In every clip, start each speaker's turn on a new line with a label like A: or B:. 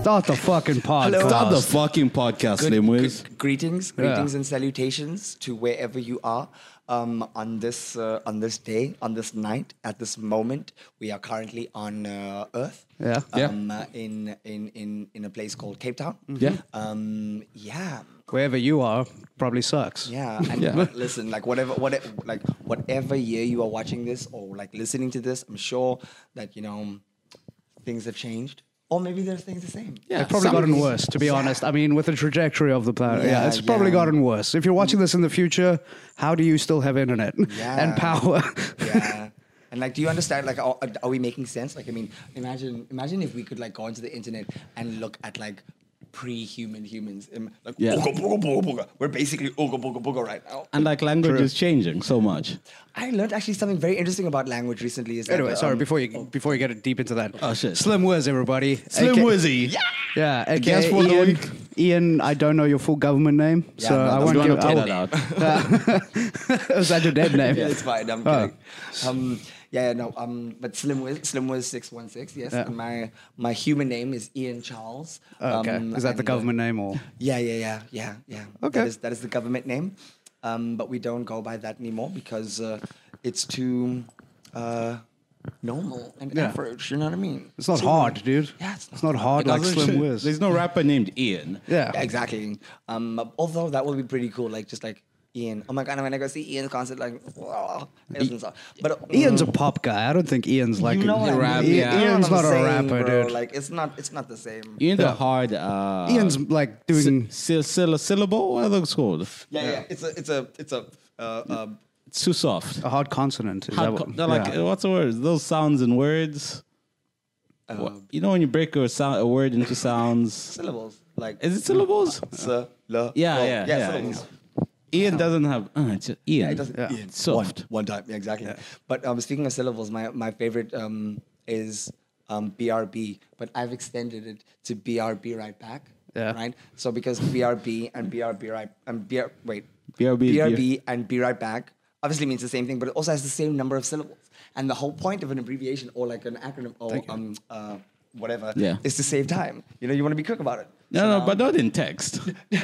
A: Start the fucking podcast.
B: Start the fucking podcast, Limways.
C: Good- greetings, greetings, and salutations to wherever you are um, on this uh, on this day, on this night, at this moment. We are currently on uh, Earth.
A: Yeah.
B: Yeah. Mm-hmm.
C: Um, uh, in in in in a place called Cape Town.
B: Yeah.
C: Um, yeah.
A: Wherever you are, probably sucks.
C: Yeah, and
B: Yeah.
C: but listen, like whatever, whatever, like whatever year you are watching this or like listening to this, I'm sure that you know things have changed, or maybe there's things the same.
A: It's probably
B: some-
A: gotten worse, to be
C: Yeah.
A: honest. I mean, with the trajectory of the planet, yeah,
C: Yeah,
A: it's probably
C: yeah.
A: gotten worse. If you're watching this in the future, how do you still have internet and
C: Yeah.
A: power?
C: yeah. And like, do you understand? Like, are, are we making sense? Like, I mean, imagine, imagine if we could like go onto the internet and look at like pre-human humans. Um, Like,
B: Yeah.
C: ooga, booga, booga, booga. we're basically ooga booga booga right now.
B: And like language is changing so much.
C: I learned actually something very interesting about language recently. Is that,
A: anyway, sorry,
C: um,
A: before you before you get deep into that.
B: Oh, shit.
A: Slim Wiz, everybody.
B: Slim
A: AK
B: Wizzy.
A: Yeah, aka
B: Guess what,
A: Ian,
B: Luke?
A: Ian, I don't know your full government name,
C: Yeah,
A: so
C: no,
A: I
C: that's
A: won't
B: gonna
A: give
B: play
A: I
B: that
A: out. Is that your dead name?
C: yeah, it's fine. I'm
A: Oh.
C: kidding. Um, yeah, yeah, no. Um, but Slim was Slim was six one six. Yes,
A: Yeah.
C: and my my human name is Ian Charles.
A: Oh, Okay.
C: um,
A: Is that the
C: and, uh,
A: government name or?
C: Yeah, yeah, yeah, yeah, yeah.
A: Okay.
C: That is, that is the government name. Um, but we don't go by that anymore because uh, it's too uh, normal and
A: Yeah.
C: average. You know what I mean?
A: It's not
C: Too-
A: hard, dude.
C: Yeah, it's
A: not hard
B: It
A: like
B: doesn't-
A: Slim Wiz.
B: There's no rapper named Ian.
A: Yeah.
C: Yeah, exactly. Um, although that would be pretty cool, like just like Ian. Oh my god, I'm gonna go see Ian's concert. Like, wow. It doesn't sound- But Mm, uh,
A: Ian's a pop guy. I don't think Ian's like
C: you know what I
A: a
C: mean?
A: rap.
C: You
B: yeah.
C: know what
A: Ian's
C: I'm
A: not a
C: saying,
A: rapper,
C: bro.
A: dude.
C: Like, it's not. It's not the same.
B: Ian's
A: Yeah.
B: a hard. Uh,
A: Ian's like doing.
B: si- si- syllable. What are those called?
C: Yeah, yeah. It's a. It's a. It's a. Uh, um,
B: It's too soft.
A: a hard consonant. Is
B: Hard
A: Oh, that
B: co-
A: what?
B: they're like
A: yeah.
B: uh, what's the word? Those sounds and words. What- you know when you break a sound, a word into sounds.
C: syllables. Like.
B: Is it syllables?
C: Syllables.
B: Yeah, yeah,
C: yeah.
B: yeah.
C: Syllables.
B: Ian doesn't have. Uh, it's just Ian.
C: It doesn't.
A: Yeah.
C: Ian,
B: Soft.
C: One, one time, yeah, exactly. But um, speaking of syllables, my my favorite um, is um, BRB, but I've extended it to BRB right back.
A: Yeah.
C: Right. So because BRB and BRB right and BR wait
B: BRB,
C: BRB and B right back obviously means the same thing, but it also has the same number of syllables. And the whole point of an abbreviation or like an acronym or um uh, whatever
B: Yeah.
C: is to save time. You know, you want to be quick about it.
B: No,
C: So
B: no,
C: now-
B: but not in text.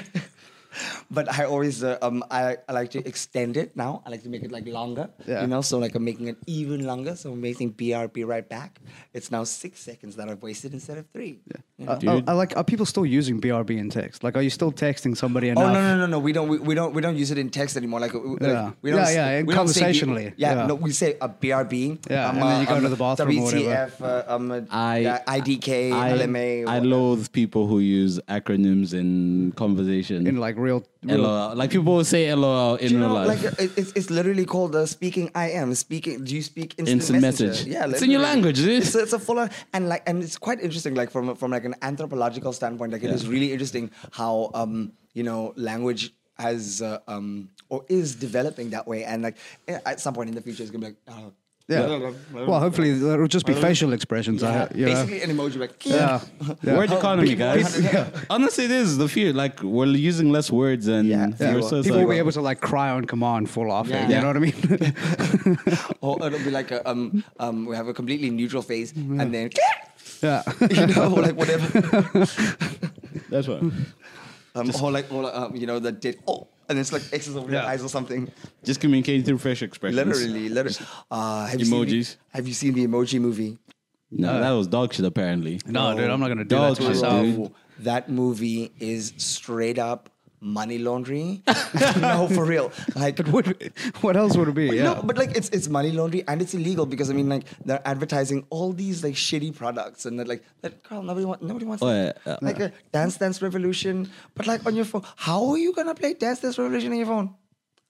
C: but I always uh, um I, I like to extend it now. I like to make it like longer.
A: Yeah.
C: You know, so like I'm making it even longer. So I'm making BRB right back. It's now six seconds that I've wasted instead of three. Yeah.
A: Uh, uh,
B: Dude.
A: uh, like, are people still using BRB in text? Like, are you still texting somebody enough?
C: Oh no no no no! We don't we, we don't we don't use it in text anymore. Like, uh, like,
A: Yeah.
C: we don't
A: Yeah,
C: s-
A: yeah, and
C: we don't say B-
A: conversationally.
C: yeah,
A: Yeah.
C: no, we say a BRB.
A: Yeah, and then you go to the bathroom or whatever.
C: WTF, uh, um, uh,
B: I-
C: yeah, IDK,
B: I,
C: LMA.
B: I
C: whatever.
B: loathe people who use acronyms in conversation.
A: In like real, real
B: LOL. Like people will say LOL in
C: Do you
B: real
C: know,
B: life.
C: like uh, it- it's, it's literally called uh, speaking. I am speaking. Do you speak instant,
B: Instant
C: messenger?
B: message.
C: Yeah,
B: It's in your
C: literally.
B: language, eh? dude.
C: It's, it's a full on, and like and it's quite interesting. Like from a- from like an anthropological standpoint, like it is really interesting how um you know language has uh, um or is developing that way, and like eh, at some point in the future, it's gonna be like. Uh,
A: Yeah. Well, hopefully it'll just be facial expressions. I,
C: yeah,
A: you know.
C: basically an emoji like
A: Yeah. yeah. Oh,
B: Word economy,
C: people-
B: guys. Honestly, it is the fear. Like we're using less words and
C: Yeah.
B: fewer,
C: Yeah.
B: so it's
A: People will
B: like-
A: be able to like cry on command for laughing.
C: Yeah.
A: You know what I mean?
C: or it'll be like a, um um we have a completely neutral phase and then
A: yeah.
C: you know like whatever
B: That's what.
C: Um, or like, or like um, you know, that did oh, and it's like X's over your
A: Yeah.
C: eyes or something.
B: Just communicating through fresh expressions.
C: Literally, literally. Uh, have you seen the-
B: Emojis.
C: have you seen the emoji movie?
B: No, that was dog shit. Apparently.
A: No, dude, I'm not gonna do that
B: Dog
A: to
B: shit,
A: myself.
B: dude.
C: Bro, that movie is straight up money laundering. no, for real. Like,
A: But what, what else would it be? Yeah.
C: No, but like it's it's money laundering and it's illegal because I mean like they're advertising all these like shitty products and they're like that girl nobody wants nobody wants
B: Oh,
C: that.
B: yeah, yeah.
C: like a Dance Dance Revolution but like on your phone how are you gonna play Dance Dance Revolution on your phone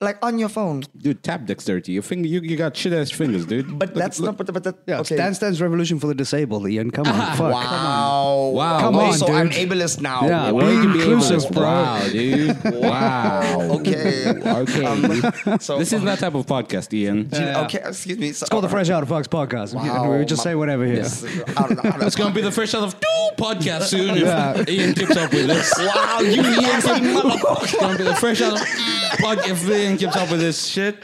C: like on your phone
B: Dude, tap dexterity. Your finger, you, you got shit ass fingers, dude.
C: but that's not but, but that
A: yeah. It's Dance Dance Revolution for the disabled, Ian. Come on. Fuck.
C: wow
B: Wow.
A: Come
C: okay,
A: on,
C: so I'm
A: dude.
C: ableist now
A: Yeah,
B: Uh, Well, you
A: Be
B: can be
A: inclusive,
B: ableist.
A: bro.
B: Wow, dude. wow.
C: okay
B: Okay.
C: Um, so
B: this is that type of podcast, Ian.
C: okay excuse me so,
A: It's called the Fresh Out of Fox podcast.
C: Wow,
A: we just
C: my-
A: say whatever here.
C: Yes. Out of the- out of the-
B: It's gonna be the first out of two podcast soon if
A: Yeah.
B: Ian keeps up with this. Wow, you nasty motherfucker! It's gonna be the first out of pod if Ian keeps up with this shit.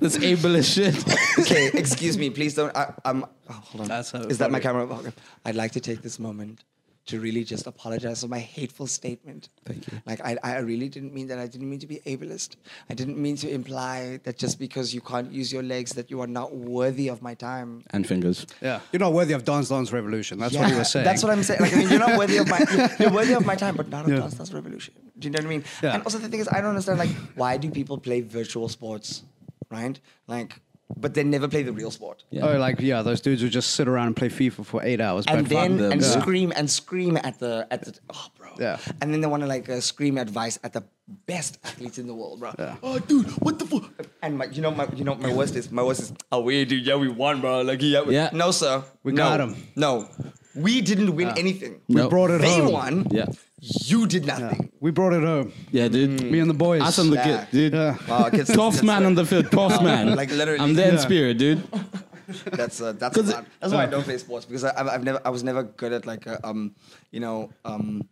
B: This ableist shit.
C: okay, excuse me, please don't. I, I'm. Oh, hold on.
A: That's how-
C: Is that my camera? Okay. I'd like to take this moment to really just apologize for my hateful statement. Thank you. Like I, I really didn't mean that. I didn't mean to be ableist. I didn't mean to imply that just because you can't use your legs that you are not worthy of my time.
B: and fingers.
A: Yeah. You're not worthy of Dance Dance Revolution. That's what he
C: Yeah,
A: was saying.
C: That's what I'm saying. Like, I mean, you're not worthy of my you're- you're worthy of my time, but not of
A: Yeah.
C: Dance Dance Revolution. Do you know what I mean?
A: Yeah.
C: And also the thing is, I don't understand like why do people play virtual sports, right? Like, but they never play the real sport.
B: Yeah.
A: Oh, like yeah, those dudes would just sit around and play FIFA for eight hours.
C: And
A: but fuck
C: then
A: them.
C: and
A: Yeah.
C: scream and scream at the at the oh bro
A: Yeah.
C: and then they want to like uh, scream advice at the best athletes in the world bro oh dude what the fuck and my you know my you know my worst is my worst is oh we dude yeah we won bro like yeah, we,
B: Yeah.
C: no sir we
A: got 'em.
C: no we didn't win anything
A: we
B: No.
A: brought it
C: they
A: home.
C: won.
B: Yeah.
C: You did nothing.
A: We brought it home.
B: Yeah, dude.
A: Me and the boys.
B: Us and the
C: Yeah.
B: kid, dude.
A: Yeah.
C: Wow, kids,
B: Tough
C: Uh, that's-
B: man on the
C: that's-
B: field, tough man.
C: Like, literally.
B: I'm there in
A: Yeah.
B: spirit, dude.
C: That's uh, that's
B: 'Cause
C: not-
B: it-
C: that's why I don't play sports because I, I've, I've never I was never good at like uh, um you know um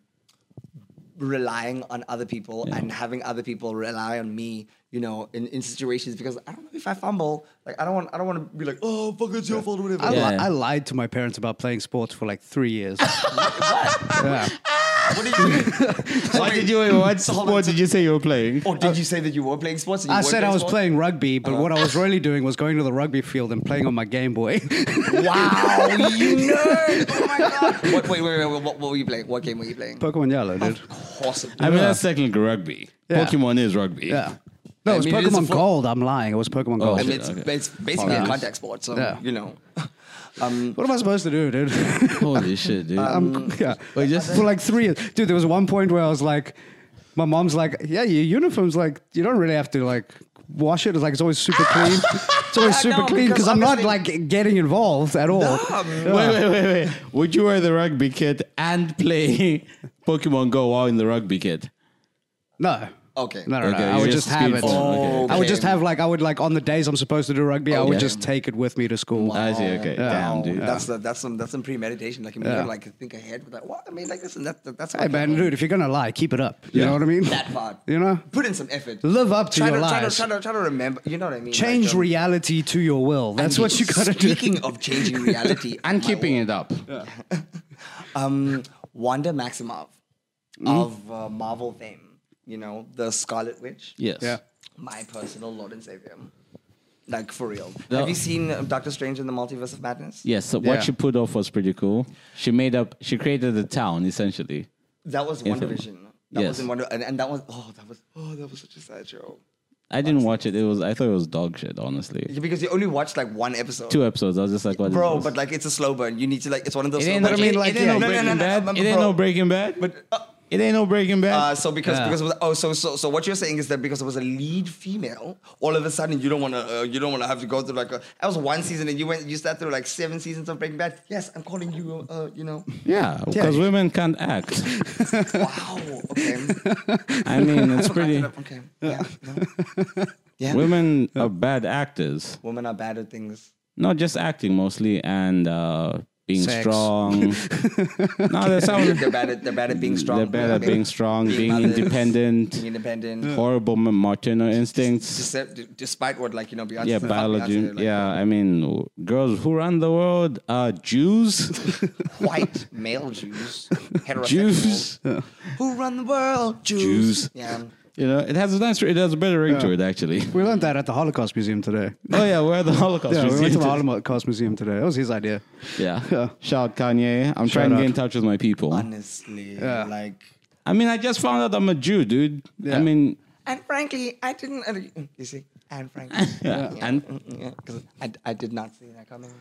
C: relying on other people and having other people rely on me you know in, in situations because I don't know if I fumble like I don't want I don't want to be like oh fuck it's your fault or whatever.
A: I, li-
B: Yeah.
A: I lied to my parents about playing sports for like three years. yeah.
C: what did you? Why did you?
B: What
C: sport hold on.
B: did you say you were playing?
C: Or did you say that you were playing sports? And you
A: I
C: weren't
A: said I was
C: sports?
A: playing rugby,
C: Uh-huh.
A: but what I was really doing was going to the rugby field and playing on my Game Boy.
C: Wow, you nerd! Oh my god! What, wait, wait, wait, wait, what, what were you playing? What game were you playing?
A: Pokemon Yellow, dude.
C: Awesome.
B: I mean, that's technically rugby.
A: Yeah.
B: Pokemon is rugby.
A: Yeah. No, it was
C: I mean, it is a Oh,
A: Pokemon
C: fo-
A: Gold. I'm lying. It was Pokemon Gold.
C: I mean,
B: shit,
C: it's,
B: okay.
C: it's basically
A: Yeah.
C: a contact sport, so
A: Yeah.
C: you know. Um,
A: what am I supposed to do, dude?
B: Holy shit, dude.
A: I'm, yeah.
B: Wait, just-
A: for like three years. Dude, there was one point where I was like, my mom's like, yeah, your uniform's like, you don't really have to like wash it. It's like, it's always super clean. It's always
C: I
A: super
C: know,
A: clean because
C: because
A: I'm not
C: obviously-
A: like getting involved at all.
C: um,
B: wait, wait, wait, wait. Would you wear the rugby kit and play Pokemon Go while in the rugby kit?
A: No.
C: Okay. Oh,
A: No, no, no.
B: Okay,
A: I
B: you
A: would
B: just
A: just have
B: speed
A: it.
B: forward, okay.
A: I would just
C: Okay.
A: have like I would like on the days I'm supposed to do rugby, I would
B: yeah.
A: just take it with me to school.
B: I see. Okay, damn,
C: wow.
B: dude.
C: That's the, that's some that's some premeditation. Like I mean, you
A: Yeah.
C: don't, like think ahead with that. What I mean, like listen, that, that that's
A: Hey man, dude, if you're gonna lie, keep it up. You know what I mean?
C: That part.
A: You know?
C: Put in some effort.
A: Live up to
C: try
A: your
C: to, try to-
A: lies.
C: Try to, try to remember. You know what I mean?
A: Change
C: Like, um,
A: reality to your will. That's
C: and
A: what you gotta do.
C: Speaking of changing reality
B: And keeping it up.
C: um, Wanda Maximoff
A: Mm-hmm.
C: of uh, Marvel fame. You know, the Scarlet Witch.
B: Yes.
A: Yeah.
C: my personal Lord and Savior. Like for real.
B: No.
C: Have you seen uh, Doctor Strange in the Multiverse of Madness?
B: Yes. So
A: Yeah.
B: what she put off was pretty cool. She made up. She created a town essentially.
C: That was One Division. That
B: Yes.
C: was in One and, and that was oh that was oh that was such a sad show.
B: I didn't watch it. It was. I thought it was dog shit. Honestly,
C: Yeah, because you only watched like one episode.
B: two episodes. I was just like, what? is
C: Bro,
B: this?
C: but like it's a slow burn. You need to like it's one of those.
B: it ain't.
C: slow
B: no-
C: burns.
A: I mean, like,
B: it ain't
A: yeah.
B: no
C: No, no, no,
B: Breaking
C: no,
B: Bad. It ain't no Breaking Bad.
C: no, bro. But, uh,
B: it ain't no Breaking Bad.
C: Uh, so because
A: Yeah.
C: because of the- oh so so so what you're saying is that because it was a lead female, all of a sudden you don't want to uh, you don't want to have to go through like a, that was one season and you went you sat through like seven seasons of Breaking Bad. Yes, I'm calling you. Uh, you know,
B: yeah, because women can't act.
C: wow. Okay.
B: I mean, it's pretty.
C: Okay. Yeah. no. yeah.
B: Women are bad actors.
C: Women are bad at things.
B: Not just acting mostly and uh, being
A: Sex.
B: strong. no, there's some
C: They're bad at they're bad at being strong.
B: They're bad at being strong, being
C: mothers,
B: independent.
C: Being independent.
B: horrible ma- maternal instincts.
C: Decept- despite what like you know Beyonce.
B: Yeah,
C: fuck
B: biology.
C: Beyonce, like,
B: yeah, I mean, w- girls who run the world are Jews.
C: White male Jews. heterosexuals,
B: Jews.
C: Who run the world? Jews.
B: Jews.
C: Yeah.
B: You know, it has a nice, it has a better ring to it actually.
A: We learned that at the Holocaust Museum today.
B: Oh yeah, we're at the Holocaust
A: Yeah, we
B: Museum
A: went to the
B: today.
A: Holocaust Museum today. That was his idea.
B: Yeah.
A: Yeah.
B: Shout out Kanye. I'm
A: Shout
B: trying to
A: out.
B: get in touch with my people.
C: Honestly, like.
B: I mean, I just found out I'm a Jew, dude. I
A: Yeah.
B: mean,
C: And frankly, I didn't. uh, You see, and frankly, Mm,
B: Yeah. And-
C: because I, I did not see that coming.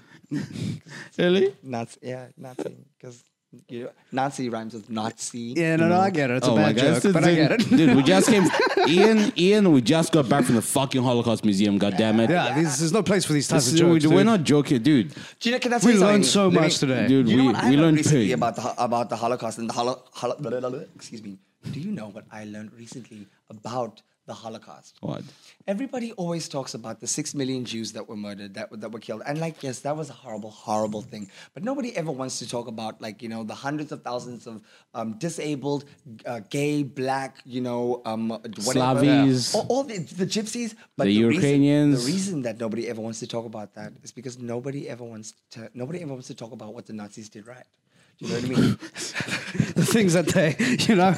B: really?
C: Nazi, yeah, Nazi, because you Nazi rhymes with Nazi.
A: Yeah, no, no, I get it.
B: Oh
C: Oh
A: It's a bad joke,
B: Dude,
A: but I get it.
B: dude, we just came. Ian, Ian, we just got back from the fucking Holocaust Museum. God damn it.
A: Yeah, these, there's no place for these types
B: This
A: of
B: is- we-
A: jokes.
B: we're
A: dude.
B: not joking, dude.
C: Do you know? Can I
A: We
C: say
A: learned
C: something?
A: so
C: Let me-
A: much today.
B: Dude,
C: You know
B: we,
C: what I
B: we
C: learned
B: learned
C: recently
B: pain.
C: about the ho- about the Holocaust and the holo, holo, blah, blah, blah, blah, excuse me. Do you know what I learned recently about the Holocaust?
B: What?
C: Everybody always talks about the six million Jews that were murdered, that, were- that were killed. And, like, yes, that was a horrible, horrible thing. But nobody ever wants to talk about, like, you know, the hundreds of thousands of um, disabled, uh, gay, black, you know, um, whatever.
B: Slavies.
C: All, all the, the gypsies. But
B: The Ukrainians.
C: Reason, the reason that nobody ever wants to talk about that is because nobody ever wants to, nobody ever wants to talk about what the Nazis did right. Do you know what I mean?
A: the things that they, you know,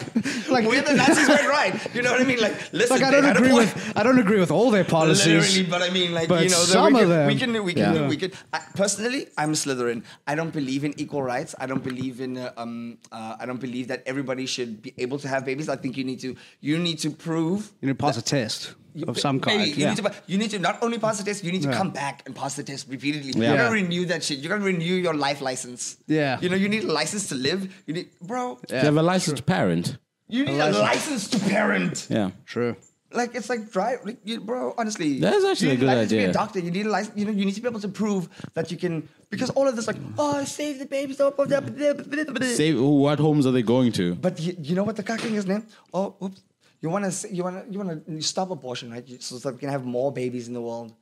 A: like
C: Where the Nazis went right. You know what I mean? Like, listen,
A: like I
C: they
A: don't
C: had a
A: agree
C: point.
A: with I don't agree with all their policies.
C: Literally, but I mean, like
A: But
C: you know, the-
A: some
C: we,
A: of
C: can, we
A: them.
C: can, we can,
A: Yeah.
C: we can. I, personally, I'm Slytherin. I don't believe in equal rights. I don't believe in. Uh, um, uh, I don't believe that everybody should be able to have babies. I think you need to. You need to prove.
A: You know, pass a test of some
C: Maybe
A: kind.
C: you,
A: yeah.
C: need to, you need to not only pass the test, you need to
A: Yeah.
C: come back and pass the test repeatedly.
B: Yeah.
C: You gotta
A: Yeah.
C: renew that shit. You gotta renew your life license.
A: Yeah.
C: You know, you need a license to live. You need, bro,
B: you have a licensed parent.
C: you need a license to parent.
B: Yeah.
A: True.
C: Like it's like drive, like, you, bro. Honestly,
B: That is actually
C: you
B: a
C: need
B: good
C: license To be
B: idea.
C: a doctor, you need a license. You know, you need to be able to prove that you can. Because all of this, like, oh, save the babies. oh, blah, blah, blah, blah, blah, blah.
B: Say, who- what homes are they going to?
C: But you, you know what the cocking is, man? Oh, oops. You wanna s- you wanna you wanna stop abortion, right? You- So that we can have more babies in the world.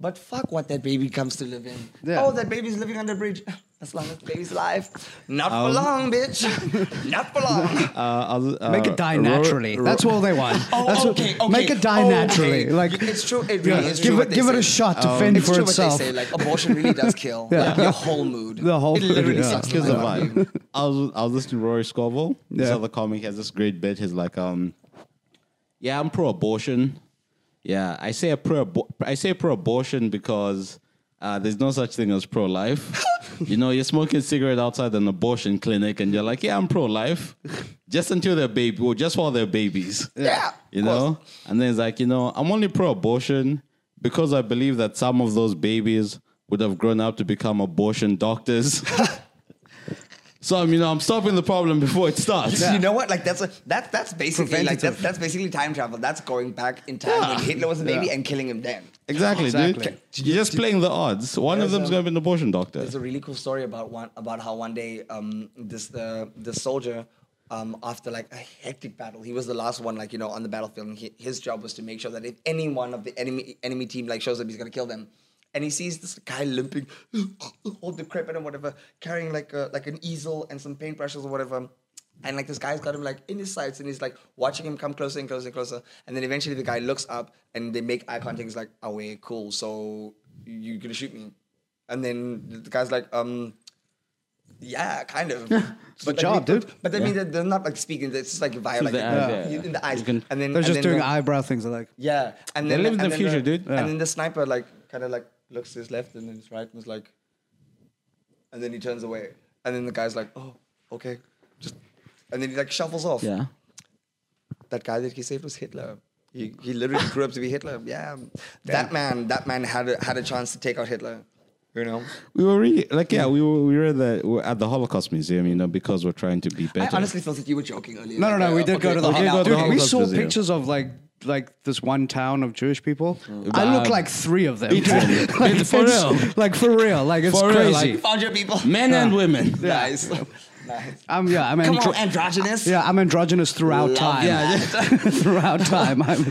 C: But fuck what that baby comes to live in.
A: Yeah.
C: Oh, that baby's living under a bridge. As long as the baby's alive. Not for long, bitch. Not for long.
A: Make it die naturally. That's all they want.
C: Uh, Oh,
A: That's what-
C: okay, okay.
A: Make it die
C: okay.
A: naturally. Like
C: it's true. It really
A: yeah,
C: is
A: give
C: true.
A: it-
C: what they
A: give it a
C: say. Oh.
A: shot to fend
C: it's
A: for
C: true
A: itself.
C: What they say. Like abortion really does kill. Like your whole mood.
A: The whole
C: It literally
A: mood, yeah.
C: sucks.
A: Kills
B: Here's
C: the
B: the
C: life out of you.
B: vibe. I was I was listening to Rory Scovel. This
A: Yeah.
B: other comic has this great bit. He's like, um, yeah, I'm pro-abortion. Yeah, I say a pro I say pro-abortion because uh, there's no such thing as pro-life. you know, you're smoking a cigarette outside an abortion clinic, and you're like, yeah, I'm pro-life, just until they're baby, well, just while they're babies.
C: Yeah,
B: you
C: of course.
B: know. And then it's like, you know, I'm only pro-abortion because I believe that some of those babies would have grown up to become abortion doctors. So I'm, you know, I'm stopping the problem before it starts.
C: You know what? Like that's a, that, that's basically like that's,
A: Preventative.
C: that's basically time travel. That's going back in time when Hitler was a baby and killing him then.
B: Exactly,
A: Exactly.
B: dude. You're just playing the odds. One of
C: There's
B: them's
C: a-
B: going to be an abortion doctor.
C: There's a really cool story about one about how one day um, this uh, this soldier um, after like a hectic battle, he was the last one like you know on the battlefield, and he, his job was to make sure that if anyone of the enemy enemy team like shows up, he's gonna kill them. And he sees this guy limping, all decrepit and whatever, carrying like a, like an easel and some paintbrushes or whatever. And like this guy's got him like in his sights, and he's like watching him come closer and closer and closer. And then eventually the guy looks up, and they make eye contact. He's like, "Oh, wait, cool. So you gonna shoot me?" And then the guy's like, "Um, yeah, kind of." but
A: job, dude.
C: But that means that they're not like speaking. It's just like via like
B: the eyes,
C: in-
B: yeah.
C: in the eyes,
B: You can-
C: and then
A: they're
C: and
A: just
C: then
A: doing
C: the-
A: eyebrow things. They're like
C: yeah, and
B: They
C: then
B: live in the
C: and then
B: future, dude.
A: Yeah.
C: And then the sniper like kind of like looks to his left and then his right and was like, and then he turns away, and then the guy's like, "Oh, okay," just, and then he like shuffles off.
B: yeah.
C: That guy that he saved was Hitler. He, he literally grew up to be Hitler. Yeah, that man, that man had a, had a chance to take out Hitler. You know,
B: We were really like, yeah, we were we were, the, we were at the Holocaust Museum, you know, because we're trying to be
C: I
B: better.
C: honestly felt like you were joking earlier.
A: No, no,
C: Like,
A: no.
C: uh,
A: We did go
C: okay,
A: to the
C: okay,
B: did
C: now-
B: go to
A: Dude,
B: the
A: we
B: Holocaust
A: saw
B: Museum.
A: pictures of like like this one town of Jewish people. I
B: Wow.
A: look like three of them.
B: Literally. It's for
A: it's-
B: real.
A: Like for real. Like it's
B: For real,
A: crazy.
B: like-
C: Found your people.
B: Men and women.
C: Nice, nice.
A: I'm yeah. I'm
C: Come
A: andro-
C: on, androgynous.
A: yeah. I'm androgynous throughout
C: Love
A: time.
B: Yeah,
A: throughout time. I'm,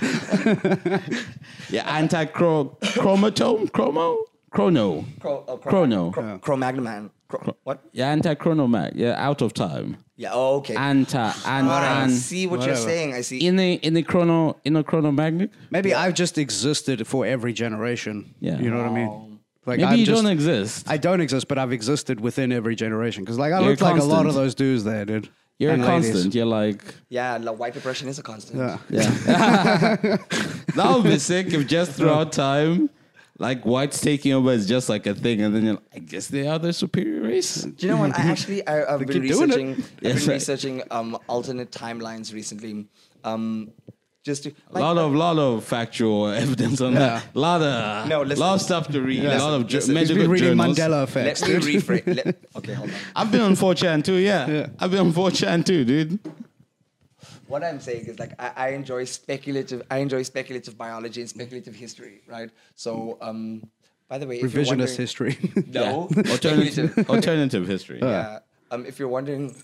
B: Yeah, anti chromatome, chromo, chrono,
C: Cro- oh, Cro-
B: chrono.
C: Cro- Cro-Magnon man. Cro- what?
B: Yeah, anti chronomat. Yeah, out of time.
C: Yeah. Oh, okay.
B: Anti and,
C: All right, I
B: and
C: see what you're
A: Whatever.
C: saying. I see.
B: in the in the chrono in the chronomagnic.
A: maybe I've just existed for every generation.
B: Yeah.
A: You know what I mean? Like
B: Maybe
A: I'm
B: you
A: just-
B: don't exist.
A: I don't exist, but I've existed within every generation. Because like I
B: You're
A: look like a lot
B: constant.
A: of those dudes there, dude.
B: You're a
A: And ladies.
B: constant. You're like
C: yeah, like, white depression is a constant.
A: Yeah.
B: Yeah. that would be sick if just throughout time, like whites taking over is just like a thing, and then you're like, I guess they are the superior race.
C: Do you know what? I actually I, I've been
A: keep doing it.
C: researching. I've
B: Yes,
C: been
B: right.
C: researching um, alternate timelines recently. Um, just to,
B: A
C: like,
B: lot of lot of factual evidence on that. Lot of
C: No, listen.
B: lot of stuff to read.
C: Yeah.
B: a lot of ju-
C: Listen,
A: He's
C: listen.
B: medical
A: been reading
B: journals.
A: Mandela
C: Let
A: effects.
C: me rephrase. Let, okay, hold on.
B: I've been on 4chan too. Yeah.
A: Yeah.
B: I've been on 4chan too, dude.
C: what I'm saying is like I, I enjoy speculative I enjoy speculative biology and speculative history, right? So um by the way, if you're
A: Revisionist
C: wondering-
A: history.
C: No,
B: Yeah.
C: speculative.
B: alternative alternative history.
C: yeah. Um, if you're wondering,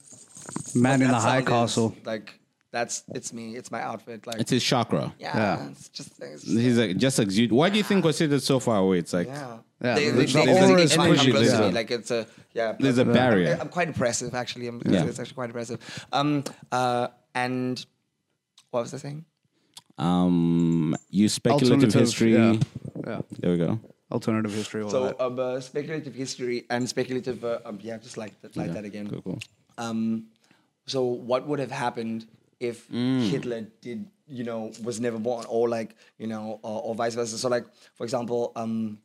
A: Man in
C: that
A: the high
C: sound is,
A: castle.
C: like that's it's me, it's my outfit, like
B: It's his chakra.
C: yeah,
A: Yeah.
C: it's just, it's just
B: He's like just exude. Why do you think was seated so far away? It's like
C: yeah.
A: Yeah,
C: They-
A: the-
C: they-
A: the
C: they- they-
A: aura
C: they
A: is
C: can't come
A: pushy,
C: close to
A: yeah.
C: me, Like it's a yeah.
B: There's a
C: I'm-
B: barrier.
C: I'm, I'm quite impressive actually. I'm,
B: Yeah.
C: It's actually quite impressive. Um uh and what was I saying?
B: um you speculative
A: Alternative,
B: history.
A: yeah. Yeah.
B: There we go.
A: alternative history. All
C: So
A: that.
C: um, uh, speculative history and speculative, uh, um, yeah, just like that, like that again.
B: Cool, cool.
C: Um, so what would have happened if
A: Mm.
C: Hitler did, you know, was never born, or like, you know, or, or vice versa? So like, for example, um,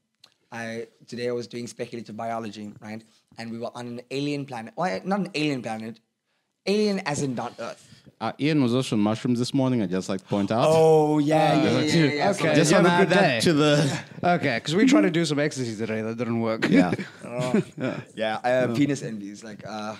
C: I today I was doing speculative biology, right? And we were on an alien planet. Well, not an alien planet, alien as in not Earth.
B: Uh, Ian was also on mushrooms this morning. I just like to point out.
C: Oh yeah, yeah, yeah, yeah, yeah.
A: Okay,
B: Just
A: you
B: want to
A: have a
B: add
A: good
B: that
A: day.
B: to the.
A: Okay, because we tried to do some ecstasy today that didn't work.
B: Yeah.
C: Oh,
A: uh,
C: yeah, I have penis envies. Like, uh,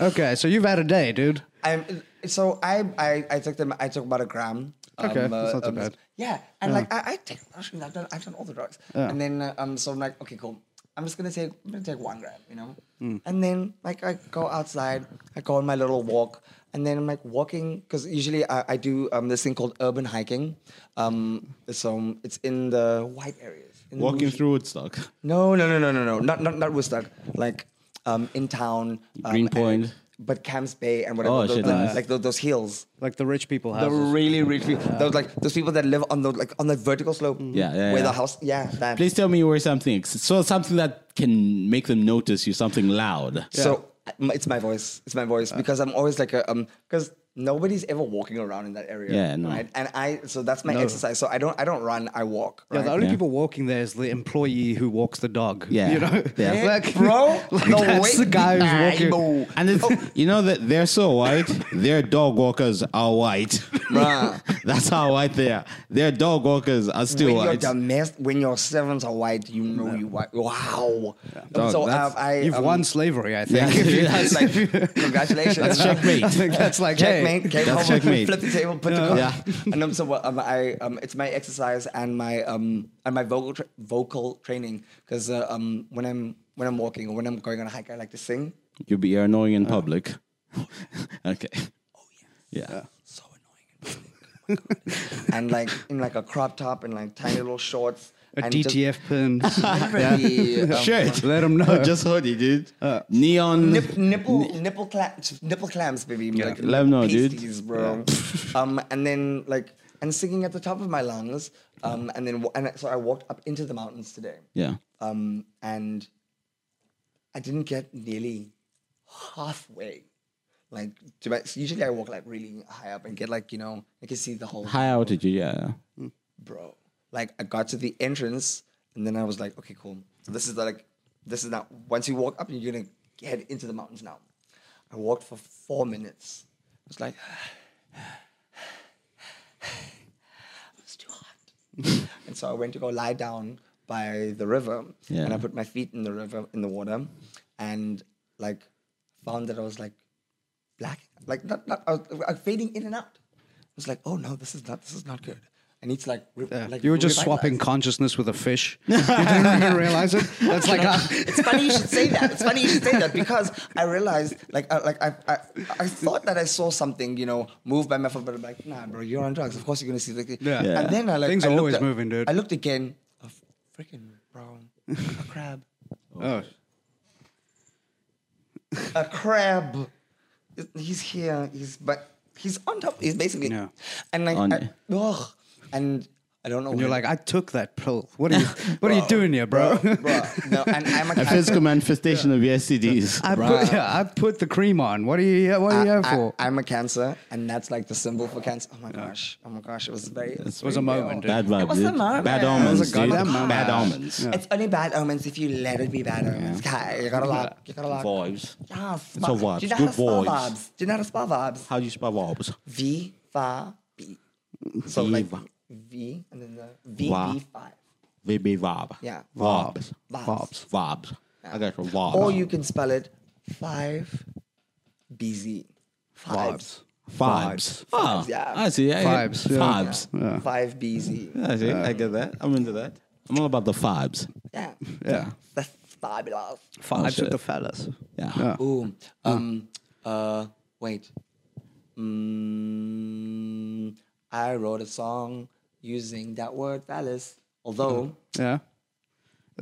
A: okay, so you've had a day, dude.
C: I'm so I I, I took them. I took about a gram. Um,
A: Okay, that's not too bad.
C: Yeah, and like I, I take mushrooms. I've done I've done all the drugs, and then uh, um so I'm like okay cool. I'm just gonna take I'm gonna take one gram, you know,
A: Mm.
C: and then like I go outside. I go on my little walk, and then I'm like walking because usually I, I do um this thing called urban hiking. Um, so it's in the white areas. in the
B: Walking
C: Wuxi-
B: through Woodstock.
C: no, no, no, no, no, no. Not not not Woodstock. Like um, in town. Um,
B: Greenpoint.
C: and- but Camps Bay and whatever.
B: Oh,
C: those,
B: shit,
C: like-
B: nice.
C: Like those, those hills.
A: Like the rich people
C: The
A: houses.
C: really rich people. Those like those people that live on the like on the vertical slope.
B: Mm-hmm. Yeah, yeah,
C: Where the
B: yeah.
C: house. Yeah. That.
B: Please tell me you wear something. ex- So something that can make them notice you, something loud.
C: So m- it's my voice. It's my
B: Uh.
C: voice because I'm always like a um because nobody's ever walking around in that area.
B: Yeah, no.
C: Right? And I so that's my exercise. So I don't I don't run. I walk.
A: Yeah,
C: Right?
A: the only
B: Yeah.
A: people walking there is the employee who walks the dog.
B: Yeah.
A: you know,
B: Yeah.
A: like,
C: Bro,
A: like
C: the
A: that's
C: way-
A: the guy
C: Ah,
A: who's walking.
C: bro.
B: And it's, you know that they're so white, their dog walkers are white.
C: Bruh.
B: That's how white they are. Their dog walkers are still
C: when you're
B: white.
C: domestic, when your servants are white, you know you white. Wow. Um,
B: Dog,
C: so
B: that's-
C: uh, I
A: You've
C: um,
A: won slavery, I
B: Yeah.
A: think. If you-
C: It's like, congratulations.
B: That's checkmate.
A: I think that's like
C: Checkmate.
A: Hey,
C: Came
B: That's
C: home,
B: checkmate.
C: Flip the table. Put the
B: Yeah.
C: card. And um, so what, um, I um, it's my exercise and my um and my vocal tra- vocal training because uh, um when I'm when I'm walking or when I'm going on a hike, I like to sing.
B: You'll be you're annoying in public. okay. Uh. Oh yeah. Yeah.
C: So annoying. and like in like a crop top and like tiny little shorts.
A: a
C: and just
A: DTF pin.
C: literally, um,
B: Shit.
A: Let 'em know.
B: just hoodie, dude. Uh, Neon.
C: Nip, nipple, nipple clamps, nipple clamps, baby. Like,
B: Let 'em know, dude.
C: pasties, bro. um, and then like, and singing at the top of my lungs. Um, and then wa- and so I walked up into the mountains today.
B: Yeah.
C: Um, and I didn't get nearly halfway. Like, to my, so usually I walk like really high up and get like you know I can see the whole
B: High altitude. Yeah.
C: bro. Like I got to the entrance and then I was like, okay, cool. So this is the, like, this is now. Once you walk up, you're gonna head into the mountains now. I walked for four minutes. It was like, it's too hot. and so I went to go lie down by the river
B: Yeah.
C: and I put my feet in the river, in the water, and like found that I was like black, like not, not I was uh, fading in and out. I was like, oh no, this is not, this is not good. I need to like, re- like
A: you were just swapping
C: revitalize.
A: consciousness with a fish. you didn't even realize it. That's like a,
C: it's funny you should say that. It's funny you should say that because I realized, like, I, like I, I, I thought that I saw something, you know, move by my foot, but I'm like, nah, bro, you're on drugs. Of course you're gonna see the.
A: Yeah.
B: Yeah.
C: And then I like
A: Things
C: I
A: are
C: looked
A: always
C: at-
A: moving, dude.
C: I looked again, a f- freaking brown, a crab,
A: oh,
C: a crab. He's here. He's but he's on top. He's basically
A: Yeah.
C: and like
B: On-
C: I, ugh, and I don't know.
A: and you're
C: when-
A: like, I took that pill. What are you? What are you doing here, bro?
C: Bruh, no, and I'm a
B: A physical manifestation of your STDs.
A: I put, yeah, I put the cream on. What are you? What are you here for?
C: am a cancer, and that's like the symbol for cancer. Oh my gosh! Oh my gosh! It was very. It
A: was a moment, dude.
B: Bad vibes.
C: It was a
B: dude.
C: moment.
B: Bad
C: It was a
B: omens. dude.
A: goddamn moment.
B: Bad
A: Yeah.
B: omens.
C: It's only bad omens if you let it be bad omens. Kai, You gotta lock. You gotta lock.
B: Vibes.
C: Yeah,
B: It's all vibes.
C: Do you know
B: Good
C: how to spell
B: vibes.
C: vibes? Do you know how to spell vibes?
B: How do you spell vibes?
C: V fa b. So like
B: Viva.
C: V and then the V
B: Wa.
C: V five.
B: VB vibe.
C: Yeah.
B: Vibes.
C: Vibes.
B: Vibes. Vibes. I got your vibes.
C: Or you can spell it five B Z. Vibes.
B: Vibes. Oh,
C: yeah.
B: I see. I
A: Vibes, yeah.
B: Vibes.
C: Five B Z.
B: I see. I get that. I'm into that. I'm all about the vibes.
C: Yeah.
A: Yeah.
C: That's fabulous.
B: Oh, shit.
A: fellas.
B: Yeah.
C: Ooh. Um. Uh. Wait. Mm, I wrote a song using that word phallus. Although.
A: Yeah.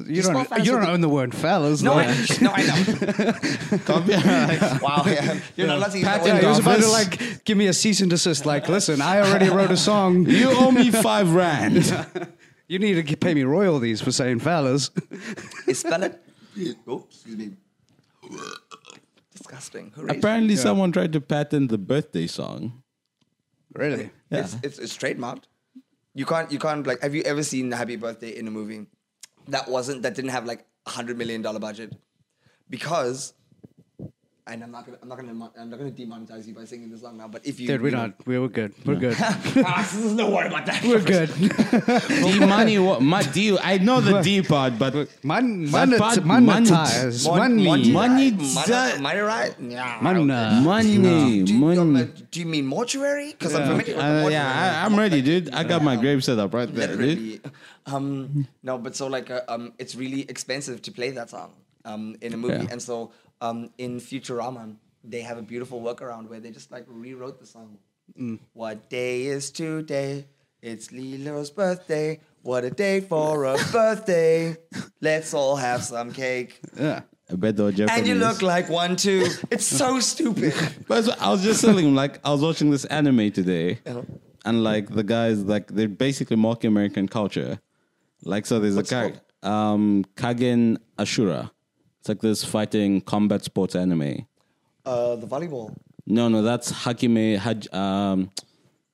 A: You
C: spell
A: don't.
C: fellas
A: You
C: with
A: don't
C: the-
A: own the word fellas.
C: No,
A: though.
C: I, no, I know.
B: Copy.
C: wow. Yeah. You're not allowed to use that
A: Yeah,
C: word.
A: he was about to
B: Office.
A: like give me a cease and desist. Like, listen, I already wrote a song.
B: you owe me five rand.
A: You need to g- pay me royalties for saying fellas.
C: Spell it. Oh, excuse me. Disgusting. Who raised you?
B: Apparently, someone tried to patent the birthday song.
A: really?
C: It's, it's it's trademarked. You can't you can't like. Have you ever seen Happy Birthday in a movie that wasn't that didn't have like a hundred million dollar budget? Because, and I'm not gonna I'm not gonna mon- I'm not gonna demonetize you by singing this song now. But if you
A: Dude, we're
C: you know-
A: not. We were good. We're good.
C: Ah, this is no worry about that.
A: we're good.
B: D money, what? My D. I know the D part, but
A: Man,
B: That
A: man,
B: part-
A: man,
B: man-
A: monetize, money.
C: money,
B: Money
C: money,
B: da-
C: money, right? Yeah.
A: Man- uh,
B: money,
C: Do you,
B: money.
C: do you mean mortuary? Because I'm
A: Yeah.
C: familiar with the
B: Uh,
C: mortuary.
B: yeah, I, I'm ready, dude. I got my grave set up right there, dude.
C: literally. Um, no, but so like uh, um, it's really expensive to play that song um, in a movie,
B: Yeah.
C: and so um, in Futurama they have a beautiful workaround where they just like rewrote the song.
B: Mm.
C: What day is today? It's Lilo's birthday. What a day for a birthday! Let's all have some cake.
A: Yeah.
B: I bet they were Japanese.
C: And you look like one too. It's so stupid.
B: But so I was just telling him, like, I was watching this anime today,
C: Uh-huh.
B: and like the guys, like, they're basically mocking American culture. Like, so there's
C: What's it
B: a character, um, Kagen Ashura. It's like this fighting combat sports anime.
C: Uh, the volleyball.
B: No, no, that's Hakime. Haj, um,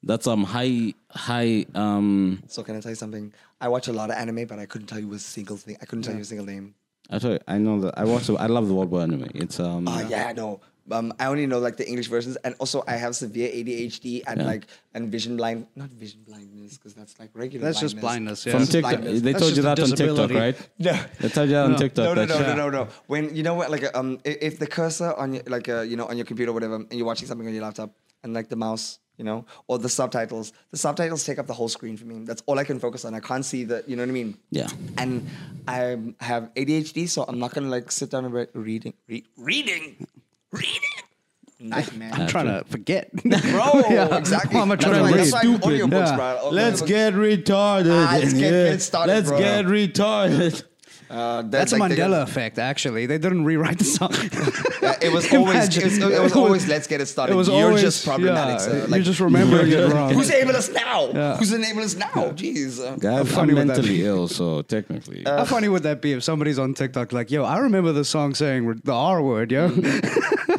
B: that's um high high um.
C: So can I tell you something? I watch a lot of anime, but I couldn't tell you a single thing. I couldn't tell you a single name.
B: I told you, I know that I watched. I love the World War anime. It's um.
C: Oh yeah, no. Um, I only know like the English versions, and also I have severe ADHD and like and vision blind, not vision blindness, because that's like regular.
A: That's just blindness, yeah.
B: from
A: That's
B: TikTok,
C: blindness.
B: they
A: That's
B: told you
A: just a
B: that on TikTok,
A: disability.
B: right?
C: No.
B: they told you that on TikTok.
C: No, no,
B: that
C: no,
B: shit.
C: no, no, no. When you know what, like um, i- if the cursor on your like uh, you know on your computer, or whatever, and you're watching something on your laptop, and like the mouse, you know, or the subtitles, the subtitles take up the whole screen for me. That's all I can focus on. I can't see the, you know what I mean?
B: Yeah.
C: And I have ADHD, so I'm not gonna like sit down and read reading, re- reading, reading. Nightmare.
A: I'm trying to forget.
C: Bro,
A: Yeah.
C: exactly.
A: Uh, I'm
C: That's
A: trying
C: why-
A: to read.
C: that's why I'm
B: Stupid.
C: audiobooks,
A: Yeah.
C: bro.
B: Let's
C: Audiobooks.
B: get retarded.
C: Ah, let's get-
B: Yeah.
C: get started,
B: Let's
C: bro.
B: get retarded.
C: Uh, that-
A: That's
C: like,
A: a
C: they-
A: Mandela effect, actually. They didn't rewrite the song.
C: Yeah, Uh, it was always
A: Imagine.
C: it was, it was always let's get it started.
A: it was
C: You're
A: always-
C: just problematic,
A: yeah,
C: sir. Like,
A: you're just remembering it wrong.
C: Who's enabling us now?
A: Yeah.
C: Who's enabling us now? Jeez. Uh,
B: Guys,
A: funny
B: I'm
A: would that
B: mentally
A: be?
B: ill, so technically.
A: How funny would that be if somebody's on TikTok like, "Yo, I remember the song saying the R word, yo."
C: Mm,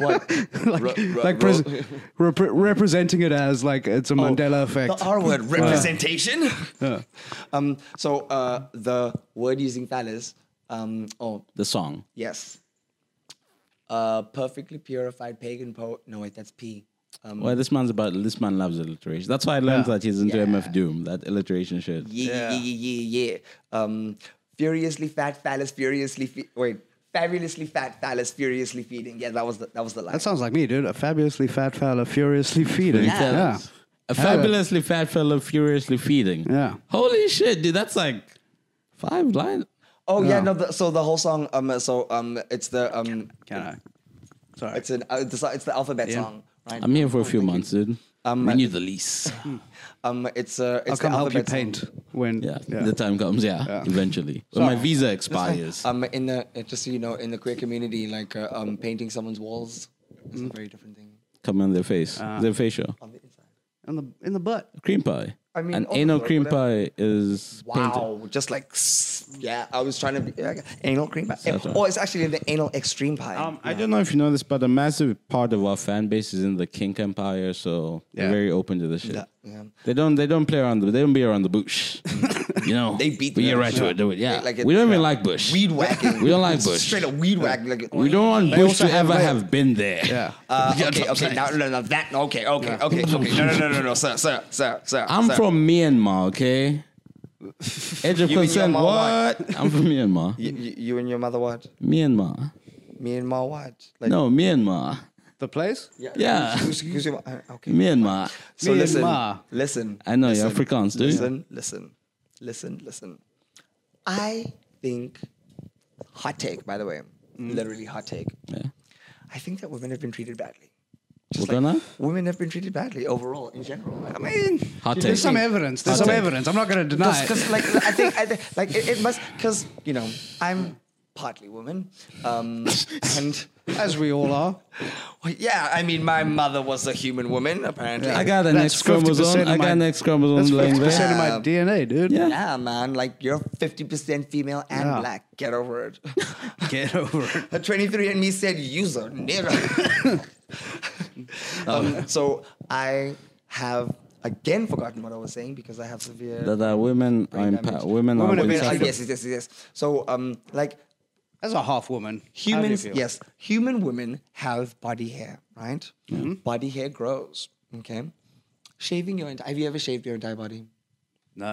C: what?
A: like,
C: Ru- ru-
A: like pres-
C: ru-
A: rep- representing it as like it's a Mandela effect.
C: Oh, The R word representation. Um, so uh, the word using phallus. Um, oh
B: the song.
C: yes. Uh, perfectly purified pagan poet. No wait, that's P. Um,
B: Well, this man's about this man loves alliteration. That's why I learned
A: Yeah.
B: that he's into
C: Yeah.
B: MF Doom, that alliteration shit.
C: yeah, yeah, yeah, yeah, yeah, yeah. Um, furiously fat phallus, furiously fe- wait, fabulously fat phallus, furiously feeding. Yeah, that was the that was the line.
A: That sounds like me, dude. A fabulously fat fella furiously feeding.
C: Yeah.
A: Yeah.
B: A fabulously fat fellow furiously feeding.
A: Yeah.
B: Holy shit, dude, that's like five line.
C: oh yeah, no. The, so the whole song. Um, uh, so um, it's the um,
A: Can I? Sorry.
C: it's an uh, it's, the- it's the alphabet song. Right?
B: I'm here for a few months, dude.
C: Um,
B: when you the lease.
C: Um, it's uh,
A: I'll
C: it's
A: come
C: the
A: help you
C: alphabet song.
A: paint when.
B: Yeah, the time comes, yeah, eventually. When my visa expires.
C: Um, in the uh, just so you know, in the queer community, like uh, um, painting someone's walls is
B: Mm-hmm.
C: a very different thing
B: Come on their face.
A: Uh.
B: their facial.
C: on the inside.
A: In the in the butt.
B: Cream pie.
C: I mean,
B: an
C: also,
B: anal
C: like,
B: cream
C: whatever.
B: pie is painted.
C: Wow, just like s- yeah, I was trying to be yeah, anal cream pie.
B: That's right.
C: Oh, it's actually the anal extreme pie.
B: Um, I don't know if you know this, but a massive part of our fan base is in the kink empire, so they're
A: Yeah.
B: very open to this shit.
C: Yeah, yeah.
B: They don't they don't play around the they don't be around the bush. you know
C: They beat
B: But
C: the
B: you're right
C: bush.
B: to it, do it. Yeah,
C: Like it-
B: we don't
C: yeah.
B: even like bush.
C: weed whacking.
B: We don't like Bush.
C: Straight up weed whacking. Like
B: we don't want
A: They
B: bush
A: also
B: to
A: have
B: ever
A: like-
B: have been there.
A: Yeah.
C: Uh,
B: You know
C: okay,
B: what I'm
C: okay,
B: saying?
C: no, no, no, that, okay, okay, okay, okay, no, no, no, no, no, sir, sir, sir, sir.
B: I'm
C: sir.
B: from Myanmar, okay. Age of
C: You and your
B: consent.
C: mom,
B: What? I'm from Myanmar.
C: Y- y- you and your mother what?
B: Myanmar.
C: Me and my what? Like,
B: No, Myanmar.
A: The place. Yeah.
B: Yeah.
C: Excuse, excuse me. uh, Okay.
B: Myanmar.
C: So
A: Me and
C: listen,
A: Ma.
C: listen.
B: I know, you're
C: listen,
B: Afrikaans, dude.
C: Listen, listen, listen, listen. I think, hot take, by the way,
A: Mm.
C: literally hot take.
B: Yeah.
C: I think that women have been treated badly.
B: We're gonna-
C: Women have been treated badly overall in general. Like, I mean,
B: Hot take.
A: There's some evidence. There's
B: Hot
A: some
B: take.
A: evidence. I'm not going to deny it.
C: because like I think I think, like it, it must because you know I'm partly woman, um, and
A: as we all are.
C: well, yeah, I mean, my mother was a human woman apparently.
B: I got an
A: That's
B: X
A: 50%
B: chromosome.
A: of
B: I got
A: my-
B: an X chromosome
A: That's
B: laying
A: fifty
B: there.
A: percent of my
C: Yeah.
A: DNA, dude.
B: Yeah.
C: yeah, man, like you're 50% female and
A: Yeah.
C: black. Get over it.
A: Get over it.
C: A 23andMe said user nearer.
A: Uh.
C: um, so I have again forgotten what I was saying because I have severe.
B: That uh, women are
C: Brain
B: empa-
C: damage.
B: women are
A: Women are
B: what
A: being-
B: is
C: Oh,
B: that?
C: yes, yes, yes, yes. So, um, like
A: As a half woman, how do you
C: humans,
A: feel?
C: yes, human women have body hair, right?
A: Mm-hmm.
C: Body hair grows. Okay, shaving your enti- have you ever shaved your entire body?
A: No.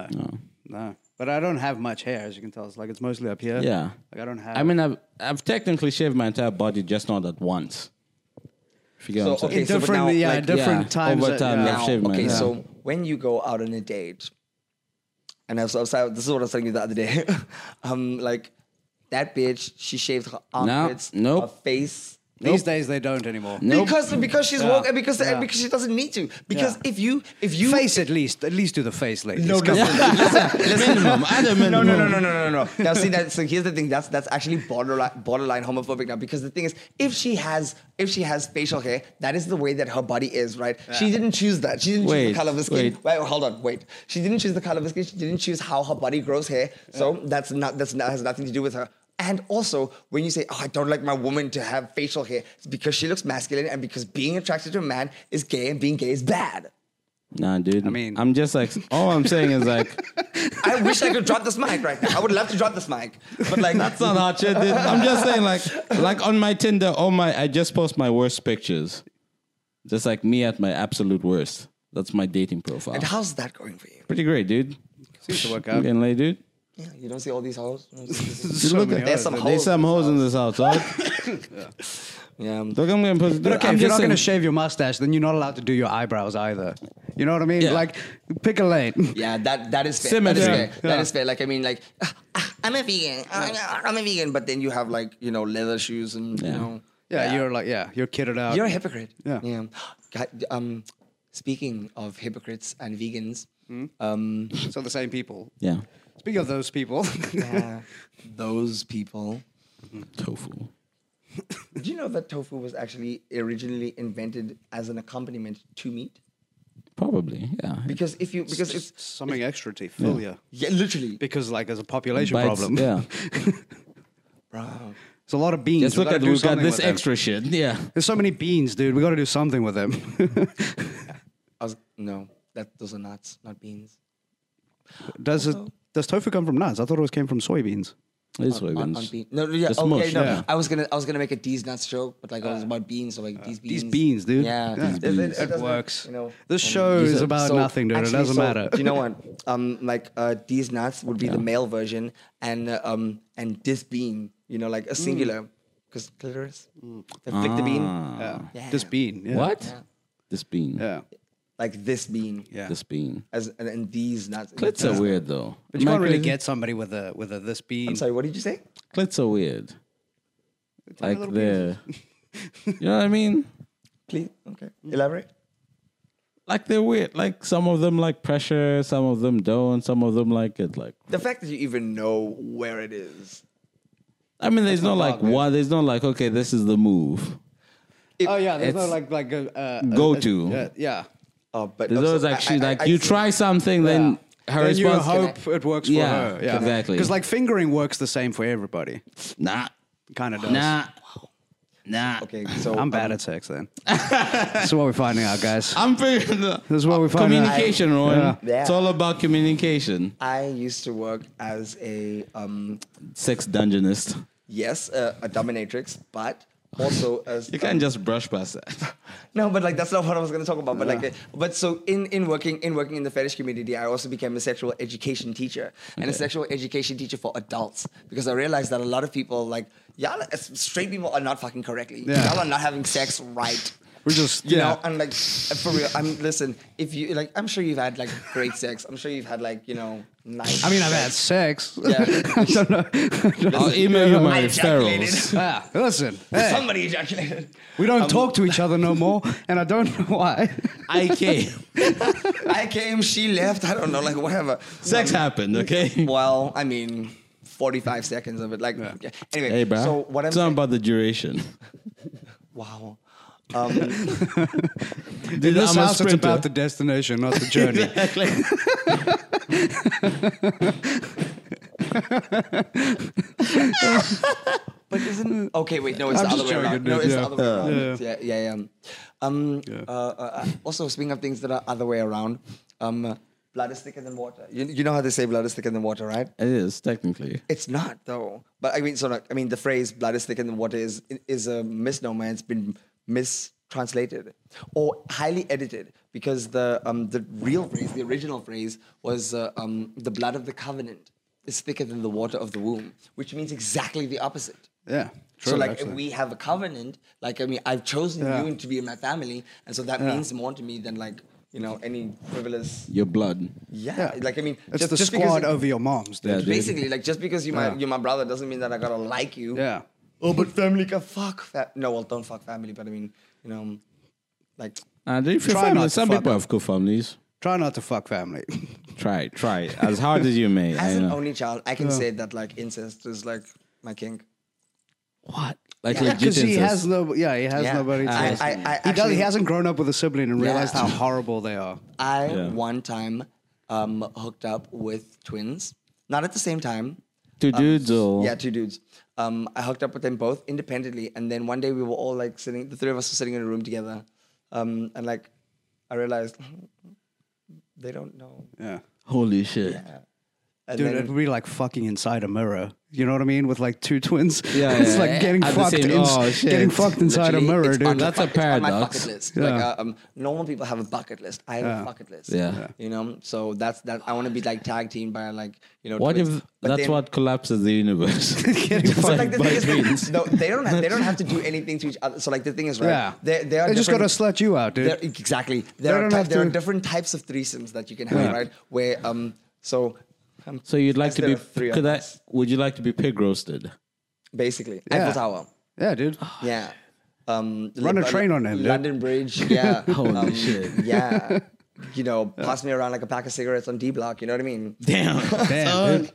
A: no, But I don't have much hair, as you can tell. It's like it's mostly up here.
B: Yeah.
A: like I don't have.
B: I mean, I've I've technically shaved my entire body, just not at once. If you get what
C: So,
B: I'm saying.
C: okay, so but
A: different,
C: now,
A: yeah,
C: like,
A: different
B: yeah,
A: times.
B: over
A: that-
B: time,
A: yeah.
B: yeah.
C: Now,
B: shave my
C: okay,
B: hair.
C: so when you go out on a date, and I've, I've, said- this is what I was telling you the other day. um, like that bitch, she shaved her armpits,
B: nope.
C: her face.
A: These days they don't anymore.
B: Nope.
C: Because because she's
A: Yeah,
C: woke and because
A: yeah.
C: and because she doesn't need to. Because
A: Yeah.
C: if you if you
A: Face at least, at least do the face, ladies.
C: No,
A: Come
C: no.
A: on.
B: minimum. At a minimum.
C: No, no, no, no, no, no, no. Now, see that. So here's the thing. That's that's actually borderline borderline homophobic now because the thing is, if she has if she has facial hair, that is the way that her body is, right? She didn't choose that. She didn't choose
B: Wait,
C: the color of her skin.
B: wait.
C: Wait, hold on, wait. She didn't choose the color of her skin. She didn't choose how her body grows hair. So that's not that's not, has nothing to do with her. And also, when you say, "Oh, I don't like my woman to have facial hair," it's because she looks masculine, and because being attracted to a man is gay, and being gay is bad.
B: Nah, dude. I
A: mean-
B: mean, I'm just like, all I'm saying is like,
C: I wish I could drop this mic right now. I would love to drop this mic, but like
B: that's not hot shit, dude. I'm just saying, like, like on my Tinder, oh my, I just post my worst pictures, just like me at my absolute worst. That's my dating profile.
C: And how's that going for you?
B: Pretty great, dude.
A: Seems to work
B: I'm
A: out.
B: getting laid, dude.
C: Yeah, you don't see all these hoes.
A: So
B: look
A: many
B: at-
A: others,
C: there's some
A: dude.
C: hope.
B: There's some hoes in this house, dog.
C: yeah, um,
B: Look, I'm getting posted.
A: But okay,
B: I'm
A: if you're not
B: just
A: going to
B: saying-
A: shave your mustache, then you're not allowed to do your eyebrows either. You know what I mean?
B: Yeah.
A: Like, pick a lane.
C: yeah, that that is fair. That
B: Symmetry.
C: is fair.
A: Yeah.
C: That is fair. Like I mean, like "Ah, ah, I'm a vegan. Ah, I'm a vegan, but then you have like you know leather shoes and you
B: Yeah.
C: know.
A: Yeah, you're like, yeah, you're kidded out.
C: You're a hypocrite.
A: Yeah.
C: Yeah. God, um, speaking of hypocrites and vegans,
A: Hmm?
C: um,
A: so the same people.
B: yeah,
A: Speaking of those people,
C: uh, those people.
B: tofu.
C: Did you know that tofu was actually originally invented as an accompaniment to meat?
B: Probably, yeah.
C: Because if you because it's
A: something extra to fill you.
C: yeah, literally,
A: Because, like, there's a population
B: Bites,
A: problem.
B: Yeah.
C: bro.
A: There's a lot of beans.
B: Just
A: We
B: look
A: gotta
B: at
A: do
B: we got
A: something
B: this
A: with them.
B: extra shit. Yeah.
A: There's so many beans, dude. We got to do something with them.
C: I was no, that those are nuts, not beans.
A: does it? Does tofu come from nuts? I thought it was came from soybeans.
B: It's
C: On- on
B: soybeans.
C: bean- No, no, yeah,
B: Just
C: okay,
B: mush,
C: no.
B: yeah.
C: I was gonna, I was gonna make a these nuts joke, but like I was about beans, so like these beans.
A: These beans, dude. Yeah.
C: Yeah,
A: These
C: doesn't-
B: beans.
A: It
C: doesn't-
A: works.
C: You know,
A: this
C: um,
A: show
B: these
A: is
B: are-
A: about
C: so
A: nothing, dude.
C: actually,
A: it doesn't
C: so,
A: matter.
C: Do you know what? Um, like uh, these nuts would be the male version, and uh, um, and this bean, you know, like a
A: Mm.
C: singular, because clitoris. They flick the bean,
A: Yeah.
C: Yeah.
A: Ah. This bean. Yeah.
B: What?
C: Yeah.
B: This bean.
A: Yeah.
C: like this bean,
A: Yeah.
B: This bean.
C: as and, and these nuts.
B: Clits are weird though.
A: But you
B: Am I
A: can't really
B: crazy?
A: get somebody with a with a this bean.
C: I'm sorry, what did you say?
B: clits are weird. Like
A: little
B: they're You know what I mean?
C: Please, okay,
A: Mm.
C: elaborate.
B: Like they're weird. Like some of them like pressure, some of them don't, some of them like it like
C: The fact that you even know where it is.
B: I mean there's no like
A: dog, man.
B: one there's no like okay, this is the move.
A: Oh yeah, there's no
B: It's
A: like like a, uh,
B: go
A: a,
B: to.
A: yeah, yeah.
C: Oh, but
B: There's
C: also,
B: always
C: I-
B: like she
C: I-
B: like
C: I
B: you
C: see.
B: try something, then her
A: then you
B: response
A: hope it works for
B: Yeah,
A: her. Yeah,
B: exactly.
A: Because like fingering works the same for everybody.
B: Nah.
A: Kind of does.
B: Nah. Nah.
C: Okay, so
A: I'm bad
C: um,
A: at sex. Then this is what we're finding out, guys.
B: I'm figuring out.
A: This is what we find out.
B: Uh, Communication, Rowan.
A: Yeah.
C: Yeah.
B: It's all about communication.
C: I used to work as a um,
B: Sex dungeonist.
C: yes, uh, a, a dominatrix, but also as
B: You can't just brush past that.
C: no, but like that's not what I was going to talk about. But like, uh, but so in in working in working in the fetish community, I also became a sexual education teacher and a
B: Okay.
C: sexual education teacher for adults because I realized that a lot of people like y'all as straight people are not fucking correctly.
A: Yeah.
C: Y'all are not having sex right.
A: We're just
C: You
A: yeah.
C: know, and like for real, I'm listen. If you like, I'm sure you've had like great sex. I'm sure you've had like you know nice.
A: I mean, I've had sex.
C: Yeah.
A: I don't know.
B: I'll email you my
C: I ejaculated.
B: referrals.
A: ah, listen, hey,
C: Somebody ejaculated.
A: we don't talk to each other no more, and I don't know why.
B: I came.
C: I came, she left. I don't know, like whatever.
B: Sex happened, okay?
C: Well, I mean, 45 seconds of it. Like, yeah. anyway,
B: Hey, bro.
C: so what I'm
B: Something
C: saying,
B: about the duration.
C: wow. Um,
A: In
B: I'm
A: this
B: a
A: house, it's
B: sprinter.
A: about the destination, not the journey.
B: Exactly.
C: But isn't okay? Wait, no, it's
A: I'm
C: the
A: just
C: other way
A: joking,
C: around. No,
A: dude,
C: it's
A: yeah.
C: the other way around.
A: Yeah.
C: Yeah, yeah, yeah. Um,
A: Yeah.
C: Uh, uh, also, speaking of things that are other way around, um, blood is thicker than water. You, you know how they say blood is thicker than water, right?
B: it is technically.
C: It's not though. But I mean, so like, I mean, the phrase "blood is thicker than water" is is a misnomer. It's been mistranslated or highly edited because the um, the real phrase, the original phrase, was uh, um, "the blood of the covenant is thicker than the water of the womb," which means exactly the opposite.
A: Yeah.
C: so
A: true,
C: like
A: actually.
C: if we have a covenant, like I mean I've chosen
A: Yeah.
C: you to be in my family, and so that means more to me than like you know any frivolous.
B: Your blood.
C: Yeah, like I mean,
A: it's
C: just,
A: the
C: just because
A: squad
C: it-
A: over your mom's.
B: Yeah,
A: Dude.
B: dude.
C: basically like just because you my
A: Yeah.
C: you my brother doesn't mean that I gotta like you.
A: Yeah.
C: Oh, but family can fuck. Fa- no, well, don't fuck family. But I mean, you know, like
B: And if your
A: Try
B: family,
A: not to
B: some
A: fuck
B: people
A: up.
B: have good families.
A: Try not to fuck family.
B: Try, try. As hard as you may.
C: as
B: I
C: an
B: know.
C: only child, I can say that like incest is like my kink.
B: what? Like
C: Yeah,
B: legit
A: Because he
B: incest.
A: has no. Yeah, he has
C: Yeah.
A: nobody. To
C: I-
A: ask
C: I-
A: him.
C: I
A: he, does,
C: actually-
A: he hasn't grown up with a sibling and realized
C: Yeah.
A: how horrible they are.
C: I
B: Yeah.
C: one time um, hooked up with twins, not at the same time.
B: Two
C: Um,
B: dudes or-
C: yeah, two dudes. Um, I hooked up with them both independently, and then one day we were all like sitting. The three of us were sitting in a room together, um, and like I realized they don't know.
A: Yeah.
B: Holy shit.
C: Yeah. And
A: Dude,
C: then-
A: it would be like fucking inside a mirror. You know what I mean? With like two twins.
B: Yeah,
A: it's
B: yeah,
A: like
B: yeah.
A: getting
B: At the
A: fucked. in,
B: same- oh, shit.
A: getting fucked inside
C: Literally,
A: a mirror,
C: it's
A: dude.
C: on the
B: That's a
C: bucket- it's on my
B: paradox.
C: bucket list.
A: Yeah.
C: Like, uh, um, normal people have a bucket list. I have a bucket list.
B: Yeah. Yeah.
C: You know, so that's that. I want to be like tag team by like you know.
B: What if
C: twins. But
B: that's
C: then-
B: what collapses the universe?
C: So,
B: Fucked
C: like the
B: by
C: thing is, like,
B: twins.
C: no, they don't. Have, they don't have to do anything to each other. So like the thing is, right?
A: yeah.
C: They they are
A: They just got to
C: different-
A: slut you out, dude.
C: there, exactly. There, are,
A: don't
C: ty-
A: have
C: there are
A: to-
C: different types of threesomes that you can have,
A: Yeah.
C: right? Where um, so um,
B: So you'd like
C: as
B: to
C: there
B: be
C: are three of
B: could I,
C: us,
B: would you like to be pig roasted?
C: basically
A: Yeah.
C: Eiffel Tower.
A: Yeah, dude.
C: Yeah. Um,
A: Run a
C: Lon-
A: train on him, dude.
C: London Bridge. Yeah. Um,
B: Holy shit.
C: Yeah. You know, pass me around like a pack of cigarettes on D Block. You know what I mean?
B: Damn.
A: Damn, dude.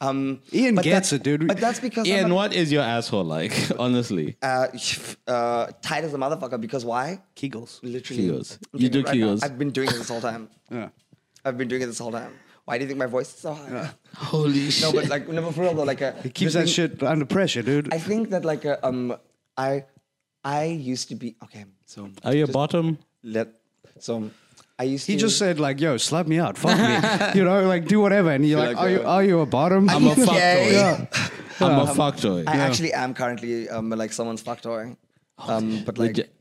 C: Um,
A: Ian
C: but
A: gets
C: that's-
A: it, dude.
C: But that's because I'm
B: Ian,
C: a-
B: what is your asshole like? Honestly.
C: uh, uh, tight as a motherfucker. Because why?
A: Kegels.
C: Literally.
B: Kegels.
C: I'm
B: You
C: doing
B: do
C: it right now.
B: kegels.
C: I've been doing it this whole time.
A: Yeah.
C: I've been doing it this whole time. Why do you think my voice is so high?
B: Holy shit.
C: No, but like, no, but for real though, like, uh,
A: He keeps that shit under pressure, dude.
C: I think that like, uh, um, I, I used to be okay. So
B: Are you a bottom?
C: let, so I used
A: he
C: to.
A: just said like, "Yo, slap me out, fuck me," you know, like do whatever. And you're like,
B: Like,
A: "Are you
B: uh,
A: are you a bottom?"
B: I'm a fuck toy.
A: Yeah.
B: I'm a fuck toy.
C: I actually am currently um, like someone's fuck toy. Um, but like,
B: Oh, Legit.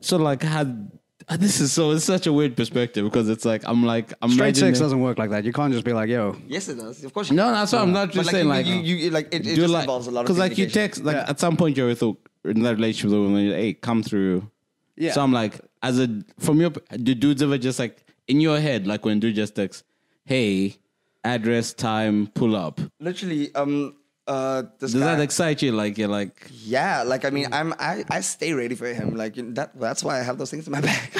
B: so like had this is so it's such a weird perspective because it's like I'm like I'm
A: Straight
B: imagining-
A: sex doesn't work like that. You can't just be like, "Yo,
C: yes, it does. Of course, you
B: No,
C: can.
B: that's what I'm not
C: But,
B: just saying. Like
C: you, you, you like it,
B: do
C: it just
B: like-
C: involves a lot of
B: like you text like at some point you're with a, in that relationship with a woman, you're like, hey, come through.
A: Yeah.
B: So I'm like, as a from your do dudes ever just like in your head like when dude just texts, hey, address, time, pull up. Does
C: literally um uh this guy,
B: that excite you? Like you're like
C: yeah like I mean I'm I, I stay ready for him like you know, that that's why I have those things in my bag.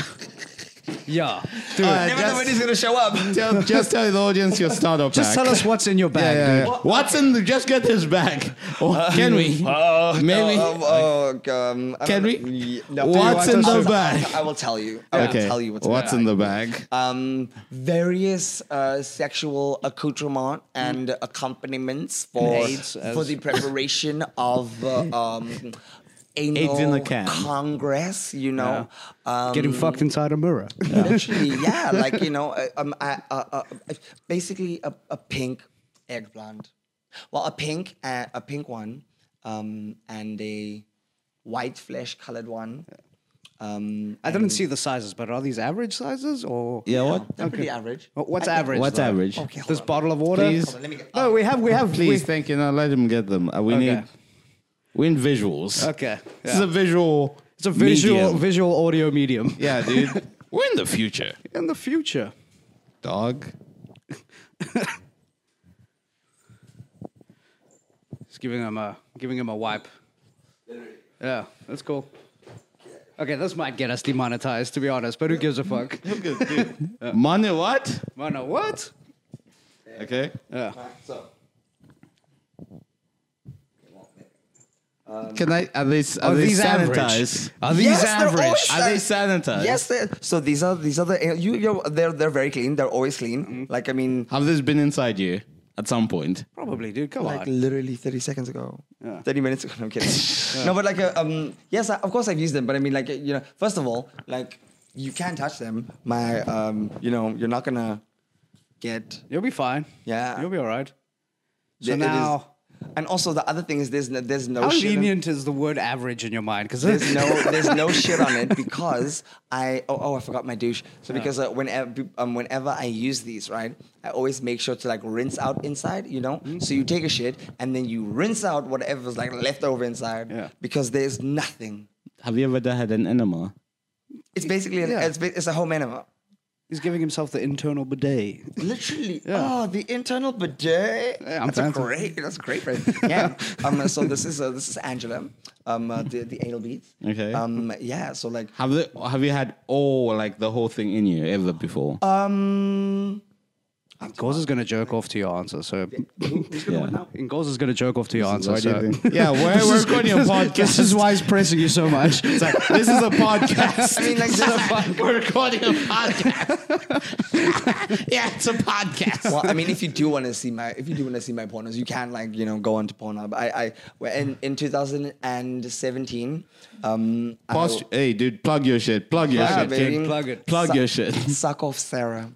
A: yeah, dude,
C: I never know when he's
A: just,
C: gonna show up.
B: tell, just tell the audience your startup.
A: just tell us what's in your bag, dude."
B: Watson, just get this back. can we? Maybe.
C: Uh, Um, oh, um, I
B: Can
C: don't know.
B: we?
C: Yeah, no,
B: What's
C: I'll tell
A: in
C: you
A: the
C: what,
B: bag?
C: I'll- I will tell you. I will
B: okay.
C: tell you what's,
B: What's
C: in the bag.
B: bag?
C: um, various uh, sexual accoutrement and accompaniments for
A: AIDS as-
C: for the preparation of uh, um, anal
B: in the can.
C: congress. You know, um,
A: Getting fucked inside a mirror.
C: Literally, yeah, like you know, uh, um, I, uh, uh, uh, basically a, a pink eggplant. Well, a pink, uh, a pink one, um, and a white flesh colored one. Um,
A: I didn't see the sizes, but are these average sizes or
B: Yeah, what?
C: they're pretty average.
A: Wh- What's average?
B: What's
A: though?
B: average?
C: Okay,
A: This
C: hold on.
A: bottle of water.
B: Please.
C: Hold on, let me get-
A: No, Oh, we have we have
B: Please,
A: we-
B: thank you. Now let him get them. Uh, we
A: Okay.
B: need we need visuals.
A: Okay,
B: This is
A: yeah.
B: a visual.
A: It's a visual
B: medium.
A: visual audio medium.
B: Yeah, dude. We're in the future,
A: In the future.
B: dog.
A: Just giving him a giving him a wipe. Yeah, that's cool. Okay, this might get us demonetized, to be honest. But who gives a fuck?
B: Money what?
A: Mono, what?
B: Okay.
A: Yeah.
C: So,
B: Can I? Are they? Are,
A: Are
B: they
A: these average?
B: sanitized?
D: Are these
C: Yes, they're
D: average?
C: always
B: Are they
C: san-
B: sanitized?
C: Yes, they so these are these are the eh, you. You're, they're they're very clean. They're always clean. Like I mean,
B: Have this been inside you at some point?
A: Probably, dude. Come
C: like
A: on.
C: literally 30 seconds ago 30 minutes ago no, i'm kidding no but like uh, um yes I, of course i've used them but i mean like uh, you know first of all like you can't touch them my um you know you're not gonna get
A: You'll be fine.
C: Yeah.
A: You'll be all right. So
C: it is-
A: now,
C: and also the other thing is there's no, there's no
A: how
C: Oh, shit on-
A: lenient is the word average in your mind? Because
C: there's no there's no shit on it because I oh, oh I forgot my douche so because uh, whenever um, whenever I use these right I always make sure to like rinse out inside you know so you take a shit and then you rinse out whatever's like left over inside
A: Yeah.
C: because there's nothing
B: Have you ever had an enema?
C: It's basically an,
A: Yeah.
C: it's, ba- it's a home enema.
A: he's giving himself the internal bidet.
C: Literally,
A: Yeah.
C: oh, the internal bidet.
A: Yeah, I'm
C: that's a
A: fancy.
C: great. That's great, right? yeah. Um. So this is uh, this is Angela. Um. Uh, the the anal beads.
B: Okay.
C: Um. Yeah. So like.
B: Have they, Have you had all like the whole thing in you ever before?
C: Uh, Um.
A: Goz is gonna jerk off to your answer. So
B: yeah.
A: and Goz is gonna jerk off to your answer.
B: what
A: so-
B: you think. Yeah, we're-
A: This
B: we're
A: is-
B: recording a
A: this-
B: podcast.
A: This is why he's pressing you so much.
B: It's like, this is a podcast.
C: I mean, like, this-
B: we're recording a podcast. yeah, it's a podcast.
C: well, I mean, if you do want to see my, if you do want to see my pornos, you can like, you know, go onto Pornhub. I, I, well, in in 2017, um, I-
B: Post- hey, dude, plug your shit. Plug your
C: Yeah,
B: shit.
C: baby.
B: kid.
A: Plug it.
B: Plug
C: Suck-
B: your shit.
C: Suck off Sarah,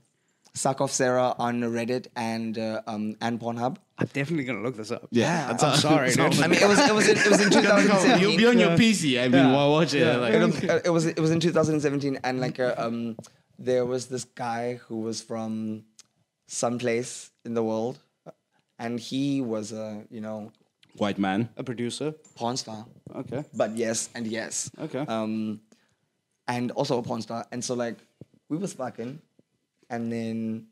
C: suck off Sarah on Reddit and uh, um and Pornhub.
A: I'm definitely gonna look this up.
B: Yeah,
A: I'm sorry, dude.
C: I mean, it was it was in, it was in
B: You'll be
C: 2017.
B: on your PC. I mean,
A: Yeah.
B: while watching
A: Yeah.
B: it, like,
C: It was, uh, it was it was in 2017, and like uh, um, there was this guy who was from someplace in the world, and he was a you know
B: white man.
A: A producer.
C: porn star.
A: Okay.
C: But yes and yes.
A: Okay.
C: Um, and also a porn star, and so like we was fucking, and then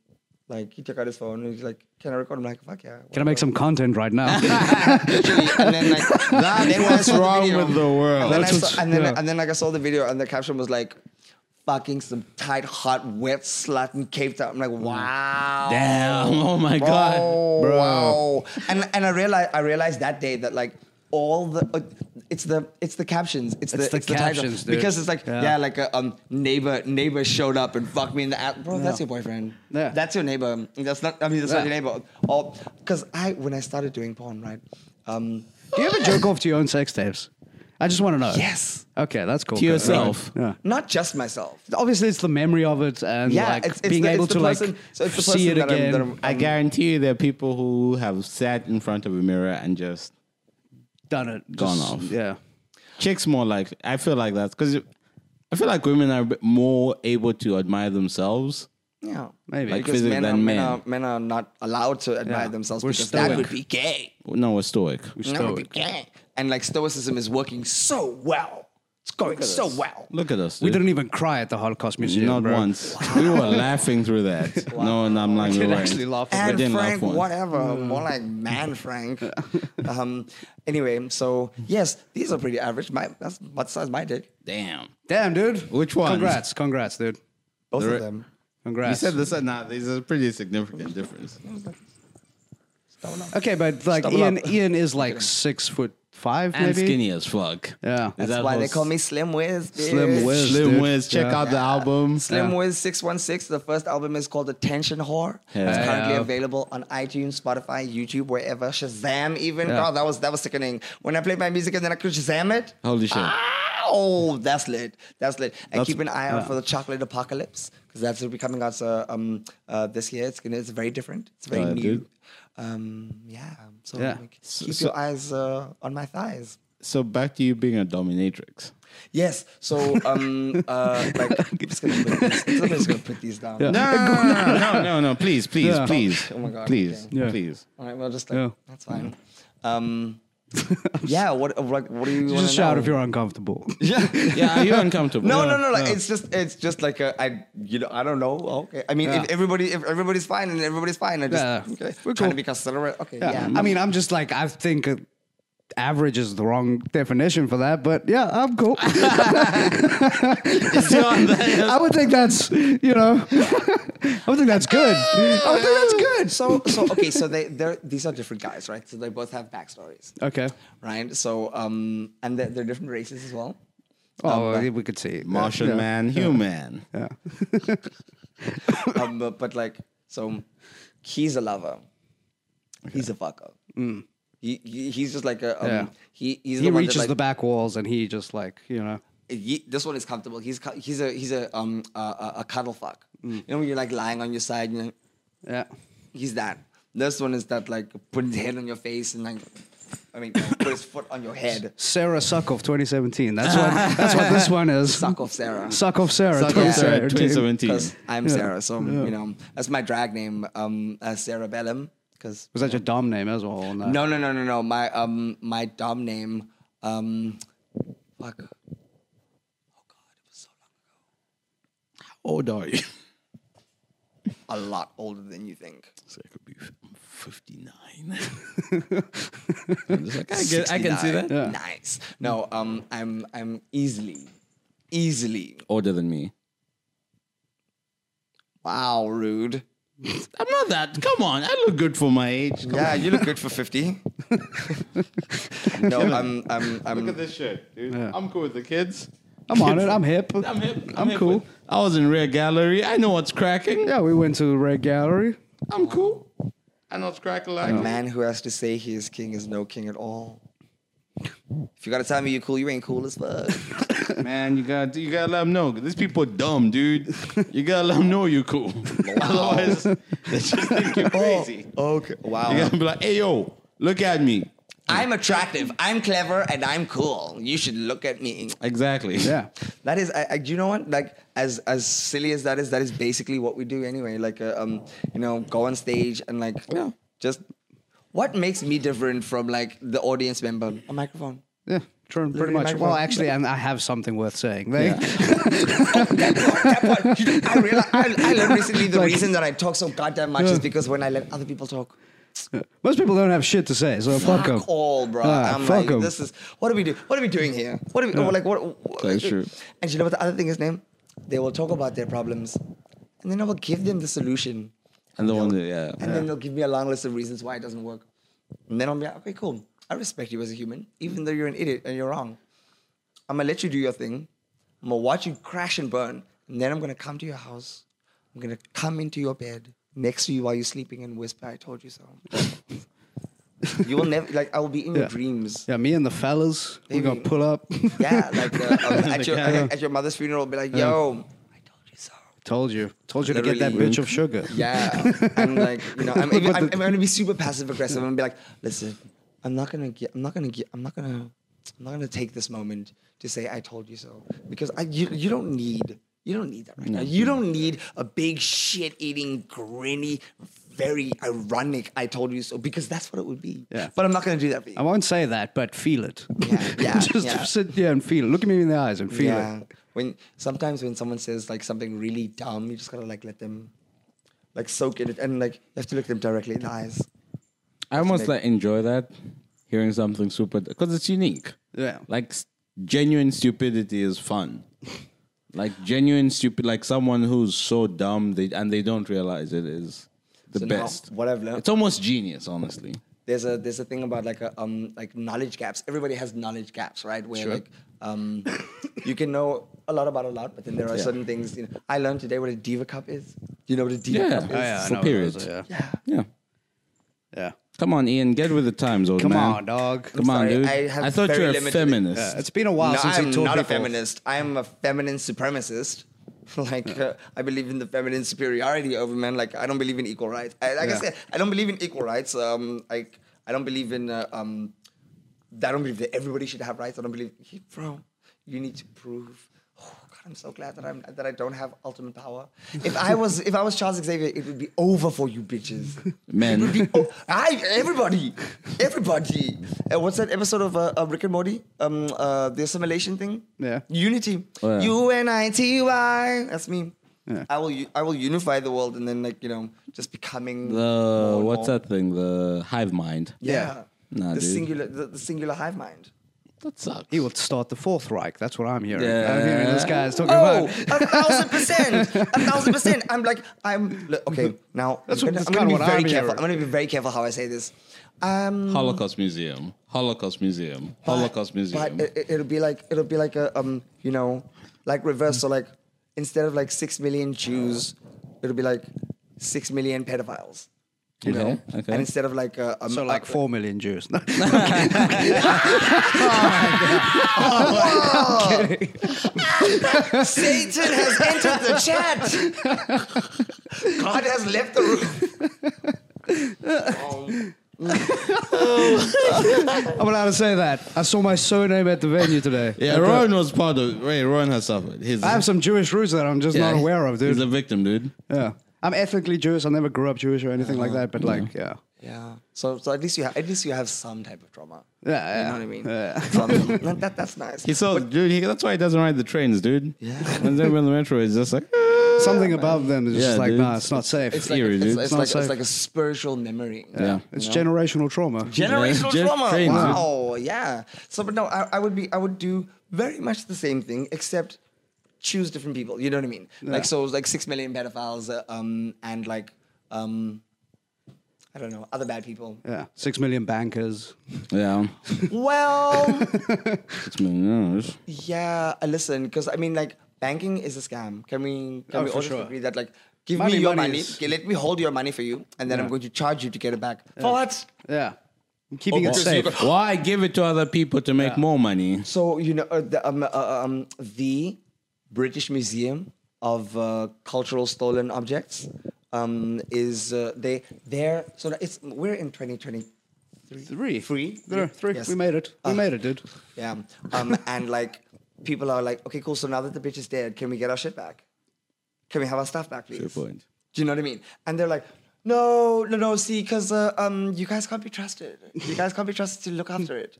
C: like he took out his phone and he's like, "Can I record?" I'm like, "Fuck yeah."
A: Can I make some content right now?
C: Actually, and then like
B: That's
C: then when I
B: what's
C: saw the
B: wrong
C: video-
B: with the world.
C: And then, I
A: That's what's-
C: saw, and, then
A: yeah.
C: and then like I saw the video and the caption was like, "Fucking some tight, hot, wet slut in Cape Town." I'm like, "Wow,
B: Mm. Damn. Oh my
C: bro,
B: God. Bro.
C: wow." And and I realized I realized that day that like all the uh, it's the it's the captions it's,
A: It's
C: the
A: the
C: it's the title.
A: captions, dude.
C: because it's like
A: Yeah.
C: yeah, like a um neighbor neighbor showed up and fucked me in the app bro that's your boyfriend
A: Yeah.
C: that's your neighbor that's not I mean that's not your neighbor or because I when I started doing porn right um
A: Do you ever jerk off to your own sex tapes? I just want to know.
C: Yes.
A: Okay, that's cool.
B: To yourself.
A: Yeah.
C: not just myself
A: Obviously, it's the memory of it and
C: Yeah,
A: like
C: it's- it's
A: being
C: the-
A: able
C: it's
A: to
C: the
A: like
C: person- so it's the
A: see it
C: person that I'm-
A: again.
C: that I'm-
B: I guarantee you there are people who have sat in front of a mirror and just
A: done it.
B: Gone
A: Just-
B: off.
A: Yeah.
B: chicks more like I feel like that's because I feel like women are a bit more able to admire themselves.
C: Yeah,
A: Maybe. Like
C: because
B: physic-
C: men, are,
B: than
C: men.
B: men.
C: are men are not allowed to admire
A: Yeah.
C: themselves
A: We're
C: because that
A: stoic.
C: would be gay.
B: No, we're stoic.
C: That would be
A: Stoic.
C: gay. And like stoicism is working so well. It's going so well.
B: Look at us.
A: We
B: dude.
A: didn't even cry at the Holocaust Museum.
B: not
A: bro.
B: once. We were laughing through that. No, and I'm like,
A: We
B: we
A: did
B: weren't.
A: actually laugh.
B: We
C: And
B: didn't laugh
C: Frank,
B: once.
C: whatever,
B: Mm.
C: more like man Frank. um, anyway, so yes, these are pretty average. My that's what size my dick.
B: Damn.
A: Damn, dude.
B: Which ones?
A: Congrats. Congrats, dude.
C: Both
B: They're-
C: of them.
B: You
A: Congrats.
B: said this. Nah, there's a pretty significant difference.
A: Okay, but like
C: Double
A: Ian,
C: up.
A: Ian is like six foot five,
B: And
A: maybe.
B: skinny as fuck.
A: Yeah.
B: Is
C: That's
B: that
C: why
B: how
C: they
B: s-
C: call me Slim Wiz. Bitch.
A: Slim Wiz.
B: Slim
A: dude.
B: Wiz. Check
A: Yeah.
B: out the album.
C: Slim
A: Yeah.
C: Wiz 616. The first album is called Attention Whore.
B: Yeah.
C: It's currently
A: Yeah.
C: available on iTunes, Spotify, YouTube, wherever. Shazam even.
A: Yeah.
C: God, that was that was sickening. When I played my music and then I could Shazam it.
B: Holy shit.
C: Oh, that's lit. That's lit. And
B: That's-
C: keep an eye out
A: yeah.
C: for the Chocolate Apocalypse because that's gonna be coming out uh, um, uh, this year. It's gonna it's very different. It's very
B: Yeah,
C: new.
B: dude.
C: Um, yeah. So
A: Yeah.
C: like,
B: So-
C: keep
B: so-
C: your eyes uh, on my thighs.
B: So back to you being a dominatrix.
C: Yes. So um, uh, like, I'm just gonna put these, I'm just gonna put these down.
B: No, no, no, no, no, no. Please, please,
A: Yeah.
B: please.
C: Oh my God,
B: Please,
C: okay.
A: Yeah.
B: please.
C: All right, well, just like
A: Yeah.
C: that's fine. Um, yeah, what what what do
A: You
C: you, wanna
A: just shout
C: know?
A: if you're uncomfortable.
C: yeah.
B: Yeah, are you uncomfortable?
C: No, no, no, like It's just it's just like a, I you know I don't know. Okay, I mean
A: Yeah.
C: if everybody if everybody's fine and everybody's fine, I just
A: Yeah.
C: okay.
A: We're
C: trying
A: cool.
C: to be considerate. Okay,
A: Yeah.
C: yeah.
A: I mean, I'm just like I think uh, average is the wrong definition for that, but yeah, I'm cool. I would think that's you know, I would think that's good. I would think that's good.
C: So, so okay, so they they're these are different guys, right? So they both have backstories,
A: Okay.
C: right? So um, and they're, they're different races as well.
A: Oh, we could see
B: Martian
A: Yeah.
B: man, human.
A: Yeah.
C: um, but, but like, so he's a lover. He's a fucker. He, he he's just like a um,
A: Mm. Yeah.
C: he he's
A: He
C: the
A: reaches
C: one that,
A: the
C: like,
A: back walls and he just like you know.
C: Ye this one is comfortable. He's cu- he's a he's a um a, a, a cuddle fuck.
A: Mm.
C: You know when you're like lying on your side. You know,
A: Yeah.
C: he's that. This one is that like put his head on your face and like, I mean, put his foot on your head.
A: Sarah Suckoff 2017. That's what that's what this one is.
C: Suck off Sarah.
A: Suckoff Sarah.
B: Suck off Sarah,
A: 2017.
B: 2017.
C: Because I'm Sarah, so you know that's my drag name, um, uh, Sarah Bellum. Because
A: Was that your dom name as well? or
C: no, no, no, no, no. My um, my dom name, um, fuck. Oh,
B: How old are you?
C: A lot older than you think.
B: So I could be f- 59. I'm just like, I, get, I can see
C: 69.
B: that.
C: Nice. No, um, I'm I'm easily, easily.
B: Older than me.
C: Wow, rude.
B: I'm not that. Come on. I look good for my age. Come
C: Yeah, you look good for fifty. no, I'm I'm
B: Look at
C: I'm.
B: this shirt, dude. I'm cool with the kids.
A: I'm on it. I'm hip.
B: I'm hip.
A: I'm cool.
B: with- I was in Rare Gallery. I know what's cracking.
A: Yeah, we went to the Red Gallery.
B: I'm cool. I know what's cracking like.
C: A man who has to say he is king is no king at all. If you gotta tell me you cool, you ain't cool as fuck.
B: Man, you gotta you gotta let them know. These people dumb, dude. You gotta let them know you're cool. Otherwise, they just think you're crazy.
C: Oh, okay.
B: You
C: Wow.
B: gotta be like, hey yo, look at me.
C: I'm attractive. I'm clever, and I'm cool. You should look at me.
B: Exactly.
A: Yeah.
C: That is, I, I, you know what? Like, as as silly as that is, that is basically what we do anyway. Like, uh, um, you know, go on stage and like, just what makes me different from like the audience member? A microphone.
A: Yeah. True, pretty
C: Literally
A: much.
C: microphone.
A: Well, actually, and I have something worth saying. They,
C: That part, you know, I realized I, I learned recently the
A: Like-
C: reason that I talk so goddamn much is because when I let other people talk,
A: Most people don't have shit to say, so fuck
C: fuck,
A: them.
C: all, bro.
A: Ah,
C: I'm
A: fuck
C: like,
A: 'em.
C: this is what are we do? What are we doing here? What are we like? What? what
B: That's true.
C: And you know what the other thing is, name? They will talk about their problems, and then I will give them the solution.
B: And the one that, yeah.
C: And then they'll give me a long list of reasons why it doesn't work. And then I'll be like, okay, cool. I respect you as a human, even though you're an idiot and you're wrong. I'm gonna let you do your thing. I'm gonna watch you crash and burn. And then I'm gonna come to your house. I'm gonna come into your bed next to you while you're sleeping and whisper, I told you so. you will never, like, I will be in your
A: Yeah.
C: dreams.
A: Yeah, me and the fellas, we're gonna
C: Maybe.
A: pull up.
C: Yeah, like uh, um, at, your,
A: Yeah.
C: at your mother's funeral, I'll be like, yo, I told you so.
A: Told you. Told you to get that
C: Literally.
A: bitch of sugar.
C: Yeah, I'm like, you know, I'm, even,
A: But
C: I'm,
A: the-
C: I'm gonna be super passive aggressive. I'm gonna be like, listen, I'm not gonna get, I'm not gonna get, I'm not gonna, I'm not gonna take this moment to say I told you so because I, you, you don't need, you don't need that right now. You don't need a big shit eating grinny, very ironic I told you so because that's what it would be.
A: Yeah.
C: But I'm not gonna do that for you.
A: I won't say that, but feel it.
C: Yeah, yeah,
A: Just
C: yeah.
A: sit there and feel it. Look at me in the eyes and feel
C: yeah.
A: it.
C: When sometimes when someone says like something really dumb, you just gotta like let them, like soak in it and like you have to look them directly in the eyes.
B: I almost like enjoy that hearing something super because it's unique.
A: Yeah.
B: like s- genuine stupidity is fun. like genuine stupid, like someone who's so dumb they and they don't realize it is the
C: So now,
B: best.
C: what I've learned-
B: it's almost genius, honestly.
C: there's a there's a thing about like a, um like knowledge gaps. Everybody has knowledge gaps, right? Where
B: Sure.
C: like um you can know a lot about a lot, but then there are
B: Yeah.
C: certain things. You know, I learned today what a diva cup is. You know what a diva
B: Yeah.
C: cup is?
A: Oh, yeah, I
B: For
A: know what those
B: periods.
A: are, yeah.
C: Yeah.
B: Yeah,
A: yeah.
B: come on, Ian, get with the times, old
A: Come
B: man.
A: on, dog.
B: Come on,
C: Sorry,
B: dude.
C: I have
B: I, thought you
C: very
B: were a
C: limited-
B: feminist.
A: Yeah, it's been a while
C: no,
A: since
C: I'm
A: he taught
C: not a
A: people.
C: feminist. I'm a feminine supremacist. like uh, I believe in the feminine superiority over men. Like I don't believe in equal rights. I, like I
A: Yeah.
C: said, I don't believe in equal rights. Um, like I don't believe in uh, um, I don't believe that everybody should have rights. I don't believe, Hey, bro. You need to prove. Oh God, I'm so glad that I'm that I don't have ultimate power. If I was if I was Charles Xavier, it would be over for you bitches.
B: Men.
C: It would be o- I everybody, everybody. Uh, what's that episode of uh, uh, Rick and Morty? Um, uh, the assimilation thing.
A: Yeah.
C: Unity.
B: Oh, yeah.
C: U N I T Y. That's me.
A: Yeah.
C: I will. u- I will unify the world, and then like you know, just becoming. more
B: The
C: and
B: what's
C: more.
B: that thing? The hive mind.
C: Yeah.
B: Nah,
C: the
B: dude.
C: singular, the, the singular hive mind.
B: That sucks.
A: He would start the Fourth Reich. That's what I'm hearing.
B: Yeah.
A: I'm hearing this guy is talking
C: Oh,
A: about.
C: a thousand percent, a thousand percent. I'm like, I'm look, okay now.
A: That's what-
C: I'm gonna,
A: that's
C: I'm
A: kinda
C: gonna be
A: what
C: very
A: I'm
C: careful.
A: hearing.
C: I'm gonna be very careful how I say this. Um,
B: Holocaust Museum. Holocaust Museum.
C: But-
B: Holocaust Museum.
C: But it, will be like it'll be like a um you know like reverse. So like instead of like six million Jews, it'll be like six million pedophiles. You
B: Okay,
C: know,
B: okay.
C: and instead of like a, um,
A: So like four million Jews.
C: Satan has entered the chat. God has left the room.
A: I'm allowed to say that. I saw my surname at the venue today. At
B: yeah,
A: the-
B: Rowan was part of. Ray, Rowan has suffered. He's,
A: I have some Jewish roots that I'm just
B: yeah,
A: not aware of,
B: He's
A: dude.
B: a victim, dude.
A: yeah, I'm ethnically Jewish. I never grew up Jewish or anything like that. But like, yeah,
C: Yeah. So so at least you have at least you have some type of trauma.
A: yeah, yeah.
C: You know what I mean?
A: Yeah.
C: Some- that, that- that's nice.
B: He saw, dude. He, that's why he doesn't ride the trains, dude.
C: Yeah.
B: When they're on the metro, it's just like "Ah."
A: Something above them is
B: Yeah,
A: just like,
B: dude.
A: nah, it's not safe.
C: it's
A: It's,
C: like,
B: eerie,
C: it's,
B: dude.
C: it's
A: Not
C: like, it's
A: safe.
C: like a spiritual memory.
B: Yeah.
A: generational trauma.
C: Generational
B: Gen-
C: trauma.
B: trains, dude.
C: wow. Yeah. So, but no, I, I would be, I would do very much the same thing, except choose different people. You know what I mean? Like, so, like six million pedophiles, uh, um, and like, um, I don't know, other bad people.
A: yeah, six million bankers.
B: yeah.
C: Well,
B: It's millionaires.
C: yeah. uh, Listen, because I mean, like, banking is a scam. Can we? Can
A: Oh,
C: we
A: for
C: all just
A: sure.
C: agree that like, give
A: Money,
C: me your
A: money
C: money.
A: is-
C: okay, let me hold your money for you, and then I'm going to charge you to get it back. For what?
A: Yeah, I'm keeping it
B: Why-
A: safe.
B: Why give it to other people to make more money?
C: So you know uh, the um, uh, um, the British Museum of uh, Cultural Stolen Objects um, is uh, they there. So that it's we're in 2020.
A: Three,
C: Three?
A: There are three.
C: Yes.
A: We made it. We made it, dude.
C: Yeah, um, and like people are like, okay, cool. So now that the bitch is dead, can we get our shit back? Can we have our stuff back, please?
B: Fair point.
C: Do you know what I mean? And they're like, no, no, no. See, because uh, um, you guys can't be trusted. You guys can't be trusted to look after it.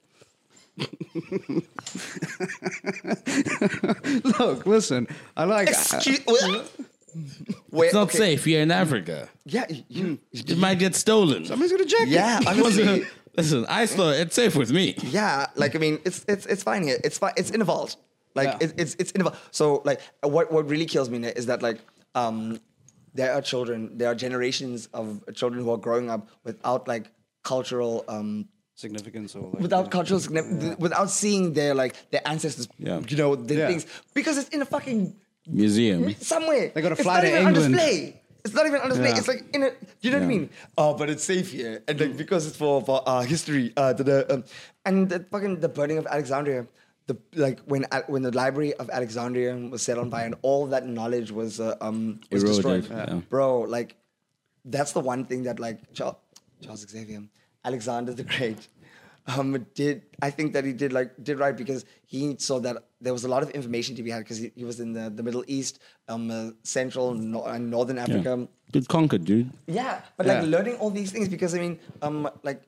A: Look, listen. I like.
C: Excuse. Wait,
B: It's not
C: okay.
B: safe. You're in Africa.
C: Yeah, you,
B: It might get stolen.
A: Somebody's gonna jack
C: Yeah, honestly.
B: Listen, I saw it's safe with me.
C: yeah, like I mean, it's it's it's fine here. It's fine. It's in a vault. Like
A: Yeah.
C: it, it's it's in a vault. So like, what what really kills me is that like, um, there are children, there are generations of children who are growing up without like cultural um
A: Significance or like,
C: without cultural significance, without seeing their like their ancestors,
B: Yeah.
C: you know, the
A: Yeah.
C: things because it's in a fucking
B: Museum.
C: somewhere.
A: Mm-hmm. They gotta
C: It's
A: fly
C: not
A: to
C: even on
A: England.
C: display. It's not even on display.
A: Yeah.
C: It's like in a. You know what I
B: Yeah.
C: mean? Oh, but it's safe here, and like because it's for for uh, history. Uh, da, da, um, and the fucking the burning of Alexandria. The like when Al- when the library of Alexandria was set on fire and all that knowledge was uh, um was
B: Eroded,
C: destroyed,
B: yeah.
C: bro. Like that's the one thing that like Charles, Charles Xavier, Alexander the Great, um, did. I think that he did like did right because he saw that there was a lot of information to be had because he, he was in the, the Middle East, um, uh, Central Nor- and Northern Africa.
A: um,
B: Yeah. Dude, conquered, dude.
C: Yeah, but like
A: Yeah.
C: learning all these things because I mean, um, like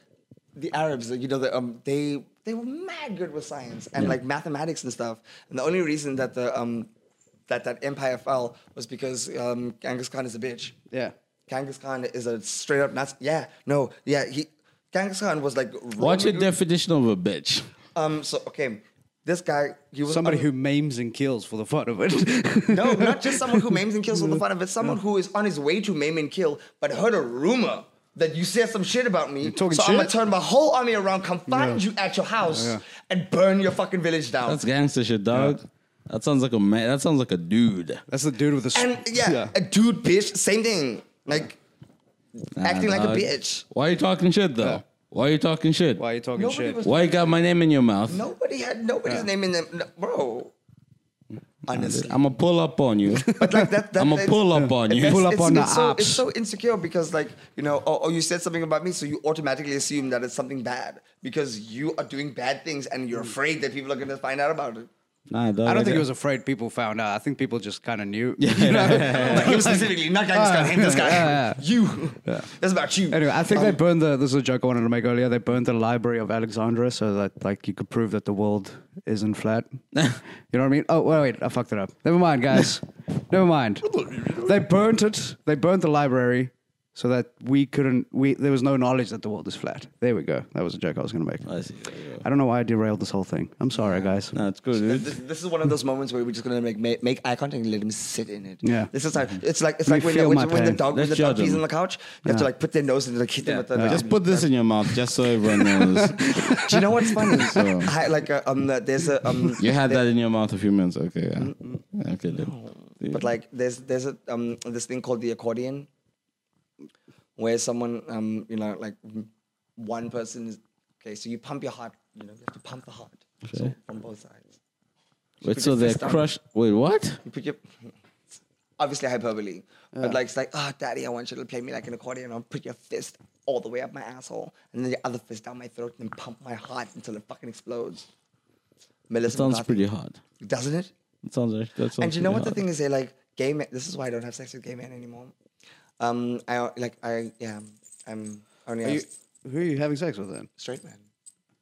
C: the Arabs, you know, the, um, they they were mad good with science and like mathematics and stuff. And the only reason that the um, that that empire fell was because um, Genghis Khan is a bitch.
A: Yeah.
C: Genghis Khan is a straight up Nazi. Yeah, no, yeah, he Genghis Khan was like
B: What's your definition of a bitch?
C: um. So okay, this guy he was
A: Somebody
C: um,
A: who maims and kills for the fun of it.
C: no, not just someone who maims and kills for the fun of it. Someone who is on his way to maim and kill, but heard a rumor that you said some shit about me.
A: talking
C: so I'm gonna
A: shit?
C: turn my whole army around, come find you at your house,
A: Yeah.
C: and burn your fucking village down.
B: That's gangster shit, dog. That sounds like a man. That sounds like a dude.
A: That's the dude with the. s-
C: and yeah, a dude, bitch, same thing. Like acting like a
B: dog.
C: bitch.
B: Why are you talking shit though? Why are you talking shit?
A: Why are
B: Why?
A: you talking
C: Nobody
A: shit?
C: was-
B: you got my name in your mouth?
C: Nobody had nobody's naming them, no, bro. Honestly.
B: I'm gonna pull up on you.
C: But like that, that
B: I'm gonna
C: it's-
B: pull up on you.
A: Pull up
C: it's,
A: on
C: it's
A: the
C: so,
A: apps.
C: It's so insecure because, like, you know, oh, oh, you said something about me, so you automatically assume that it's something bad because you are doing bad things and
A: Mm.
C: you're afraid that people are going to find out about it.
B: Nah,
A: I
B: dog,
A: don't
B: got-
A: think he was afraid people found out. I think people just kind of knew.
C: Like, you specifically, not guy, this guy, him, this guy, you. That's about you. Um,
A: Anyway, I think they burned the. This is a joke I wanted to make earlier. They burned the Library of Alexandria so that like you could prove that the world isn't flat. you know what I mean? Oh wait, wait, I fucked it up. Never mind, guys. Never mind. They burnt it. They burnt the library so that we couldn't. We there was no knowledge that the world is flat. There we go. That was a joke I was going to make.
B: I see. There you go.
A: I don't know why I derailed this whole thing. I'm sorry, guys.
B: No, it's good. dude.
C: This, this is one of those moments where we're just gonna make make, make eye contact and let him sit in it.
A: Yeah.
C: This is like it's like it's
A: Let
C: like
A: me
C: when, the-
A: feel
C: when,
A: my
C: when the
A: pain.
C: dog when
B: Let's
C: the dog
B: judge
C: pees
B: him.
C: in the couch, you have to like put their nose and like hit them
B: Yeah.
C: with the. like-
B: Just put this in your mouth, just so everyone knows.
C: Do you know what's funny?
B: So-
C: I, like uh, um, the- there's a um.
B: You had that in your mouth a few minutes. Okay, yeah. Okay, dude.
C: But like there's there's a um this thing called the accordion, where someone um you know like one person is okay. So you pump your heart. You know you have to pump the heart. So from both sides.
B: Wait,
C: put
B: so
C: your
B: they're
C: fist down.
B: crushed. Wait, what?
C: You put your obviously hyperbole, but like it's like, ah, daddy, I want you to play me like an accordion. I'll put your fist all the way up my asshole, and then the other fist down my throat, and then pump my heart until it fucking explodes. Melissa
B: Sounds
C: McCarthy.
B: pretty hard.
C: doesn't it?
B: It sounds actually. That sounds
C: And you know
B: pretty
C: what the
B: hard.
C: thing is? They like gay men. This is why I don't have sex with gay men anymore. Um, I like I yeah, I'm only
A: You-
C: a
A: who are you having sex with then?
C: straight man.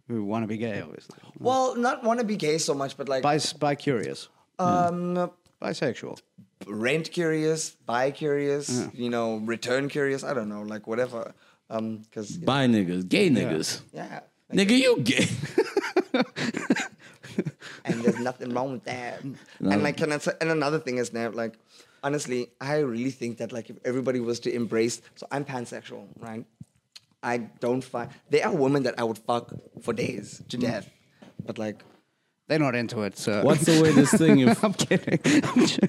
A: Who want to be gay, obviously.
C: Well, not want to be gay so much, but like
A: Hmm. Bi, Hmm. bi curious,
C: um,
A: bisexual.
C: rent curious, bi curious,
A: Hmm.
C: you know, return curious. I don't know, like whatever. Um, because
B: Bi niggas, gay niggas.
C: yeah,
B: Nigga, you gay.
C: and there's nothing wrong with that. And like, can I say, and another thing is now, like, honestly, I really think that like if everybody was to embrace, so I'm pansexual, right? I don't find there are women that I would fuck for days
A: Mm.
C: to death, but like,
A: They're not into it. So
B: What's the weirdest thing you've
A: I'm kidding. I'm j-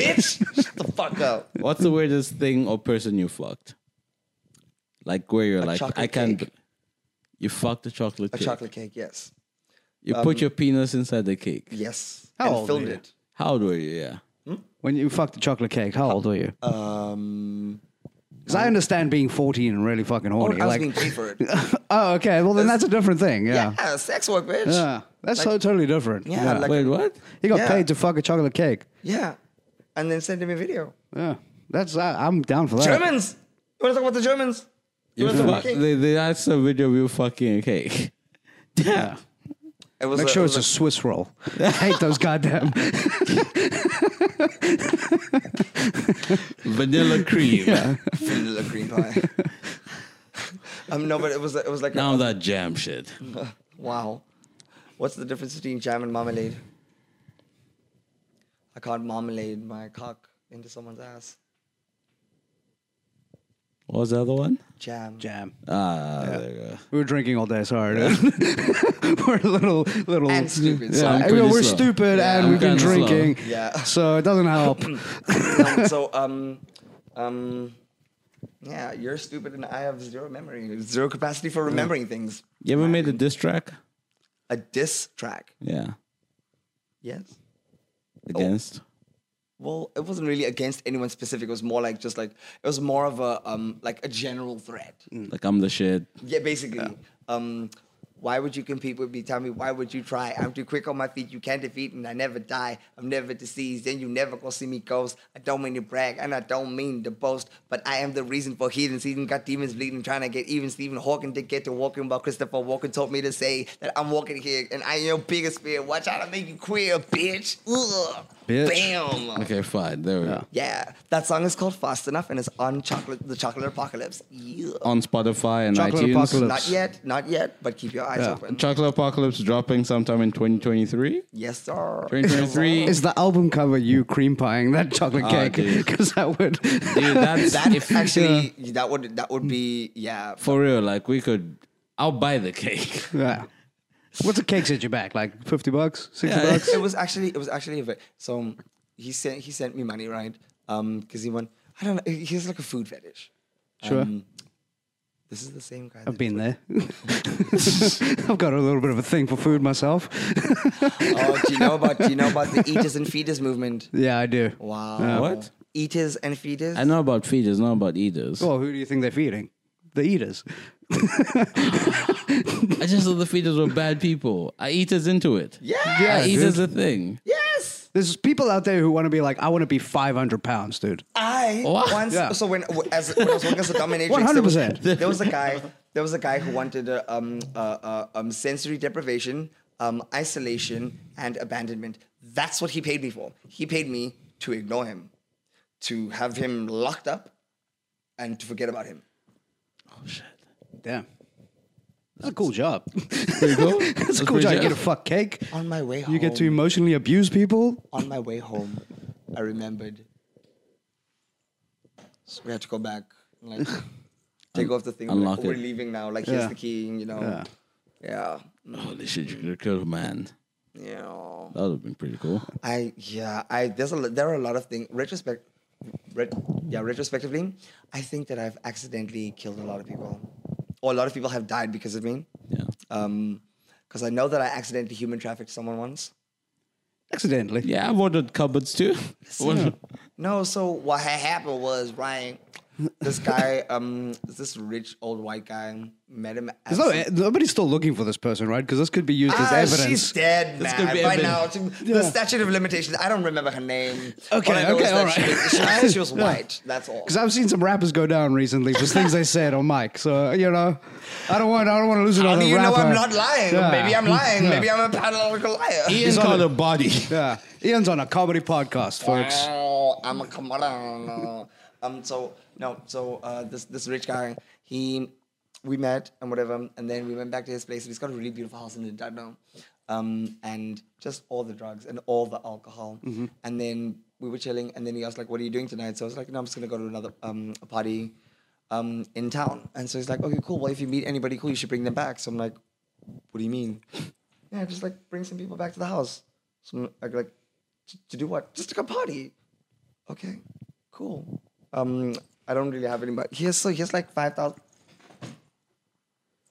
C: bitch, shut the fuck up.
B: What's the weirdest thing or person you fucked? Like where you're like, I
C: chocolate
B: can't.
C: cake.
B: b- You fucked a chocolate
C: A
B: cake.
C: chocolate um, cake, yes,
B: You put your penis inside the cake.
C: yes,
A: How
C: and
A: old
C: filled
A: were you?
C: it.
B: How old were you? Yeah.
A: when you fucked the chocolate cake, how old were you?
C: Uh, Um,
A: Because I understand being 14 and really fucking
C: oh, I
A: horny.
C: was
A: like,
C: being paid for it.
A: oh, okay. Well, then that's a different thing. Yeah.
C: yeah. sex work, bitch.
A: Yeah. That's
C: Like-
A: so totally different.
C: Yeah, like-
B: Wait, what?
A: he got
C: yeah.
A: paid to fuck a chocolate cake.
C: Yeah, and then send him a video.
A: Yeah. That's I, I'm down for that.
C: Germans, you want to talk about the Germans?
B: You
C: wanna talk about
B: fuck,
C: cake?
B: they, they asked a video of you fucking a cake.
A: Yeah.
C: It was
A: Make
C: a-
A: sure
C: it
A: it's a
C: was
A: Swiss roll. I hate those goddamn.
B: Vanilla cream.
C: vanilla cream pie. um, no, but it was it was like
B: Now that jam shit.
C: a, wow. What's the difference between jam and marmalade? I can't marmalade my cock into someone's ass.
B: What was the other one?
C: Jam.
A: Jam.
B: Ah, there you go.
A: We were drinking all day. Sorry, dude. we're a little, little.
C: And stupid.
B: Yeah. I'm
A: I
C: So,
A: mean,
B: pretty
A: we're
B: slow.
A: stupid
C: Yeah,
A: and
B: I'm
A: we've been
B: kinda slow.
A: drinking.
C: Yeah.
A: So it doesn't help.
C: um, so um, um, yeah, you're stupid and I have zero memory, zero capacity for remembering things.
B: You ever made a diss track?
C: A diss track.
B: Yeah.
C: Yes.
B: Against?
C: Oh. Well, it wasn't really against anyone specific. It was more like just like it was more of a um like a general threat.
B: Like, I'm the shit.
C: Yeah, basically. Um, why would you compete with me? Tell me, why would you try? I'm too quick on my feet. You can't defeat me. I never die. I'm never diseased. And you never gonna see me ghost. I don't mean to brag and I don't mean to boast, but I am the reason for heathen season. Got demons bleeding, trying to get even. Stephen Hawking did get to walking, but Christopher Walken told me to say that I'm walking here and I am your biggest fear. Watch out, I make you queer, bitch. Ugh.
A: Bitch.
C: Bam.
B: Okay, fine. There we go.
C: Yeah, that song is called Fast Enough and it's on chocolate, the Chocolate Apocalypse. Yeah.
B: On Spotify and
A: Chocolate
B: iTunes.
A: Apocalypse.
C: Not yet, not yet, but keep your eyes open.
B: Chocolate Apocalypse dropping sometime in 2023.
C: Yes, sir.
B: 2023.
A: Is the album cover you cream pieing that chocolate
B: Ah,
A: cake?
B: dude.
A: Because that would.
B: Dude, that's
C: That
B: if,
C: actually, that would that would be yeah.
B: for real. Like we could, I'll buy the cake.
A: yeah. What's a cake set you back? Like 50 bucks? 60
B: Yeah.
A: bucks?
C: It was actually it was actually a bit. So um, he sent he sent me money right um because he went I don't know he has like a food fetish.
A: Sure.
C: Um, this is the same guy.
A: I've been there. I've got a little bit of a thing for food myself.
C: Oh, do you know about do you know about the eaters and feeders movement?
A: yeah, I do.
C: Wow.
B: What?
C: Eaters and feeders.
B: I know about feeders, not about eaters.
A: Well, who do you think they're feeding? The eaters.
B: I just thought the feeders were bad people. I eaters into it.
C: Yeah.
A: Yeah,
B: I eat
A: dude.
B: as a thing.
C: Yes.
A: There's people out there who want to be like, I want to be 500 pounds, dude.
C: I
B: What?
C: once
A: Oh, Yeah.
C: so when as when I was working as a dominatrix, there was,
A: 100%.
C: there was a guy there was a guy who wanted uh, um, uh, uh, um, sensory deprivation, um, isolation, and abandonment. That's what he paid me for. He paid me to ignore him, to have him locked up, and to forget about him.
B: Oh,
A: Damn. That's a cool job.
B: There you go.
A: That's a cool
B: pretty
A: job. You
B: good.
A: get a fuck cake.
C: On my way home,
A: You get to emotionally abuse people.
C: on my way home, I remembered. So we had to go back, and like take off the thing. like,
B: unlock
C: "Oh, we're
B: it."
C: leaving now. Like
A: Yeah.
C: here's the key. You know.
A: Yeah.
C: Yeah. Mm,
B: Holy shit, you're a good man.
C: Yeah.
B: That would have been pretty cool.
C: I yeah. I there's a lo- there are a lot of things. Retrospect. Ret, yeah. Retrospectively, I think that I've accidentally killed a lot of people, or a lot of people have died because of me.
B: Yeah.
C: Um, because I know that I accidentally human trafficked someone once.
A: Accidentally.
B: Yeah, I've ordered cupboards too. Ordered-
C: No, so what had happened was right. This guy, um, this rich old white guy, met him. At
A: There's no, eh, nobody's still looking for this person, right? Because this could be used
C: Ah,
A: as
C: She's
A: evidence.
C: dead,
B: This
C: man.
B: could be
C: By
B: evidence.
C: now, she- the statute of limitations. I don't remember her name.
A: Okay,
C: All I know
A: okay,
C: is that
A: all
C: She
A: right.
C: was, she was, she was
A: Yeah.
C: white. That's all.
A: Because I've seen some rappers go down recently for things they said on mic. So you know, I don't want I don't want to lose another
C: How do you know
A: rapper.
C: I'm not lying?
A: Yeah.
C: Maybe I'm lying.
A: Yeah.
C: Maybe I'm a pathological liar.
B: Ian
A: on
B: called
A: it.
B: a body.
A: Yeah, Ian's on a comedy podcast, folks.
C: Wow, I'm a commander. um, so no, so uh, this this rich guy, he, we met and whatever, and then we went back to his place. And he's got a really beautiful house in Ndano, um, and just all the drugs and all the alcohol, and then we were chilling, and then he asked like, "What are you doing tonight?" So I was like, "No, I'm just gonna go to another um a party." Um, in town, and so he's like, "Okay, cool. Well, if you meet anybody cool, you should bring them back." So I'm like, "What do you mean?" Yeah, just like bring some people back to the house. So like, like to, to do what? Just to go party. Okay, cool. Um, I don't really have any money. Here's so here's like five thousand.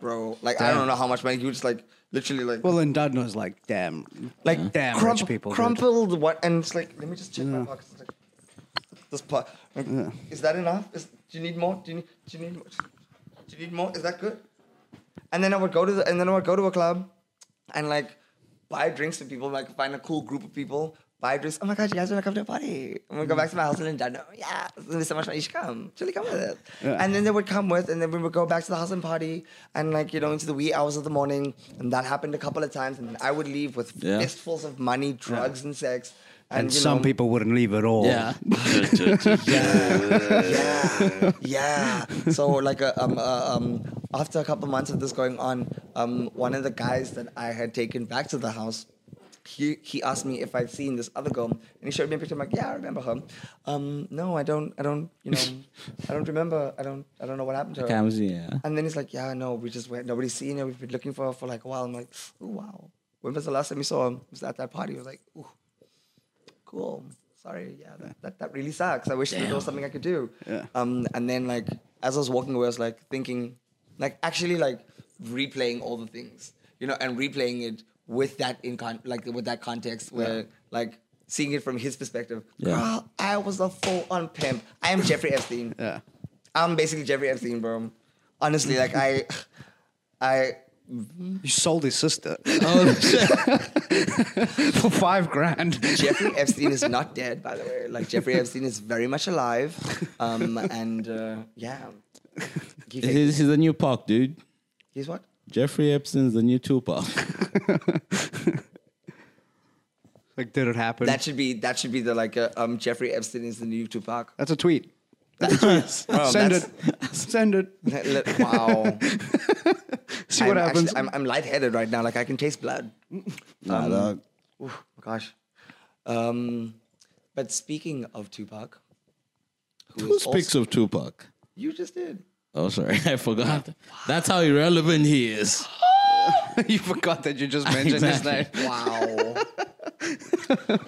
C: Bro, like I don't know how much money you just like literally like
A: Well, and Dad knows like damn, like damn
C: crump-
A: rich people. dude. Mm.
C: crumpled what? And it's like, let me just check my pockets. It's like, this part, like, is that enough? Is, do you need more? Do you need? Do you need more? Do you need more? Is that good? And then I would go to the, and then I would go to a club, and like buy drinks for people, like find a cool group of people, buy drinks. Oh my god, you guys wanna come to a party? I'm gonna go back to my house and then no, yeah, it's gonna be so much fun. You should come. Surely come with it. And then they would come with, and then we would go back to the house and party, and like you know into the wee hours of the morning, and that happened a couple of times, and then I would leave with
B: Yeah.
C: fistfuls of money, drugs, and sex.
A: And,
C: you
A: some
C: know,
A: people wouldn't leave at all.
B: Yeah.
C: yeah, yeah. So like uh, um, uh, um, after a couple months of this going on, um, one of the guys that I had taken back to the house, he he asked me if I'd seen this other girl, and he showed me a picture. I'm like, yeah, I remember her. Um, no, I don't. I don't. You know, I don't remember. I don't. I don't know what happened to her.
B: Cams, yeah.
C: And then he's like, yeah, no, we just went, nobody's seen her. We've been looking for her for like a while. I'm like, ooh, wow. When was the last time you saw him? It was at that party. I was like, ooh, cool. Sorry, yeah, that, that, that really sucks. I wish there was something I could do.
A: Yeah.
C: Um, and then like, as I was walking away, I was like thinking, like actually like replaying all the things, you know, and replaying it with that in con- like with that context where like seeing it from his perspective.
B: Yeah.
C: Girl, I was a full on pimp. I am Jeffrey Epstein.
A: Yeah.
C: I'm basically Jeffrey Epstein, bro. Honestly, like I, I
A: You sold his sister
B: Oh, shit.
A: for five grand.
C: Jeffrey Epstein is not dead, by the way. Like Jeffrey Epstein is very much alive, um, and uh, yeah, He fake-
B: he's, he's the new Pac, dude.
C: he's what?
B: Jeffrey Epstein's the new Tupac.
A: like, did it happen?
C: That should be that should be the like uh, um, Jeffrey Epstein is the new Tupac.
A: That's a tweet.
C: Bro,
A: Send
C: that's-
A: it. Send it.
C: Wow,
A: See
C: I'm
A: what happens.
C: Actually, I'm, I'm lightheaded right now. Like I can taste blood.
B: Nah, dog.
C: Ooh, gosh. Um, but speaking of Tupac, who,
B: Who
C: is also-
B: speaks of Tupac?
C: you just did.
B: Oh, sorry, I forgot. That's how irrelevant he is.
A: you forgot that you just mentioned his name.
B: Exactly.
C: Wow.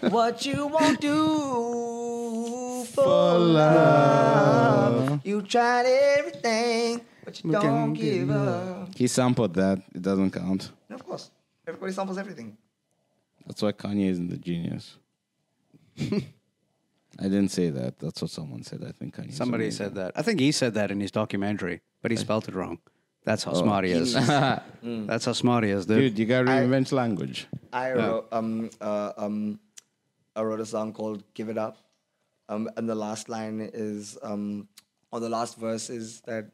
C: what you won't do for, love. You tried everything, but you don't give up.
B: He sampled that. It doesn't count.
C: No, of course. Everybody samples everything.
B: That's why Kanye isn't the genius. I didn't say that. That's what someone said. I think Kanye.
A: Somebody said that. I think he said that in his documentary, but he spelled it wrong. That's how smart he is. That's how smart he is, dude.
B: Oh. Mm. Dude, you gotta reinvent language.
C: I wrote um uh, um I wrote a song called Give It Up. Um and the last line is um or the last verse is that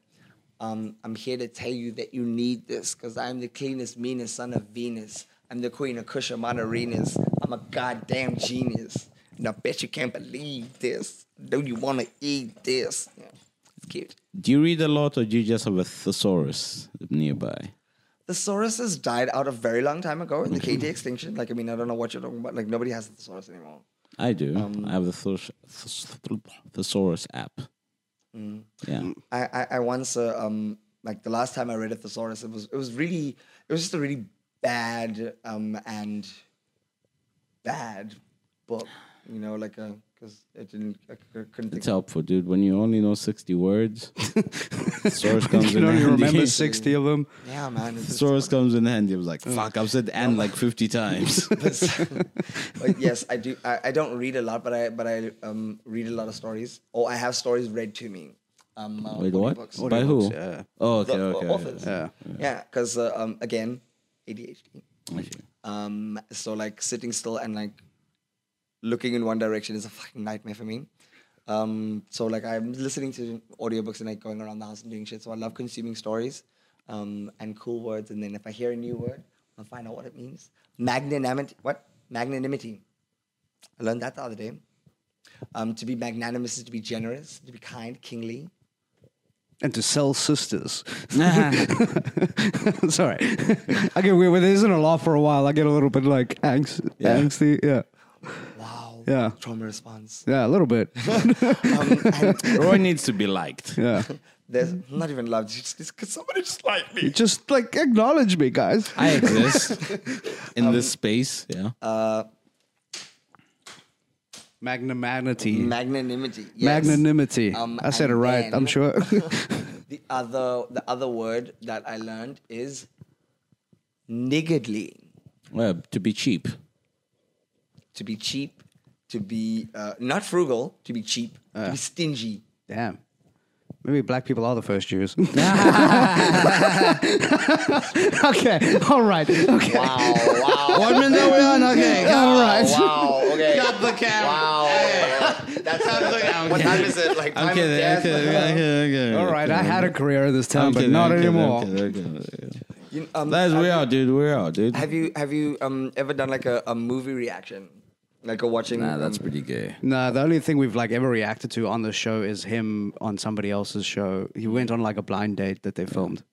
C: um I'm here to tell you that you need this because I'm the cleanest, meanest son of Venus. I'm the queen of Kusha Manarinas. I'm a goddamn genius. And I bet you can't believe this. Do you wanna eat this? Yeah. cute.
B: Do you read a lot or do you just have a thesaurus nearby?
C: The sauruses died out a very long time ago in the KT extinction. Like, I mean, I don't know what you're talking about. Like, nobody has the thesaurus anymore.
B: I do.
A: Um,
B: I have the thesaurus, thesaurus app.
A: Mm.
B: Yeah.
C: I, I, I once uh, um like the last time I read a thesaurus, it was it was really it was just a really bad um and bad book, you know, like a because it didn't I c- couldn't think.
B: It's helpful, dude. When you only know 60 words, thesaurus
A: You
B: comes
A: can
B: in
A: only
B: handy.
A: remember 60 of them.
C: yeah, man. It's just,
B: Thesaurus comes in handy. I was like, fuck, I've said and like 50 times.
C: but yes, I do. I, I don't read a lot, but I but I um read a lot of stories. Or I have stories read to me. Um, uh,
B: Wait, what?
C: audiobooks.
B: By who?
A: Audiobooks, yeah.
B: Oh, okay,
C: The
B: okay.
C: authors.
A: Yeah.
C: Yeah, because uh, um again, ADHD.
B: okay.
C: Um, so like sitting still and like looking in one direction is a fucking nightmare for me. Um, so like I'm listening to audiobooks and like going around the house and doing shit. So I love consuming stories um, and cool words. And then if I hear a new word, I'll find out what it means. Magnanimity. What? Magnanimity. I learned that the other day. Um, to be magnanimous is to be generous, to be kind, kingly.
A: And to sell sisters. Sorry. I get weird with it. Isn't a lot for a while. I get a little bit like angst,
B: Yeah.
A: angsty. Yeah.
C: Wow.
A: Yeah.
C: Trauma response.
A: Yeah, a little bit.
C: Um, and
B: Roy needs to be liked.
A: Yeah.
C: there's not even love. Just, just, could somebody just like me?
A: Just like acknowledge me, guys.
B: I exist in this
A: Um,
B: space. Yeah.
A: uh, Magnanimity.
C: Magnanimity. Yes.
A: Mm. Magnanimity.
C: Um,
A: I said it
C: and
A: right, I'm
C: then-
A: sure.
C: The other the other word that I learned is niggardly.
B: Well, to be cheap.
C: To be cheap, to be uh, not frugal, to be cheap, to
A: Ah.
C: be stingy.
A: Damn. Maybe black people are the first Jews. okay. All right. Okay.
C: Wow, wow.
B: One minute we're on. Okay.
A: All right.
C: Wow, okay.
B: Cut the camera.
C: Wow. That's what time is it? Like time
B: I'm kidding.
C: of death?
B: Okay, okay, okay, okay,
A: All right. I had a career at this time,
B: I'm
A: but
B: kidding,
A: not
B: I'm kidding, I'm
A: anymore.
B: kidding, I'm kidding, I'm kidding.
C: You- um,
B: That's
C: have
B: we
C: you-
B: are, dude. We are, dude.
C: Have you have you um ever done like a, a movie reaction? Like a watching
B: Nah, that's
C: um,
B: pretty gay.
A: No, the only thing we've like ever reacted to on the show is him on somebody else's show. He went on like a blind date that they filmed.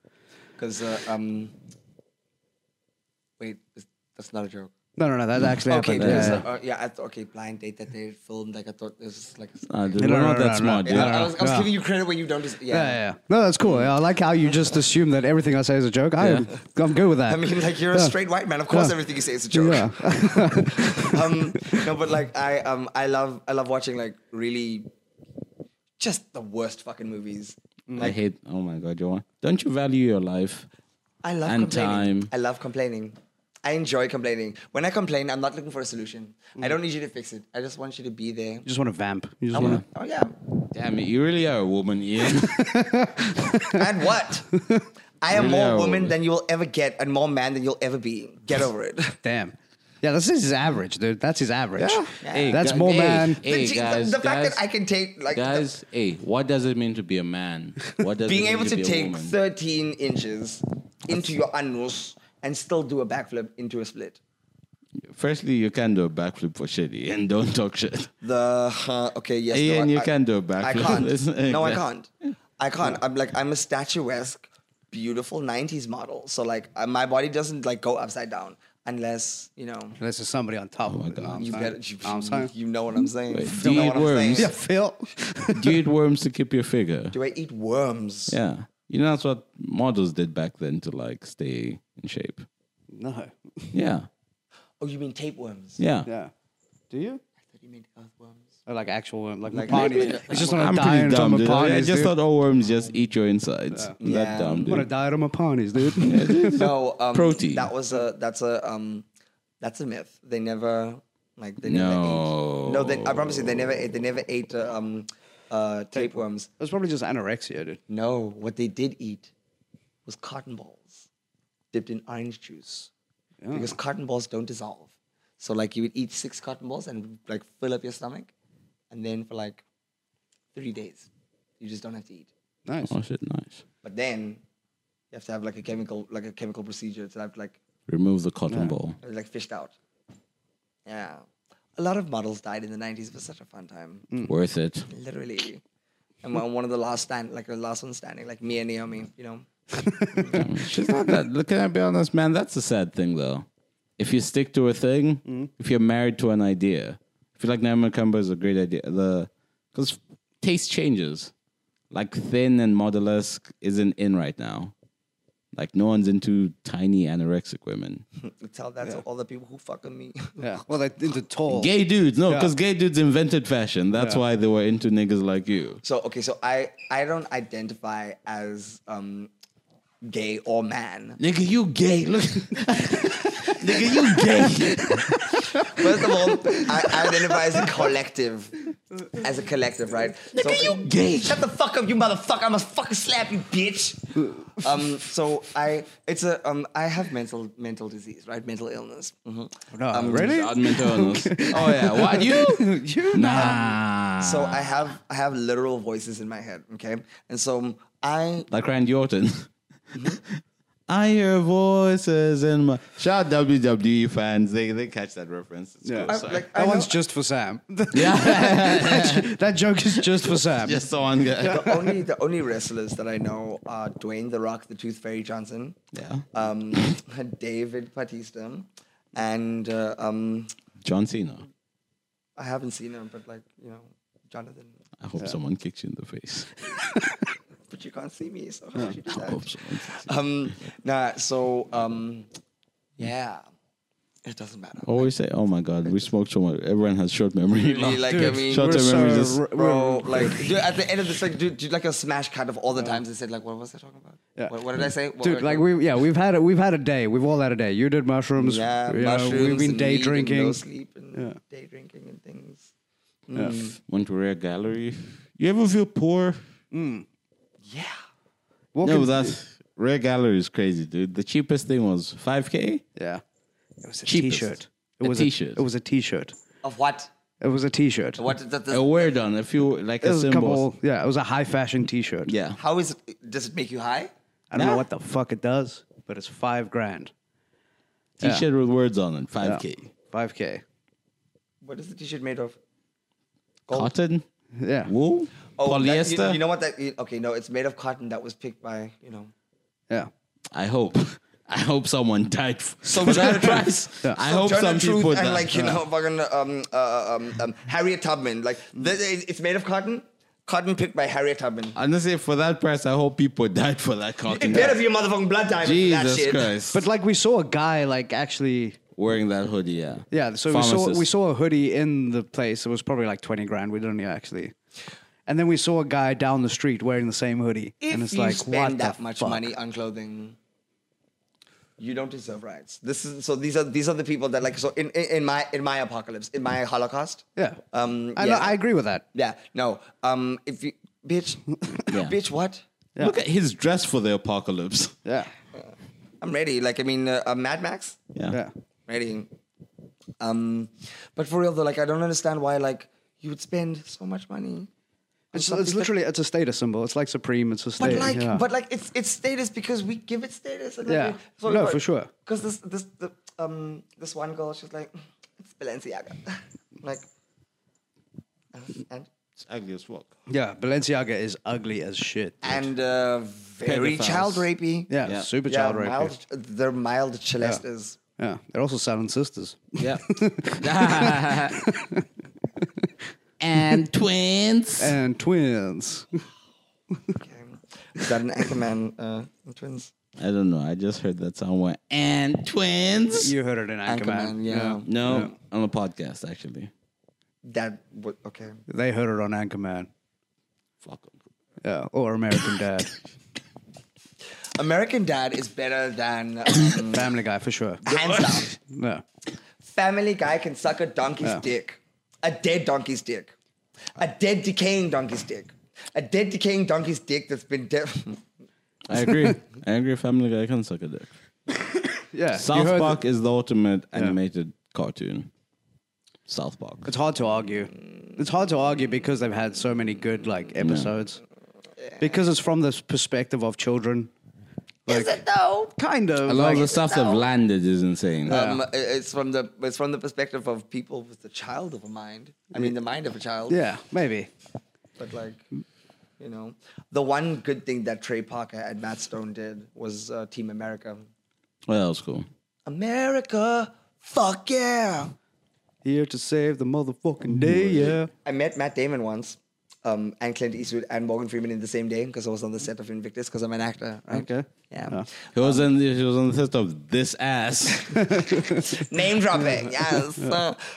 C: Because uh, um, wait, is- that's not a joke.
A: No, no, no. That actually
C: okay,
A: happened.
C: because,
A: Yeah,
C: uh, uh, yeah, I th- okay, blind date that they filmed. Like I thought this was like. a-
B: Nah, dude,
A: No,
B: we're
A: no,
B: not
A: no,
B: that
A: no,
B: smart,
A: no.
B: dude.
A: Oh, Yeah,
C: I, I was, I was
A: yeah.
C: giving you credit when you don't. Dis- yeah.
A: yeah, yeah. No, that's cool.
C: Hmm.
A: Yeah, I like how you just assume that everything I say is a joke. I am, I'm good with that.
C: I mean, like you're a
A: Yeah.
C: straight white man. Of course,
A: Yeah.
C: everything you say is a joke.
A: Yeah.
C: um, no, but like I um I love I love watching like really, just the worst fucking movies.
B: I hate. Oh my god, you want? Don't you value your life?
C: I love
B: And
C: complaining.
B: time.
C: I love complaining. I enjoy complaining. When I complain, I'm not looking for a solution.
A: Mm.
C: I don't need you to fix it. I just want you to be there.
A: You just want to vamp. You
C: I
A: just want
C: wanna-
A: to.
C: Oh yeah.
B: Damn it, you really are a woman, Ian.
C: And what? I am
B: Really
C: more
B: are
C: woman
B: women.
C: than you will ever get, and more man than you'll ever be. Get over it.
A: Damn. Yeah, that's his average, dude. That's his average.
C: Yeah.
B: Hey,
A: That's
B: gu-
A: more
B: hey,
A: man.
B: Hey,
C: the, the-
B: guys,
C: the fact
B: guys,
C: that I can take like the-
B: guys, hey, what does it mean to be a man? What does
C: being
B: it mean
C: able to,
B: be a
C: take
B: woman?
C: 13 inches into your anus and still do a backflip into a split.
B: Firstly, you can do a backflip for shit, Ian. Don't talk shit.
C: The uh, okay, yes,
B: Hey,
C: no,
B: and
C: I-
B: you
C: I-
B: can do a backflip.
C: I can't.
B: Listen,
C: No, I
B: okay.
C: can't. I can't. I'm like I'm a statuesque, beautiful '90s model. So like I- my body doesn't like go upside down unless you know.
A: Unless there's somebody on
C: Oh
A: top of it.
B: God.
A: I'm
C: You
A: sorry.
C: better, you,
A: I'm sorry.
C: you know what I'm saying.
B: Wait,
C: you
B: do you
C: know what
B: eat
C: I'm
B: worms?
A: Yeah,
C: saying.
A: Phil.
B: do you eat worms to keep your figure?
C: Do I eat worms?
B: Yeah. You know, that's what models did back then to like stay in shape.
A: no.
B: Yeah.
C: Oh, you mean tapeworms?
B: Yeah.
A: Yeah. Do you?
C: I thought you meant earthworms.
A: Or like actual worm, like,
C: Like-
A: Mopani.
C: Maybe-
A: He's just on a
B: I'm pretty
A: diet on
B: dumb, dude. I- I
A: Mopani's,
B: just
A: dude.
B: thought all worms just eat your insides.
C: Yeah.
B: That dumb,
A: I'm on a
B: dude.
A: diet on Mopani's, dude.
C: No, um,
B: Protein.
C: That was a. That's a. Um, that's a myth. They never like they never ate. No, they, I promise you, they never ate. They never ate uh, um, uh, tapeworms.
A: It was probably just anorexia, dude.
C: No, what they did eat was cotton balls dipped in orange juice because cotton balls don't dissolve. So like you would eat six cotton balls and like fill up your stomach, and then for like three days, you just don't have to eat.
A: Nice.
B: Oh, shit, nice.
C: But then you have to have like a chemical, like a chemical procedure to have like
B: Remove the cotton ball.
C: like fished out. Yeah, a lot of models died in the '90s. It was such a fun time,
B: Worth it.
C: literally. I'm uh, one of the last stand, like the last one standing, like me and Naomi, you know.
B: She's not that. Look, can I be honest, man? That's a sad thing, though. If you stick to a thing, if you're married to an idea, I feel like Naomi Campbell is a great idea. The because taste changes. Like thin and modelesque isn't in right now. Like no one's into tiny anorexic women.
C: Tell that to all the people who fuck with me.
A: Yeah. Well, that into tall.
B: Gay dudes, no,
A: Yeah.
B: because gay dudes invented fashion. That's
A: Yeah.
B: why they were into niggas like you.
C: so okay, so I I don't identify as um gay or man.
B: Nigga, you gay. Look, nigga, you gay.
C: First of all, I, I identify as a collective. As a collective, right?
B: Nigga, you gay.
C: Shut the fuck up, you motherfucker! I must fucking slap you, bitch. um, so I, it's a, um, I have mental mental disease, right? Mental illness. Mhm.
A: No, really?
B: Odd mental illness. Oh yeah, what you?
A: You?
B: Nah.
C: So I have I have literal voices in my head, okay? And so I
B: like Randy Orton. Mm-hmm. I hear voices in my shout out WWE fans. They they catch that reference. It's
A: Yeah.
B: cool,
A: I-
B: sorry.
C: like-
A: That
C: I
A: one's
C: know-
A: just for Sam.
B: yeah.
A: that joke is just for Sam.
B: Just someone. Yeah.
C: the only the only wrestlers that I know are Dwayne the Rock, the Tooth Fairy Johnson,
B: yeah.
C: um, David Batista, and uh, um,
B: John Cena.
C: I haven't seen him, but like you know, Jonathan.
B: I hope someone kicks you in the face.
C: But you can't see me, so how would you do
B: I
C: that?
B: hope someone. Kicks you.
C: Um, nah. So um, yeah, it doesn't matter.
B: Always say, "Oh my God, we smoked so much. Everyone has short memory."
C: Really, like I
A: Dude,
C: mean,
B: shut
A: We're
B: Short-term
A: so,
B: memory just-
A: r- we're-
C: Bro, like dude, at the end of this, like, dude, dude, like a smash cut of all the times they said, like, what was I talking about?
A: Yeah.
C: What, what did I say? What-
A: Dude,
C: what-
A: like we yeah we've had a, we've had a day we've all had a day. You did mushrooms.
C: yeah,
A: you know,
C: mushrooms,
A: we've been
C: and
A: day
C: weed and no
A: drinking.
C: sleep, and
A: Yeah.
C: day drinking and things.
B: Went to Rare Gallery. You ever feel poor?
C: Yeah,
A: Walking-
B: No, that's Rare Gallery is crazy, dude. The cheapest thing was five k.
A: yeah. It was a
B: Cheapest.
A: t-shirt.
B: A
A: It was
B: t-shirt.
A: It was a t-shirt.
C: of what?
A: It was a t-shirt.
C: What? Does that,
B: A wear done. If you like
A: It
B: a
A: was a
B: symbol.
A: couple. Yeah, it was a high fashion t-shirt.
B: Yeah.
C: how is it? Does it make you high?
A: I don't know
B: Nah.
A: what the fuck it does, but it's five grand.
B: T-shirt with words on it. Five k.
A: Five k.
C: What is the T-shirt made of?
A: Oh.
B: Cotton.
A: Yeah.
B: Wool.
C: Oh, that- you-
B: Polyester.
C: you, know what? That okay, no, it's made of cotton that was picked by you know.
A: Yeah.
B: I hope. I hope someone died f-
C: Some
B: for that
C: Jonathan-
B: price. I
C: Some
B: hope
C: Jonah
B: some
C: Truth
B: people
C: and
B: died.
C: like you know fucking um, uh, um, um, Harriet Tubman like th- th- it's made of cotton cotton picked by Harriet Tubman
B: Honestly, for that price, I hope people died for that
C: it
B: cotton.
C: better be a motherfucking blood diamond for that
B: Jesus
C: shit
B: Christ!
A: But like we saw a guy like actually
B: wearing that hoodie, yeah.
A: Yeah, so we saw we saw a hoodie in the place. It was probably like twenty grand. We didn't actually. And then we saw a guy down the street wearing the same hoodie,
C: if
A: and it's
C: you
A: like what
C: spend that
A: the
C: much
A: fuck?
C: money on clothing you don't deserve rights this is so these are these are the people that like so in in, in my in my apocalypse in my holocaust
A: Yeah,
C: um
A: I,
C: yeah,
A: know, I agree with that.
C: yeah no um if you bitch
B: Yeah.
C: bitch what
B: Look at his dress for the apocalypse.
A: Yeah,
C: I'm ready like I mean uh, uh, Mad Max
B: Yeah.
A: yeah.
C: Ready. Um, but for real though, like I don't understand why like you would spend so much money. on
A: It's,
C: something
A: it's
C: that-
A: literally it's a status symbol. It's like supreme. It's a
C: But
A: status.
C: like,
A: yeah.
C: but like, it's it's status because we give it status. And like,
A: Yeah.
C: we-
A: No,
C: but-
A: for sure.
C: Because this this the, um this one girl, she's like, it's Balenciaga, I'm like, uh, and
B: It's ugly as fuck.
A: yeah, Balenciaga is ugly as shit. dude.
C: and uh, very
B: Pedophiles.
C: child rapey.
A: yeah,
B: Yeah.
A: super
C: yeah,
A: child rapey.
C: mild. They're mild chelestas.
A: Yeah, they're also silent sisters.
B: Yeah. and twins.
A: and twins.
C: Okay. Is that an Anchorman uh, twins?
B: I don't know. I just heard that somewhere. And twins.
A: you heard it in Anchorman.
C: Anchorman, yeah.
B: no, on a podcast actually.
C: That would okay.
A: they heard it on Anchorman.
B: Fuck. 'em.
A: Yeah, or American Dad,
C: American Dad is better than um,
A: Family Guy for sure.
C: hands down.
A: Yeah.
C: Family Guy can suck a donkey's
A: Yeah.
C: dick, a dead donkey's dick, a dead decaying donkey's dick, a dead decaying donkey's dick that's been dead.
B: I agree. I agree. Family Guy can suck a dick.
A: Yeah,
B: South Park is the ultimate animated cartoon. South Park.
A: It's hard to argue. It's hard to argue because they've had so many good like episodes. Because it's from this perspective of children.
C: is it though?
A: Kind of.
B: A lot
A: like-
B: of the stuff they've landed is insane.
C: Um, i- it's from the it's from the perspective of people with the child of a mind. I mean, the mind of a child.
A: yeah, maybe.
C: But like, You know, the one good thing that Trey Parker and Matt Stone did was uh, Team America.
B: Well, that was cool.
C: America, fuck yeah!
A: Here to save the motherfucking day, yeah.
C: I met Matt Damon once, um, and Clint Eastwood and Morgan Freeman in the same day because I was on the set of Invictus because I'm an actor. Right?
A: Okay.
C: Yeah.
A: Yeah.
B: He was in. He was on the test of this ass.
C: Name dropping. yes.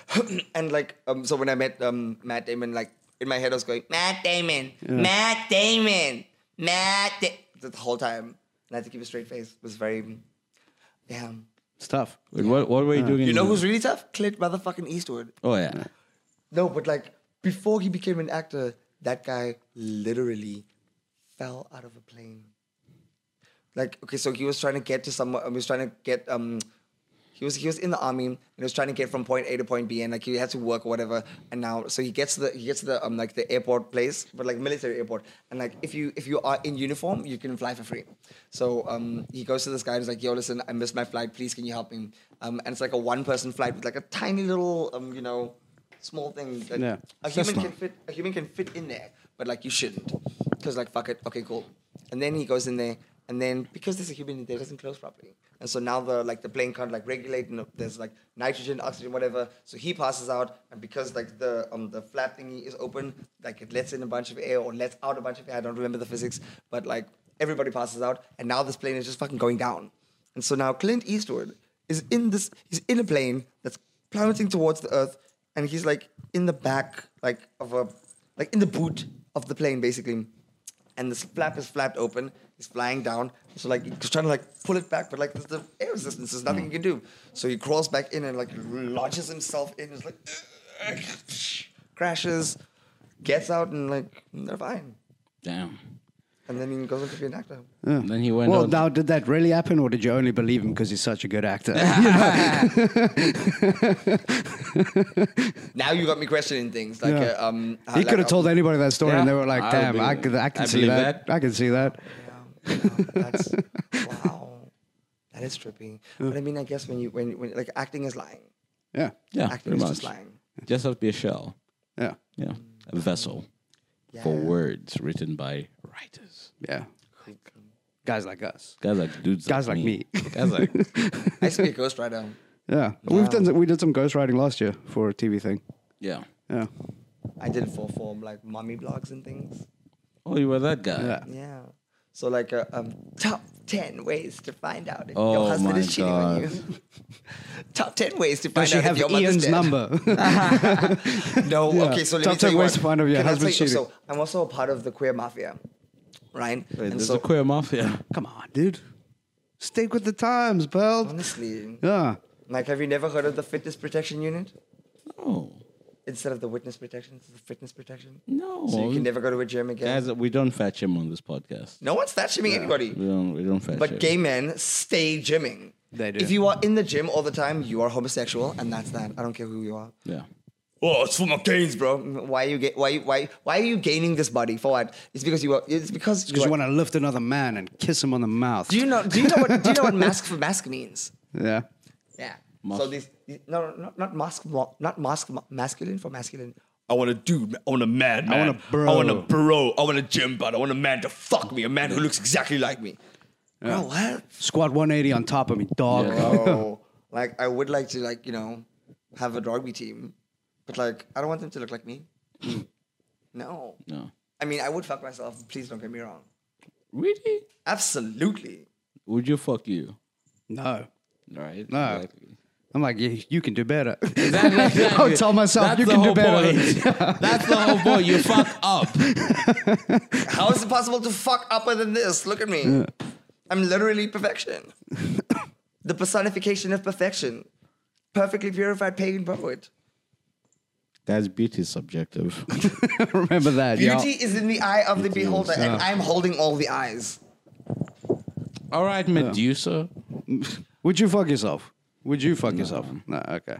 C: and like, um, so when I met um, Matt Damon, like in my head I was going, Matt Damon, Matt Damon, Matt. Da-, the whole time, and I had to keep a straight face. It was very, yeah.
A: It's tough.
B: Wait, what? What were you doing? in
C: You know
B: the-
C: who's really tough? Clint motherfucking Eastwood.
B: Oh yeah.
C: No, but like before he became an actor, that guy literally fell out of a plane. Like okay, so he was trying to get to some. He was trying to get um. He was he was in the army and he was trying to get from point A to point B and like he had to work or whatever and now so he gets to the he gets to the um like the airport place but like military airport and like if you if you are in uniform you can fly for free so um he goes to this guy and he's like yo listen I missed my flight please can you help me um and it's like a one person flight with like a tiny little um you know small thing that
A: Yeah.
C: a human can fit a human can fit in there but like you shouldn't because like fuck it okay cool and then he goes in there and then because there's a human in there it doesn't close properly and so now the like the plane can't like regulate and there's like nitrogen oxygen whatever so he passes out and because like the um the flap thingy is open like it lets in a bunch of air or lets out a bunch of air I don't remember the physics but like everybody passes out and now this plane is just fucking going down and so now Clint Eastwood is in this he's in a plane that's plummeting towards the earth and he's like in the back like of a like in the boot of the plane basically and this flap is flapped open he's flying down so like he's trying to like pull it back but like there's the air resistance there's nothing you can do so he crawls back in and like lodges himself in it's like crashes gets out and like they're fine
B: Damn.
C: and then he goes on to be an actor
B: And then he went.
A: Well,
B: on-
A: now did that really happen, or did you only believe him because he's such a good actor?
C: now you got me questioning things like
A: Yeah.
C: uh, um
A: he could have told anybody that story, and
B: Yeah.
A: they were like,
B: I
A: "Damn,
B: believe
A: I,
B: it.
A: could, I can
B: I
A: see
B: believe
A: that.
B: that.
A: I can see that."
C: Yeah, yeah, that's wow. That is trippy. But I mean, I guess when you when when like acting is lying.
A: Yeah,
B: yeah,
C: acting
B: pretty
C: is
B: much.
C: just lying.
B: Just have to be a shell.
A: yeah,
B: Yeah, a vessel for
C: Yeah.
B: words written by writers.
A: yeah. Guys like us.
B: Guys like dudes.
A: Guys like
B: Guys like.
C: I used to be a ghostwriter. Um,
A: Yeah, we've done. We did some ghostwriting last year for a TV thing.
B: Yeah.
A: Yeah,
C: I did full form like mommy blogs and things.
B: Oh, you were that guy.
A: yeah.
C: Yeah. So like uh, um top ten ways to find out if
B: Oh
C: your husband
B: my
C: is cheating on you. top ten ways to find
A: Does she
C: out
A: have
C: if your
A: Ian's
C: mother's dead.
A: number?
C: no,
A: Yeah.
C: okay, so let
A: Top
C: me
A: 10
C: tell you
A: ways
C: what.
A: to find out if your
C: Can I tell
A: husband's
C: you-
A: cheating.
C: So I'm also a part of the queer mafia, right?
B: Wait,
C: and
B: there's
C: so
B: a queer mafia.
A: Come on, dude. Stick with the times, belt.
C: honestly,
A: Yeah.
C: like, have you never heard of the Fitness Protection Unit?
B: Oh
C: instead of the witness protection, it's the fitness protection.
B: no.
C: So you can never go to a gym again.
B: Guys, we don't fetch him on this podcast.
C: no one's that shaming
B: We
C: anybody.
B: don't. We don't fetch him.
C: But gay men stay gymming.
A: They do.
C: If you are in the gym all the time, you are homosexual, and that's that. I don't care who you are.
B: Yeah.
C: Oh, it's for my gains, bro. Why are you ga- why why why are you gaining this body for what? It's because you are. It's because
A: Because you want to lift another man and kiss him on the mouth.
C: Do you know? Do you know what? Do you know what mask for mask means?
A: yeah.
C: Yeah.
B: Mas-
C: So these, these no, no, not not mask mo- not mask mo- masculine for masculine. I want a dude. I want a man. man.
A: want a bro.
C: I want a bro. I want a gym bud. I want a man to fuck me. A man who looks exactly like me. Bro, what?
A: Squat 180 on top of me, dog.
B: Yeah.
C: Bro, like I would like to like you know have a rugby team, but like I don't want them to look like me. no.
B: No.
C: I mean, I would fuck myself. Please don't get me wrong.
B: Really?
C: Absolutely.
B: Would you fuck you?
A: No.
B: Right.
A: No.
B: Exactly.
A: I'm like, yeah, you can do better.
B: Exactly,
A: I'll
B: exactly.
A: tell myself
B: That's
A: you
B: the
A: can do
B: whole
A: better.
B: point. That's the whole point. You fuck up.
C: How is it possible to fuck upper than this? Look at me. I'm literally perfection. the personification of perfection. Perfectly purified pagan poet.
B: Guys, beauty is subjective.
A: Remember that, yeah.
C: Beauty is in the eye of the
B: Beauty is-
C: beholder, and I'm holding all the eyes.
B: All right, Medusa.
A: Would you fuck yourself? Would you fuck yourself? No, okay.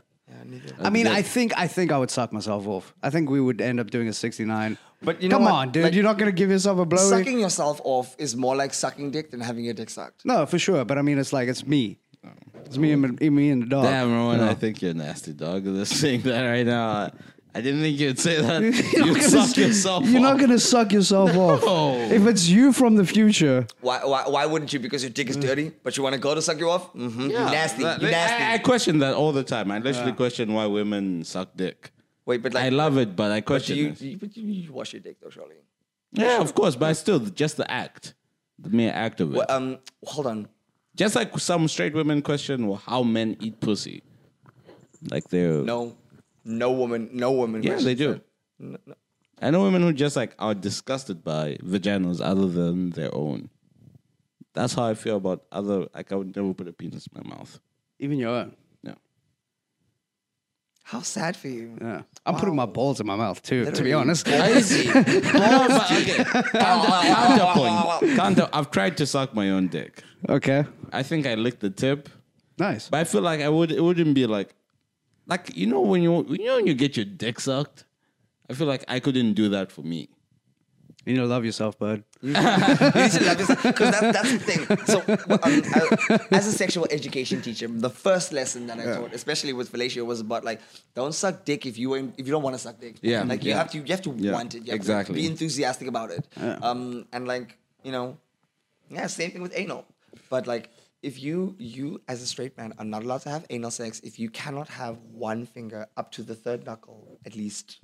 A: I mean, I think I think I would suck myself off. I think we would end up doing a 69.
C: But you know
A: come
C: what?
A: on, dude,
C: Like-
A: you're not gonna give yourself a blow.
C: Sucking yourself off is more like sucking dick than having your dick sucked.
A: No, for sure. But I mean, it's like it's me. It's me and me and the dog.
B: Uh, Damn, Rowan, I think you're a nasty dog. This thing that right now, I didn't think you'd say that.
A: You're not
B: You'd
A: gonna
B: suck
A: s-
B: yourself
A: You're not
B: off.
A: gonna suck yourself off. If it's you from the future,
C: Why, why, why wouldn't you? Because your dick
B: Mm.
C: is dirty, but you want a girl to suck you off? Mm-hmm.
B: Yeah.
C: You nasty.
B: That-
C: you
B: I-
C: nasty.
B: I, I question that all the time. I literally question why women suck dick.
C: Wait, but like,
B: I love it, but I
C: but
B: question
C: you,
B: it.
C: you, but you, you wash your dick though, surely.
B: Yeah, of course, but I still just the act, the mere act of it.
C: Well, um, hold on.
B: just like some straight women question well, how men eat pussy, like they're
C: No, no woman, no woman.
B: yeah
C: wishes
B: they do.
C: that. No, no.
B: I know women who just like are disgusted by vaginas other than their own. That's how I feel about other. Like I would never put a penis in my mouth.
A: even your own.
B: No.
C: How sad for you.
A: Yeah. I'm putting my balls in my mouth too. To be
C: Literally.
A: honest,
C: Crazy.
B: no but okay. Counter- counterpoint. Counter- I've tried to suck my own dick.
A: okay,
B: I think I licked the tip,
A: nice.
B: but I feel like I would. It wouldn't be like, like you know when you you know when you get your dick sucked. I feel like I couldn't do that for me.
A: You need to love yourself, bud.
C: you need to love yourself because that, that's the thing. So, well, um, I- as a sexual education teacher, the first lesson that I taught, especially with fellatio, was about like don't suck dick if you ain't- if you don't want to suck dick.
B: Yeah,
C: like you
B: yeah.
C: have to you have to
B: Yeah,
C: want it. You have
B: exactly.
C: To be enthusiastic about it. Um, and like you know, yeah, same thing with anal. But like if you you as a straight man are not allowed to have anal sex if you cannot have one finger up to the third knuckle at least.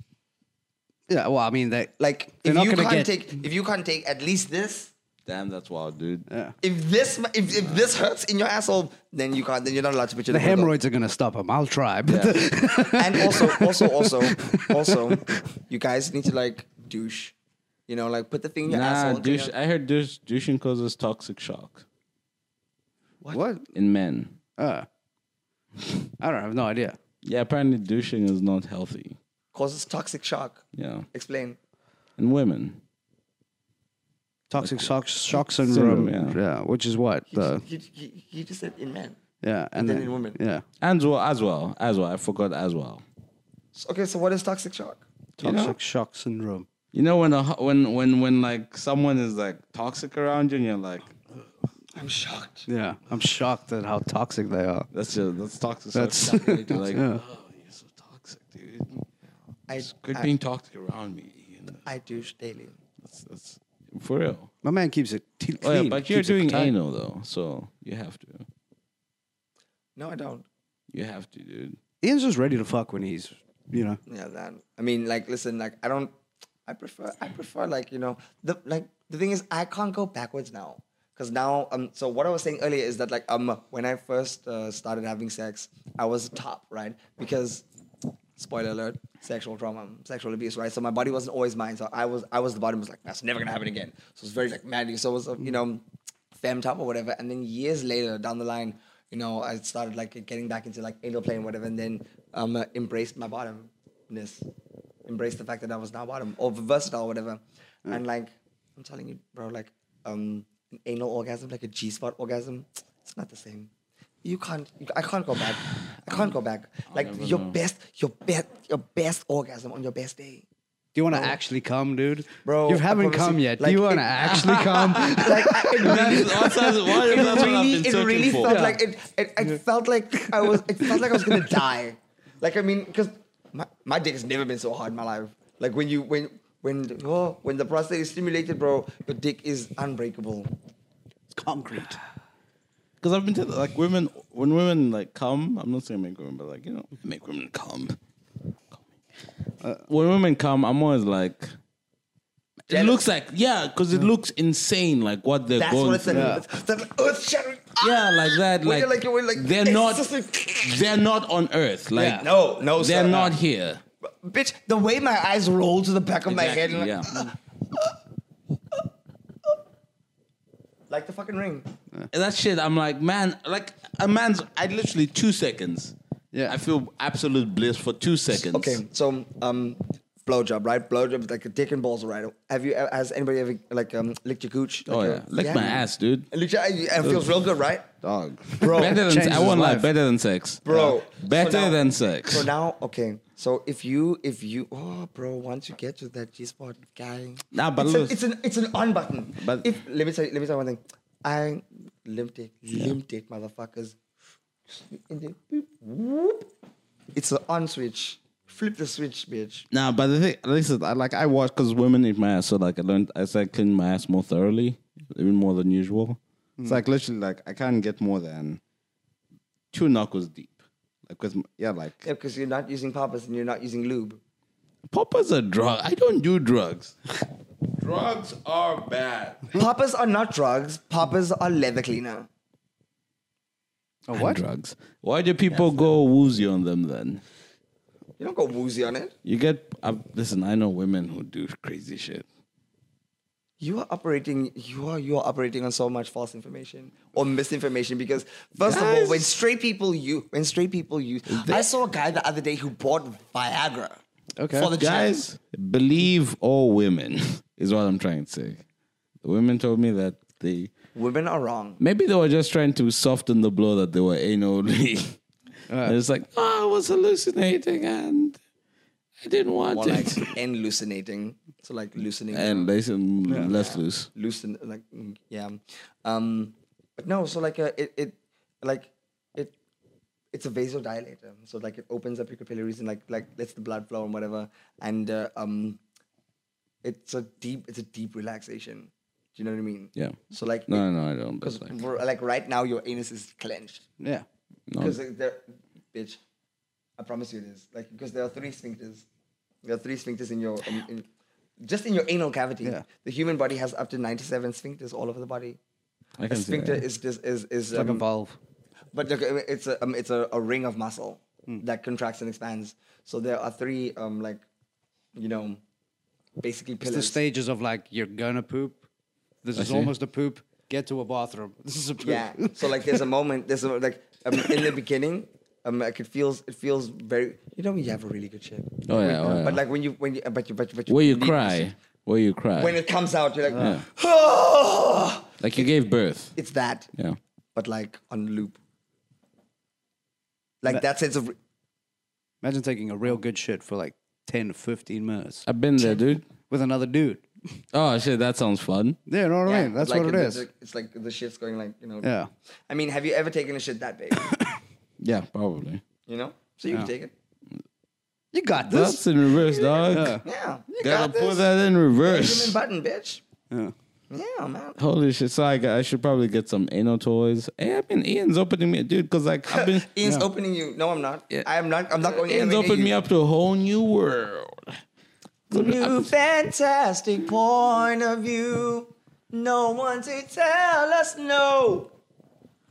A: Yeah. Well, I mean, they
C: Like
A: They're
C: if
A: not
C: you
A: gonna
C: can't
A: get-
C: take if you can't take at least this
B: Damn, that's wild, dude.
A: yeah.
C: if this if, if this hurts in your asshole, then you can't. Then you're not allowed to picture
A: the
C: the, dildo.
A: hemorrhoids are gonna stop them. I'll try, but
C: And also, also, also, also, you guys need to like douche. You know, like put the thing in your
B: Nah,
C: asshole.
B: douche. eh. I heard douche, douching causes toxic shock
A: what?
B: in men.
A: Uh, I don't have no idea.
B: Yeah, apparently douching is not healthy.
C: causes toxic shock.
B: Yeah,
C: Explain.
B: in women.
A: Toxic shock, shock syndrome.
B: Syndrome,
A: yeah. which is what the
C: You, you, you just said in men.
A: yeah, and
C: then in women.
A: Yeah,
B: And as well, as well, as well. I forgot as well.
C: So- Okay, so what is toxic shock?
B: You
A: toxic
B: know?
A: shock syndrome.
B: You know when a, ho- when when when like someone is like toxic around you, and you're like,
C: I'm shocked.
A: Yeah, I'm shocked at how toxic they are.
B: that's your, that's toxic.
A: That's-
B: You're like,
A: Yeah.
B: oh, you're so toxic, dude.
C: I
B: Quit
C: I,
B: being toxic around me. You know?
C: I douche daily.
B: that's, that's for real.
A: My man keeps it t-
B: Oh,
A: clean.
B: yeah, but you're
A: keeps it
B: doing
A: tight.
B: anal though, so you have to.
C: No, I don't.
B: You have to, dude.
A: Ian's just ready to fuck when he's, you know.
C: Yeah, that. I mean, like, listen, like, I don't. I prefer. I prefer, like, you know, the like. The thing is, I can't go backwards now, because now, um. So what I was saying earlier is that, like, um, when I first uh, started having sex, I was top, right? Because, spoiler alert, sexual trauma, sexual abuse, right? So my body wasn't always mine. So I was, I was the bottom. Was like, that's never gonna happen again. So it's very like madly. So it was, uh, you know, femme top or whatever. And then years later, down the line. You know, I started like getting back into like anal play and whatever, and then um, uh, embraced my bottom ness, embrace the fact that I was now bottom or versatile or whatever.
B: Mm.
C: And like, I'm telling you, bro, like um, an anal orgasm, like a G spot orgasm, it's not the same. You can't. You, I can't go back. I can't go back. Like
B: never
C: your
B: know.
C: best, your best, your best orgasm on your best day,
A: Do you want to actually come, dude?
C: Bro,
A: you
C: I
A: haven't
C: promise
A: come
C: you,
A: yet.
C: like,
A: Do you want
C: it-
A: to actually come?
C: Like I, it really,
B: That's, that's, that's what
C: it
B: I've been
C: really, it
B: searching
C: really
B: for.
C: felt like it. It, it felt like I was. It felt like I was gonna die. Like I mean, because my, my dick has never been so hard in my life. Like when you when when the- oh, when the prostate is stimulated, bro, your dick is unbreakable.
A: it's concrete.
B: Because I've been to like women when women like come. I'm not saying make women, but like you know, make women come. when women come, I'm always like. It
C: Jealous.
B: looks like yeah, because it looks insane, like what they're
C: That's
B: going
C: what it's
B: through.
C: yeah. that's like earth shattering. Ah!
B: Yeah, like that.
C: When
B: Like,
C: you're like- you're like,
B: they're
C: it's
B: not.
C: just like-
B: they're not on Earth. Like
A: Yeah.
C: No, no,
B: they're
C: sir.
B: not here.
C: Bitch, the way my eyes roll to the back of my head,
B: Exactly,
C: like,
B: yeah,
C: like the fucking ring.
B: And that shit. I'm like, man, like a man's. I literally two seconds.
A: Yeah.
B: I feel absolute bliss for two seconds.
C: Okay, so um, blowjob, right? Blowjob, like a dick and balls, right? Have you? Has anybody ever like um licked your gooch?
B: Oh
C: Like,
B: yeah,
C: uh,
B: lick my ass, dude.
C: And Licked your, and it feels real good, right?
B: Dog.
C: Bro,
B: better than
A: changes
B: I
A: his
B: won't lie,
A: life.
B: better than sex.
C: Bro,
B: Yeah.
C: so
B: Better
C: now-
B: than sex.
C: So now, okay. So if you, if you, oh, bro, once you get to that G spot, guy,
B: Nah, but
C: it's,
B: look.
C: an, it's an it's an on button.
B: But-
C: But if let me tell you, let me tell you one thing. I limped it, limped it, motherfuckers. And then, boop, whoop. It's an on switch. Flip the switch, bitch.
B: Nah, but the thing, listen, I like I watch because women eat my ass, so like I learned I started cleaning my ass more thoroughly, even more than usual. It's like literally like I can't get more than two knuckles deep. Like with m- yeah, like
C: Yeah, because you're not using poppers and you're not using lube.
B: poppers are drug. I don't do drugs. drugs are bad.
C: poppers are not drugs. Poppers are leather cleaner.
A: Oh,
B: And
A: what?
B: drugs? Why do people go woozy on them then?
C: You don't go woozy on it.
B: You get I, listen. I know women who do crazy shit.
C: You are operating. You are you are operating on so much false information or misinformation because first of all, when
B: Guys.
C: straight people you when straight people use, I saw a guy the other day who bought Viagra.
A: Okay.
C: for the gym.
B: Guys, believe all women is what I'm trying to say. The women told me that they
C: Women are wrong.
B: maybe they were just trying to soften the blow that they were anally. and it's like, oh, I was hallucinating and I didn't want
C: More
B: it.
C: like and hallucinating. So like hallucinating.
B: and they said, mm, let's loose.
C: loosen like mm, yeah um but no so like uh, it it like it it's a vasodilator so like it opens up your capillaries and like like lets the blood flow and whatever and uh, um it's a deep it's a deep relaxation do you know what i mean
B: Yeah.
C: so like
B: No, no, I don't.
C: because
B: But like,
C: like, like right now your anus is clenched
A: Yeah.
B: no.
C: because there, bitch, I promise you this. Like, because there are three sphincters. There are three sphincters in your, in, in- just in your anal cavity.
A: Yeah.
C: The human body has up to ninety-seven sphincters all over the body.
B: I
C: A
B: can see
C: sphincter
B: that.
C: is just is is
A: Like a
C: um,
A: valve.
C: but look, uh, it's a um, it's a, a ring of muscle
A: Hmm.
C: that contracts and expands. So there are three um like, you know, basically
A: It's the
C: pillars.
A: stages of like you're gonna poop. This is
B: see.
A: almost a poop. Get to a bathroom. This is a poop.
C: Yeah. So like, there's a moment. There's a, like um, in the beginning. Um, like it feels. It feels very. You know, when you have a really good shit.
B: Oh, yeah, oh,
C: But
B: yeah.
C: like when you when you but you but you, but
B: Where you
C: leave-
B: cry. Where you cry.
C: When it comes out, you're like, "Ah!"
B: like you gave birth.
C: it's that.
B: Yeah.
C: But like on loop. Like that sense of.
A: Imagine taking a real good shit for like 10, 15 minutes
B: I've been there, dude.
A: with another dude.
B: Oh, shit. That sounds fun.
A: Yeah, you know what I
C: yeah,
A: mean? That's
C: like
A: what it
C: the-
A: is.
C: the- It's like the shit's going like you know.
A: Yeah.
C: I mean, have you ever taken a shit that big?
B: Yeah, probably.
C: you know, so you can take it.
A: You got
B: That's in reverse, dog.
C: Yeah.
B: Gotta
C: You got this.
B: put that in reverse.
C: Human button, bitch.
A: Yeah.
C: Yeah, man.
B: Holy shit! So I, got- I should probably get some anal toys. Hey, I mean, Ian's opening me, dude, because like I've been,
C: Ian's opening you. No, I'm not.
B: Yeah.
C: I'm not. I'm not going. to
B: Ian's
C: eliminate
B: opened
C: you.
B: me up to a whole new world.
C: New fantastic point of view. No one to tell us no.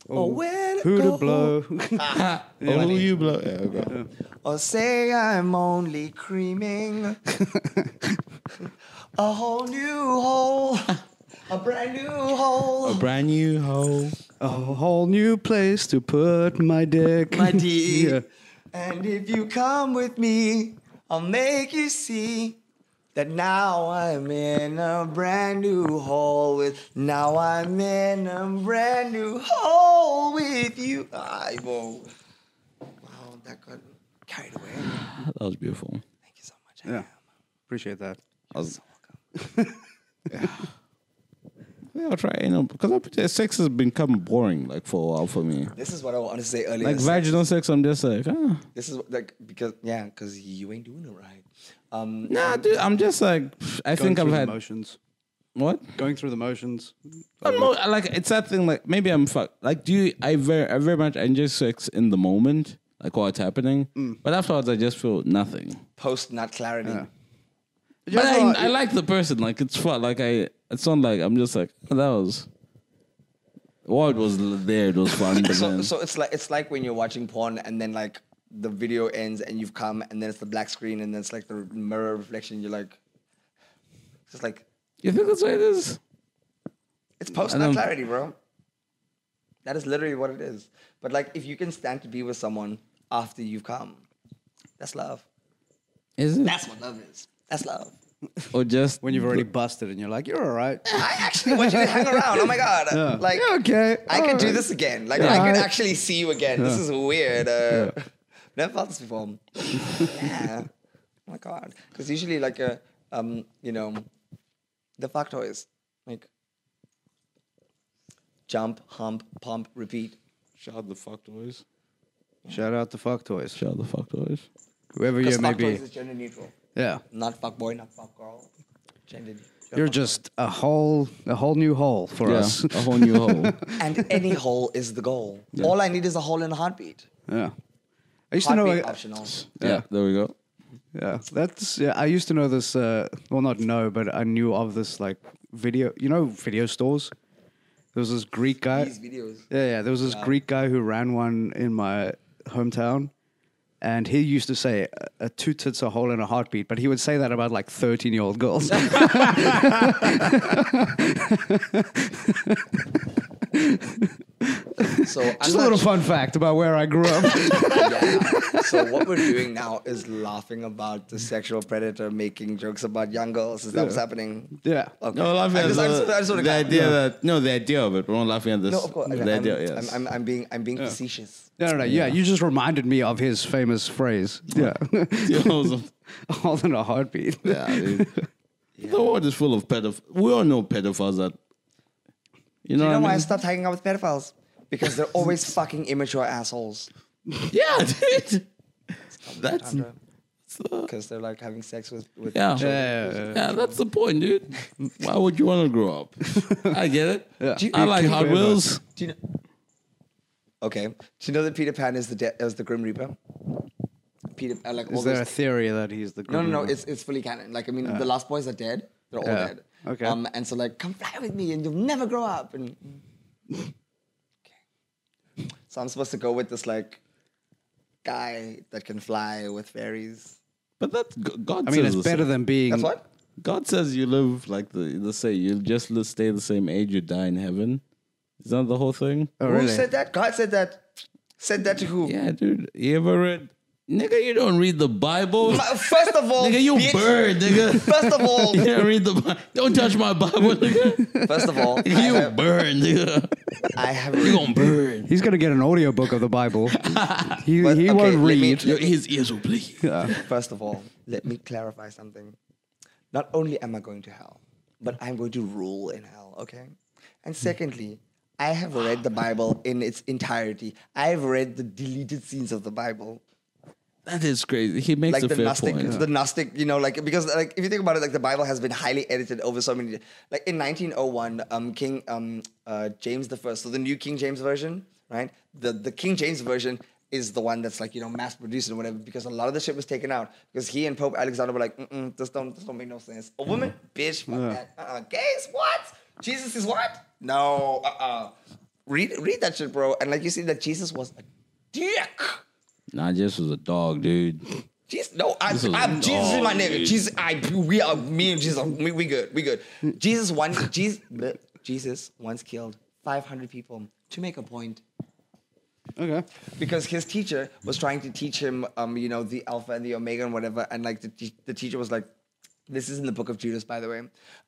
C: Or where to
A: Who
C: go.
A: to blow?
B: Ah, oh, you blow? Yeah, okay.
C: Or say I'm only creaming. a whole new hole. A brand new
B: A
C: hole.
B: brand new hoe.
A: a whole new place to put my dick.
C: My D.
A: Yeah.
C: And if you come with me, I'll make you see. That now I'm in a brand new hole with. Now I'm in a brand new hole with you. I whoa. Wow, that got carried away.
B: That was beautiful.
C: Thank you so much.
A: Yeah. Appreciate that.
B: I was. Yeah, I'll try anal because sex has become boring like for a while for me.
C: This is what I wanted to say earlier.
B: Like
C: This-
B: vaginal sex, I'm just like, ah.
C: This is what- like because yeah, because you ain't doing it right. Um,
B: nah, dude. I'm just like, pff, I
A: Going
B: think I've
A: through the
B: had
A: motions.
B: what?
A: Going through the motions.
B: I'm mo- like it's that thing like maybe I'm fucked. Like do you, I very I very much enjoy sex in the moment, like while it's happening.
C: Mm.
B: But afterwards I just feel nothing.
C: post not clarity.
A: You
B: But
A: know,
B: I, I like the person, like it's fun. Like I it's not like I'm just like oh, that was well it was l- there, it was fun. But
C: So,
B: then,
C: so it's like it's like when you're watching porn and then like the video ends and you've come and then it's the black screen and then it's like the mirror reflection. You're like, just like
B: you think that's what it is?
C: it's post
B: I
C: not
B: don't-
C: clarity, bro. That is literally what it is. But like, if you can stand to be with someone after you've come, that's love.
B: Is it?
C: That's what love is. That's love.
B: Or just
A: when you've already busted and you're like, you're all right.
C: I actually want you to hang around. Oh my god! Like,
A: Yeah, okay.
C: I could do
A: Alright.
C: this again. Like
A: Yeah.
C: I could
A: Alright.
C: actually see you again. This is weird. Uh, Never felt this before. yeah. Oh my god. Because usually, like, uh, um, you know, the fuck toys, like, jump, hump, pump, repeat.
B: shout the fuck toys.
A: Shout out to fuck toys.
B: Shout the fuck toys.
A: whoever you
C: Because
A: may
C: fuck boys
A: be.
C: is gender neutral.
A: Yeah,
C: Not fuck boy, not fuck girl. Gender neutral.
A: you're just a whole a whole new hole for
B: Yeah,
A: us.
B: a whole new hole.
C: and any hole is the goal. All I need is a hole and a heartbeat.
A: Yeah, I used to know.
C: Heartbeat
A: a-
C: optional.
B: yeah, there we go.
A: Yeah, that's yeah. I used to know this. Uh, well, not know, but I knew of this like video. You know, video stores. There was this Greek guy.
C: These videos.
A: Yeah, yeah. There was this Greek guy who ran one in my hometown, and he used to say a, a two tits a hole in a heartbeat. But he would say that about like thirteen year old girls.
C: So I'm
A: Just a
C: not
A: little
C: sure-
A: fun fact about where I grew up.
C: Yeah. So what we're doing now is laughing about the sexual predator making jokes about young girls. Is that what's happening?
A: yeah.
C: Okay.
B: No, laughing
C: I
B: at
C: just- I just- I just
B: the,
C: wanna-
B: the idea that no, the idea of it. We're not laughing at this.
C: No, of course.
B: The
C: I'm,
B: idea,
C: I'm-
B: yes.
C: I'm, I'm, I'm being, I'm being facetious.
A: No, no, no. Yeah. you just reminded me of his famous phrase. Yeah,
B: You know, some-
A: a hole in a heartbeat.
B: yeah, I mean, The world is full of pedophiles. We all know pedophiles that. You know,
C: You know
B: what
C: why
B: I
C: I
B: mean?
C: stopped hanging out with pedophiles? Because they're always fucking immature assholes.
B: Yeah, dude. That's
C: Because they're like having sex with, with
B: Yeah.
C: children.
A: Yeah, yeah, yeah.
B: yeah, that's the point, dude. Why would you want to grow up? I get it.
A: Do you-
B: I like
A: you
B: Hot
A: remember-
B: Wheels.
C: Do you know? Okay. Do you know that Peter Pan is the de- is the Grim Reaper? Peter, uh, like all
A: Is there a
C: those-
A: theory that he's the
C: No, no, no.
B: Mm-hmm.
A: Grim Reaper?
C: It's it's fully canon. Like I mean, the Last Boys are dead. They're all
A: Yeah.
C: dead.
A: Okay.
C: Um, and so like, come fly with me, and you'll never grow up. And okay. So I'm supposed to go with this like guy that can fly with fairies.
B: But that's G- God
A: I mean,
B: says
A: it's
B: the
A: better
B: same.
A: than being.
B: Mm.
C: That's what.
B: God says you live like the the say you just li- stay the same age you die in heaven. Is that the whole thing?
A: Oh,
C: Who
A: really?
C: said that? God said that. Said that to who?
B: Yeah, dude. You ever read? Nigga, you don't read the Bible.
C: Uh, First of all,
B: nigga, you
C: bitch,
B: bird, nigga.
C: First of all,
B: you don't read the Bible. Don't touch my Bible, nigga.
C: first of all, I
B: You
C: have,
B: burn, nigga.
C: I have
B: You gonna burn.
A: He's gonna get an audiobook of the Bible. he
C: But,
A: he
C: okay,
A: won't
C: let me-
A: read.
B: Your his ears will bleed.
C: First of all, let me clarify something. Not only am I going to hell, but I'm going to rule in hell, okay? And secondly, I have read the Bible in its entirety. I've read the deleted scenes of the Bible.
B: That is crazy. He makes
C: like
B: a
C: the
B: fair
C: Gnostic,
B: point.
C: the Gnostic, you know, like because like if you think about it, like the Bible has been highly edited over so many. Like in 1901, um, King um, uh, James the First, so the new King James version, right? The the King James version is the one that's like you know mass produced and whatever because a lot of the shit was taken out because he and Pope Alexander were like, Mm-mm, this don't this don't make no sense. A
B: Mm.
C: woman, bitch, fuck that. Uh-uh. Gays, what? Jesus is what? No, uh-uh. Read read that shit, bro, and like you see that Jesus was a dick.
B: Nah, Jesus was a dog, dude.
C: Jesus, no, I,
B: This is-
C: I'm Jesus is my
B: Oh,
C: nigga.
B: dude.
C: Jesus, I, we are, me and Jesus, are- we, we good, we good.
B: Mm.
C: Jesus once, Jesus, bleh, Jesus once killed 500 people to make a point
A: Okay.
C: because his teacher was trying to teach him, um, you know, the Alpha and the Omega and whatever, and like the, te- the teacher was like, this is in the book of Judas, by the way.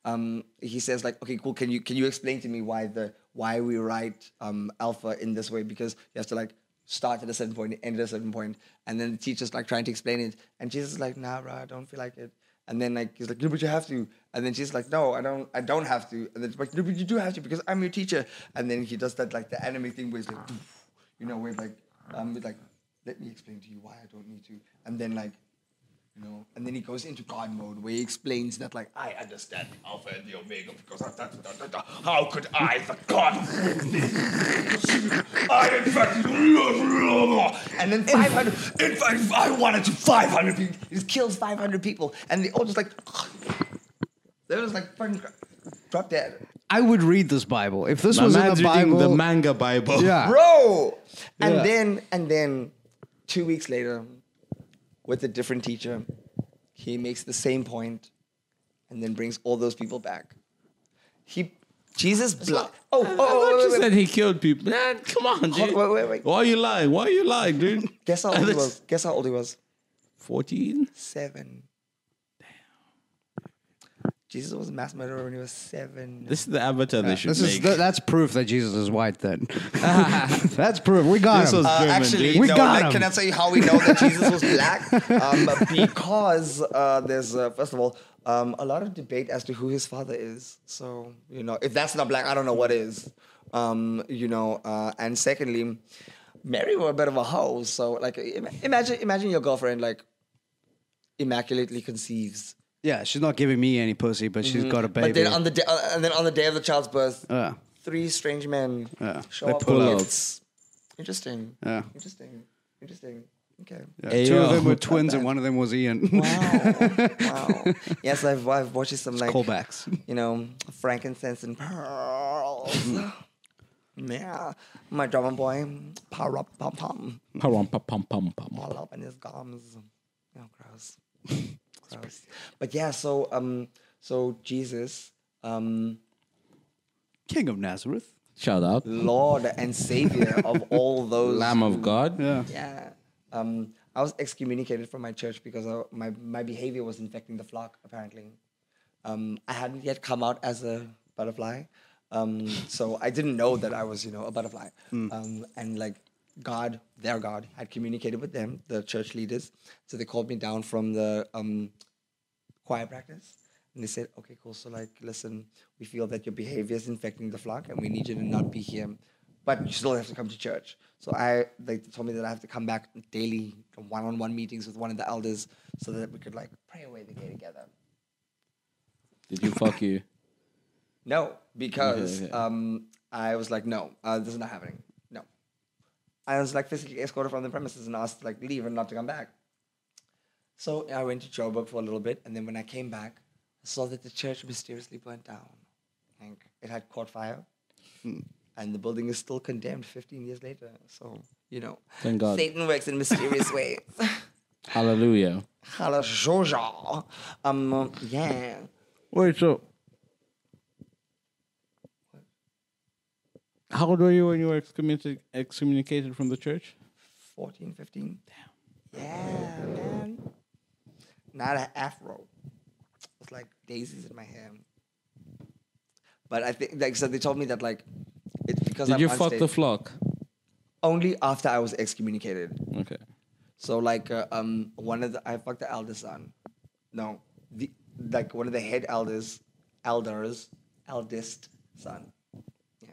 C: Um, he says like, okay, cool. Can you can you explain to me why the why we write um Alpha in this way? Because you have to like start at a certain point, end at a certain point, and then the teacher's like trying to explain it, and Jesus is like, nah, bro, I don't feel like it. And then like he's like, no, but you have to. And then she's like, no, I don't, I don't have to. And then she's like, no, but you do have to because I'm your teacher. And then he does that like the anime thing where he's like, you know, where like, um, with like, let me explain to you why I don't need to. And then like, you know, and then he goes into God mode where he explains that like, I understand Alpha and the Omega because I, da, da, da, da, da. how could I, the God, of everything, I in fact, and then 500, in fact, I wanted to 500 people. He kills 500 people, and they all just like, they was like fucking dro- drop dead,
A: I would read this Bible if this
B: My
A: was in
B: man's
A: the
B: reading
A: Bible.
B: the manga Bible.
A: yeah.
C: bro. And
A: Yeah.
C: then, and then, two weeks later, with a different teacher, he makes the same point, and then brings all those people back. He, Jesus, bla- oh, oh,
B: I thought
C: oh,
B: you
C: wait, wait, wait.
B: said he killed people. Man, come on, dude.
C: wait, wait, wait.
B: Why are you lying? Why are you lying, dude?
C: guess how old he was? Guess how old he was?
B: 14?
C: Seven. Jesus was a mass murderer when he was seven.
B: This is the avatar they should
A: This
B: make.
A: is th- that's proof that Jesus is white. Then that's proof. We got
B: This
A: him.
B: was-
C: Uh,
B: German,
C: actually,
B: dude.
A: We
C: no,
A: got
C: like,
A: him.
C: can I tell you how we know that Jesus was black? Um, because uh, there's, uh, first of all, um, a lot of debate as to who his father is. So, you know, if that's not black, I don't know what is. Um, you know, uh, and secondly, Mary were a bit of a hoe. So, like, im- imagine, imagine your girlfriend, like, immaculately conceives.
A: Yeah, she's not giving me any pussy, but she's got a baby.
C: Mm-hmm. But then on the day, uh, and then on the day of the child's birth,
A: Yeah.
C: three strange men
A: Yeah.
C: show
A: They
C: up.
A: pull
C: with
A: out.
C: gifts. Interesting.
A: Yeah.
C: Interesting. Interesting. Okay.
A: Yeah,
B: Hey,
A: Two
B: yo.
A: of them were twins and one of them was Ian.
C: Wow. wow. Yes, I've, I've watched some like
A: Callbacks.
C: you know, frankincense and pearls. yeah, my drummer boy, power up, pom pom,
B: Pum, pum, pum, pum, pum.
C: all up in his gums. Oh, gross, gross. But yeah, so um, so Jesus, um,
A: King of Nazareth.
B: Shout out.
C: Lord and Savior of all those.
B: Lamb of God.
A: Yeah.
C: Yeah. Um, I was excommunicated from my church because I, my my behavior was infecting the flock. Apparently, um, I hadn't yet come out as a butterfly, um, so I didn't know that I was, you know, a butterfly. Um, and like God, their God, had communicated with them, the church leaders. So they called me down from the um, choir practice. And they said, okay, cool. So, like, listen, we feel that your behavior is infecting the flock and we need you to not be here, but you still have to come to church. So, I, they told me that I have to come back daily, one on one meetings with one of the elders so that we could, like, pray away the day together.
B: Did you fuck you?
C: No, because
B: Okay, okay.
C: Um, I was like, no, uh, this is not happening. No. I was like physically escorted from the premises and asked, like, leave and not to come back. So I went to Joburg for a little bit, and then when I came back, I saw that the church mysteriously burnt down. Like, it had caught fire,
B: Hmm.
C: and the building is still condemned 15 years later. So, you know,
B: Thank God.
C: Satan works in mysterious ways.
B: Hallelujah.
C: Hallelujah. Um, yeah.
B: Wait, so. How old were you when you were excommunicated, excommunicated from the church?
C: 14, 15. Damn. Yeah, man. Not an afro. It's like daisies in my hair. But I think, like, so they told me that, like, it's because
B: Did
C: I'm
B: you
C: on
B: fuck the
C: stage.
B: flock?
C: only after I was excommunicated.
B: Okay.
C: So like uh, um one of the I fucked the eldest son. No, the like one of the head elders, elders, eldest son. Yeah,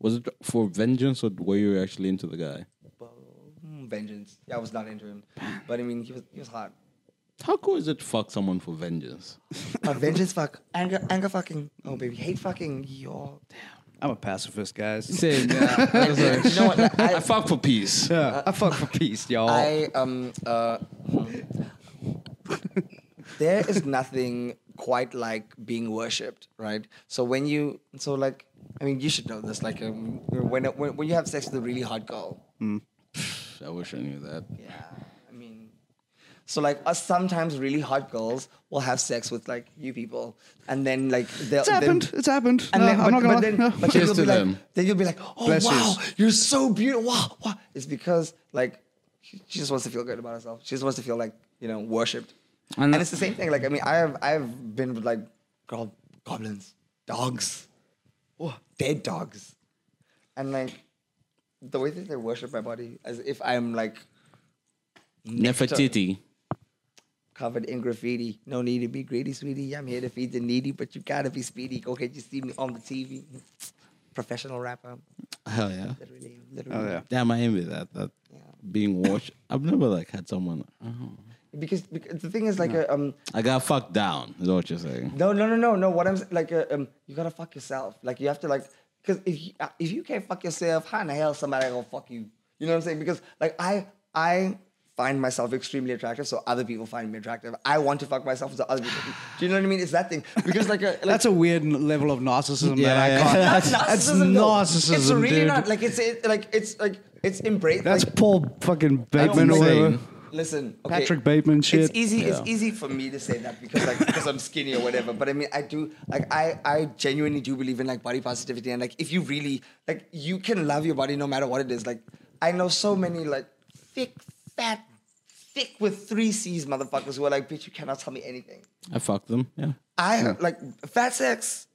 B: Was it for vengeance or were you actually into the guy?
C: Boom. vengeance. Yeah, I was not into him, but I mean he was he was hot.
B: How cool is it to fuck someone for vengeance?
C: Uh, vengeance fuck. Anger anger fucking. Oh baby. Hate fucking. Yo.
A: I'm a pacifist, guys.
B: Same. Yeah. I was like,
C: You know what? like,
B: I
C: I,
B: fuck for peace.
A: Yeah, I fuck for peace, y'all.
C: uh, I um uh there is nothing quite like being worshipped, right? So when you so like I mean you should know this like um, when, when when you have sex with a really hot girl,
B: I wish I knew that.
C: yeah, I mean so like us sometimes really hot girls will have sex with like you people and then like they'll
A: it's
C: then-
A: happened. It's happened.
C: And
A: No,
C: then,
A: I'm
C: but,
A: not
C: but
A: gonna
C: then,
A: lie.
C: but then
B: Cheers
C: you'll
B: to
C: be like,
B: them.
C: then you'll be like, oh
A: Bless
C: wow,
A: yous.
C: you're so beautiful. Wow, wow. It's because like she she just wants to feel good about herself. She just wants to feel like you know worshipped.
B: And
C: And,
B: that-
C: it's the same thing. Like I mean, I have I have been with like gob- goblins, dogs, oh, dead dogs, and like the way that they worship my body as if I'm like
B: Nefertiti.
C: covered in graffiti. No need to be greedy, sweetie. I'm here to feed the needy, but you gotta be speedy. Go ahead, you see me on the TV. Professional rapper.
B: Hell yeah.
C: Literally, literally.
A: Oh, yeah.
B: Damn, I envy that. That being watched. I've never like had someone. Oh.
C: Because, because the thing is, like, uh, um,
B: I got fucked down. Is what you're saying?
C: no, no, no, no, no. What I'm s- like, uh, um, you gotta fuck yourself. Like, you have to like, because if you, uh, if you can't fuck yourself, how in the hell somebody gonna fuck you? You know what I'm saying? Because like, I I find myself extremely attractive, so other people find me attractive. I want to fuck myself, so other people. Do you know what I mean? It's that thing. Because like, a, like
A: That's a weird n- level of narcissism
B: Yeah,
A: that I
B: yeah.
A: can't.
C: That's
A: that's
C: narcissism. though.
A: narcissism,
C: It's really
A: dude.
C: not like it's it, like it's like it's embrace.
A: That's
C: like,
A: Paul fucking
C: I don't
A: Bateman or
C: think-
A: whatever.
B: insane.
C: Listen, okay,
A: Patrick Bateman shit.
C: It's easy. It's
B: Yeah.
C: easy for me to say that because like because I'm skinny or whatever. But I mean, I do like I I genuinely do believe in like body positivity and like if you really like you can love your body no matter what it is. Like I know so many like thick, fat, thick with three C's motherfuckers who are like, bitch, you cannot tell me anything.
B: I fucked them. Yeah.
C: I like fat sex,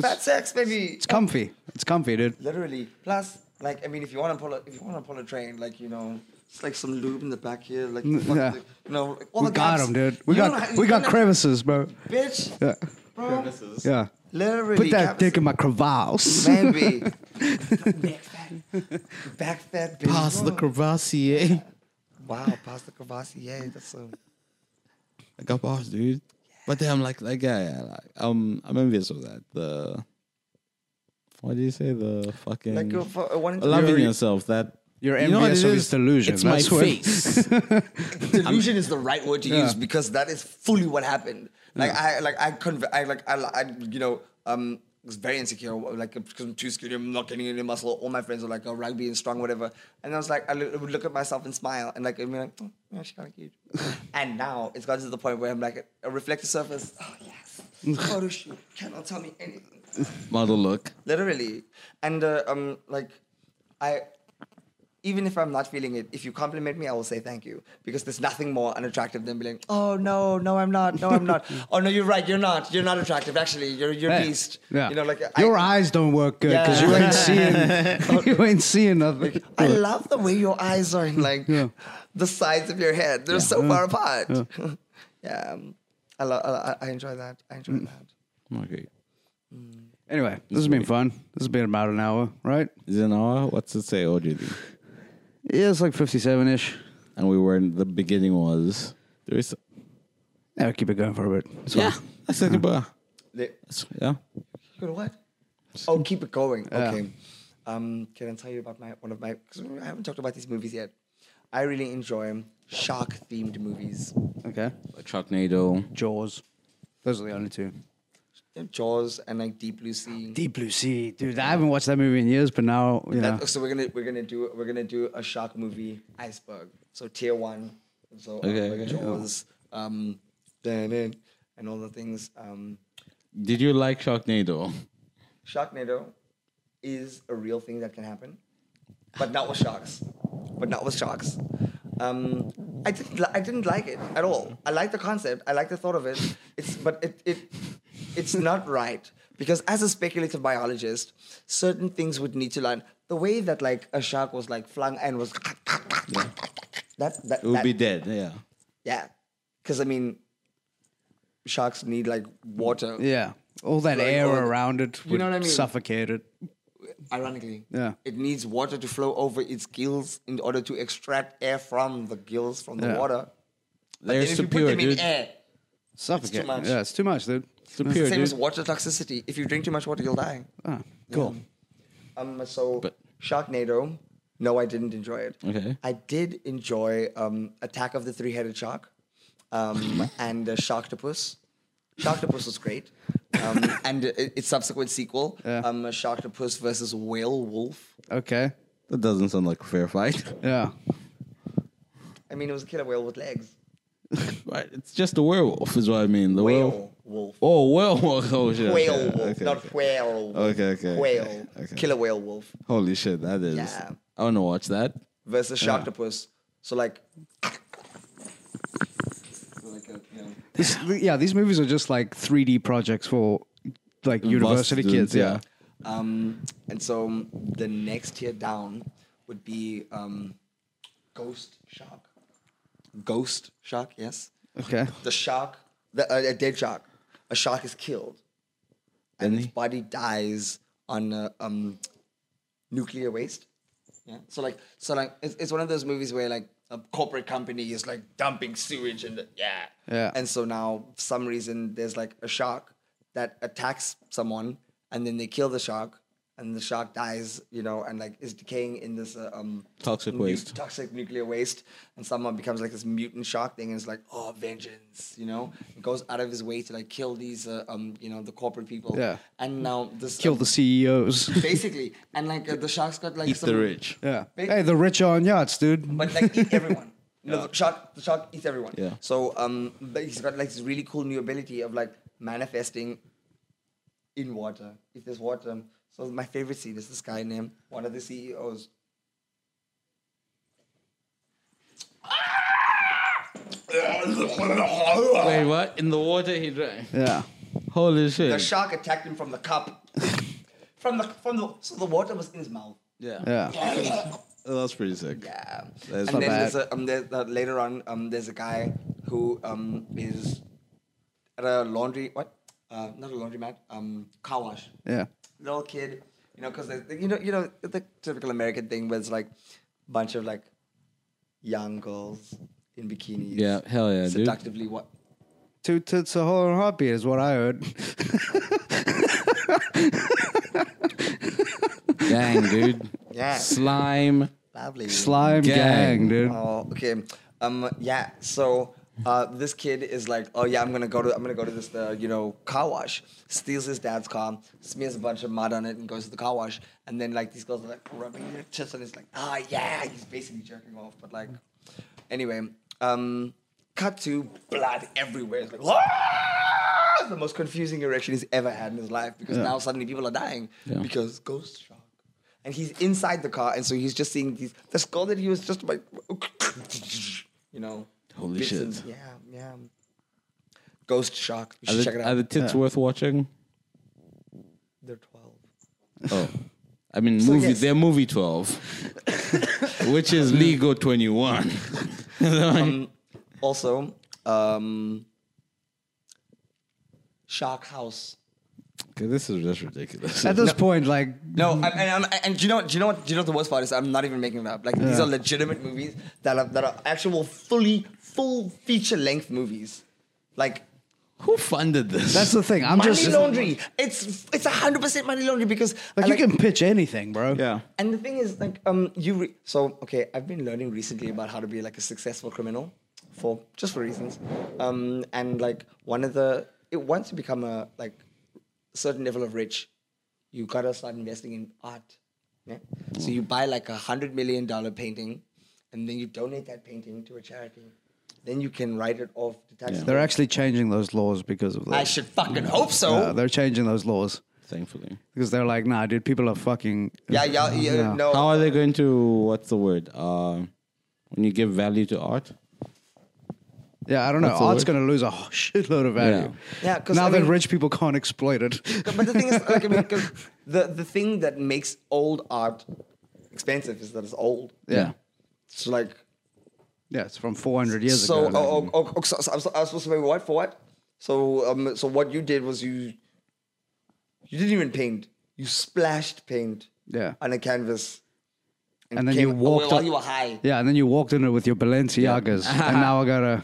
C: fat sex, baby.
A: It's comfy. It's comfy, dude.
C: Literally. Plus, like, I mean, if you want to pull a, if you want to pull a train, like, you know, it's like some lube in the back here, like,
A: Mm,
C: fuck
A: yeah.
C: the- you know, like, all
A: We
C: the
A: got
C: gaps.
A: him, dude. We
C: You don't
A: got
C: ha-
A: we
C: you
A: got
C: don't-
A: crevices, bro.
C: bitch.
A: Yeah,
C: Bro,
A: yeah.
C: literally.
A: Put that
C: gaps.
A: dick in my crevasse.
C: Maybe. back fat, back fat, bitch.
B: crevassier.
C: wow, past the crevasse. Yeah, that's so.
B: I got bars, dude. But then I'm like, like, yeah, yeah, like, um, I'm envious of that. The what do you say? The fucking
C: Like, uh, for- uh, wanting to-
B: loving
C: You're-
B: yourself. That
A: You're
B: You know what
A: envious
B: it
A: of
B: is?
A: his delusion.
B: It's
A: That's
B: my
A: what-
B: face.
C: delusion is the right word to use because that is fully what happened. Like I, like I, conv- I like I, I, you know, um, was very insecure. Like because I'm too skinny, I'm not getting any muscle. All my friends were like, oh, rugby and strong, whatever. And I was like, I lo- would look at myself and smile, and like, I'd be like, oh, yeah, she's kind of cute. and now it's gotten to the point where I'm like, a reflective surface. Oh yes, photo shoot cannot tell me anything
B: model look.
C: literally and uh, um like i even if i'm not feeling it if you compliment me i will say thank you because there's nothing more unattractive than being oh no no i'm not no i'm not oh no you're right you're not you're not attractive actually you're you're
A: Yeah.
C: beast
A: Yeah.
C: you know like
A: your
C: I,
A: eyes don't work good because
C: Yeah.
A: you ain't seeing. you ain't seeing nothing.
C: I love the way your eyes are in like
A: Yeah.
C: the sides of your head they're so far apart yeah,
A: Yeah.
C: um, I, lo- I, lo- I enjoy that i enjoy
A: Mm.
C: that
B: Okay,
A: Anyway, this has been fun. This has been about an hour, right?
B: is it an hour? What's it say, Audrey?
A: Yeah, it's like fifty-seven ish.
B: And we were in the beginning was there is
A: Yeah, I'll keep it going for a bit. It's
B: yeah.
A: fine.
B: That's like about
C: They-
B: that's- yeah.
C: Go to what? Oh, keep it going. Okay. Um, can I tell you about my one of my? Cause I haven't talked about these movies yet. I really enjoy shark-themed movies.
A: Okay.
B: Like Sharknado.
A: Jaws. Those are the only two.
C: Jaws and like Deep Blue Sea.
A: Deep Blue Sea, dude. I haven't watched that movie in years, but now you know.
C: That- so we're gonna we're gonna do we're gonna do a shark movie iceberg. So tier one. So uh,
B: Okay,
C: like
B: okay.
C: Jaws, um, dun-dun, and all the things. Um,
B: Did you like Sharknado?
C: Sharknado is a real thing that can happen, but not with sharks. But not with sharks. Um, I didn't. Li- I didn't like it at all. I like the concept. I like the thought of it. It's but it it it's not right because as a speculative biologist, certain things would need to learn. The way that like a shark was like flung and was that that
B: It would
C: that-
B: be dead. Yeah.
C: yeah, because I mean, sharks need like water.
A: Yeah. All that
C: Like,
A: air
C: all-
A: around it would
C: You know what I mean?
A: suffocate it.
C: ironically.
A: Yeah.
C: It needs water to flow over its gills in order to extract air from the gills from the
A: Yeah.
C: water. But
B: They're
C: then if you put
B: superior,
C: them in
B: dude.
C: air,
A: Suffocate.
C: much.
A: Yeah, it's too much, dude.
C: it's the
B: Superior,
C: same as
B: dude.
C: water toxicity. If you drink too much water, you'll die.
A: Ah, cool.
C: Um, so
B: But-
C: Sharknado. No, I didn't enjoy it.
B: Okay.
C: I did enjoy um, Attack of the Three-Headed Shark um, and uh, Sharktopus. Sharktopus was great, um, and uh, it- its subsequent sequel,
A: Yeah.
C: um, Sharktopus versus Whale Wolf.
A: Okay.
B: That doesn't sound like a fair fight.
A: Yeah.
C: I mean, it was a killer whale with legs.
B: right. It's just a werewolf, is what I mean. The werewolf.
C: Whale wolf.
B: Oh, werewolf. Oh, shit.
C: whale
B: okay,
C: wolf,
B: okay,
C: not
B: okay.
C: whale.
B: Okay, okay, okay,
C: Whale.
B: okay.
C: Killer whale wolf
B: Holy shit, that is.
C: Yeah.
B: I want to watch that. Uh-huh.
C: versus sharktopus. So like. So like a, you know,
A: This, yeah, these movies are just like 3D projects for like university
B: students,
A: kids. Yeah.
C: um, and so the next tier down would be um, ghost shark. Ghost shark, yes.
A: Okay.
C: The shark, the, uh, a dead shark. A shark is killed, and its body dies on uh, um, nuclear waste. Yeah. So like, so like, it's, it's one of those movies where like a corporate company is like dumping sewage and yeah.
A: Yeah.
C: And so now, for some reason, there's like a shark that attacks someone, and then they kill the shark, and the shark dies, you know, and like is decaying in this uh, um
B: Toxic
C: nu-
B: waste.
C: toxic nuclear waste, and someone becomes like this mutant shark thing, and it's like, oh, vengeance, you know, and goes out of his way to like kill these, uh, um, you know, the corporate people.
A: Yeah.
C: And now this uh,
A: Kill the E CEOs.
C: basically, and like uh, the shark's got like
B: Eat
C: some,
B: the rich.
A: yeah.
C: Big-
A: Hey, the rich are on yachts, dude.
C: but like eat everyone. No, the shark, the shark eats everyone.
B: Yeah.
C: So um, but he's got like this really cool new ability of like manifesting in water. If there's water, so my favorite scene is this guy named one of the E CEOs.
B: Wait, what? In the water he drank.
A: Yeah.
B: Holy shit.
C: The shark attacked him from the cup, from the from the so the water was in his mouth.
B: yeah.
A: Yeah.
B: Oh, that's pretty sick.
C: Yeah.
B: That's
C: and
B: not
C: then
A: bad.
C: there's a, um, there's, uh, later on, um, there's a guy who um, is at a laundry, what? Uh, not a laundromat, um, car wash.
A: Yeah.
C: Little kid, you know, because you know, you know, the typical American thing where it's like bunch of like young girls in bikinis.
B: Yeah, hell yeah, dude.
C: Seductively what?
A: two tits a hole and a heartbeat is what I heard.
B: Dang, dude.
C: Yeah.
B: Slime.
C: Lovely.
A: Slime gang,
B: Gang.
A: dude.
C: Oh, okay. Um, yeah. So uh, this kid is like, oh yeah, I'm gonna go to, I'm gonna go to this, uh, you know, car wash. Steals his dad's car, smears a bunch of mud on it, and goes to the car wash. And then like these girls are like rubbing their tits, and it's like, ah, yeah, he's basically jerking off. But like, anyway, um, cut to blood everywhere. It's like, "Ah!" the most confusing erection he's ever had in his life because now suddenly people are dying
B: Yeah.
C: because ghost shark. And he's inside the car, and so he's just seeing these. The skull that he was just like, you know.
B: Holy
C: bits
B: shit.
C: and- yeah, yeah. Ghost shark. You
B: Are
C: should
B: the,
C: check it
B: are
C: out.
B: the tits worth watching?
C: They're twelve.
B: Oh. I mean, movie.
C: yes.
B: They're movie 12, which is legal 21.
C: Um, also, um, Shark House.
B: Okay, this is just ridiculous.
A: At this point, like,
C: No,
B: Mm-hmm.
C: I'm, and, I'm, and do you know do you know what do you know what the worst part is? I'm not even making it up. Like these are legitimate movies that are that are actual fully full feature length movies. Like
B: Who funded this?
A: that's the thing. I'm
C: money
A: just.
C: laundry. It's it's hundred percent money laundry because
A: Like,
C: and
A: you can pitch anything, bro.
B: yeah.
C: And the thing is, like, um, you re- so okay. I've been learning recently about how to be like a successful criminal, for just for reasons. Um, and like one of the it, once you become a like certain level of rich, you gotta start investing in art. Yeah? So you buy like a hundred million dollar painting, and then you donate that painting to a charity. Then you can write it off to tax.
A: They're actually changing those laws because of this.
C: I should fucking hope so.
A: Yeah, they're changing those laws
B: Thankfully.
A: because they're like, nah, dude, people are fucking.
C: yeah, yeah, yeah, No.
B: How are they going to? What's the word? Uh, when you give value to art,
A: Yeah, I don't know.
B: That's the
A: Art's
B: word.
A: going to lose a shitload of value.
C: Yeah, 'cause
A: now
C: I
A: that
C: mean-
A: rich people can't exploit it.
C: but the thing is, like, I mean, 'cause the, the thing that makes old art expensive is that it's old.
A: Yeah.
C: It's like,
A: Yeah, it's from 400 years
C: so,
A: ago.
C: oh, oh, oh, so, so I, was, I was supposed to pay what for what? So, um, so what you did was you, you didn't even paint. You splashed paint.
A: Yeah.
C: On a canvas.
A: And then you
C: came-
A: walked
C: while
A: up-
C: oh, you were high.
A: Yeah, and then you walked in it with your Balenciagas, and now I gotta.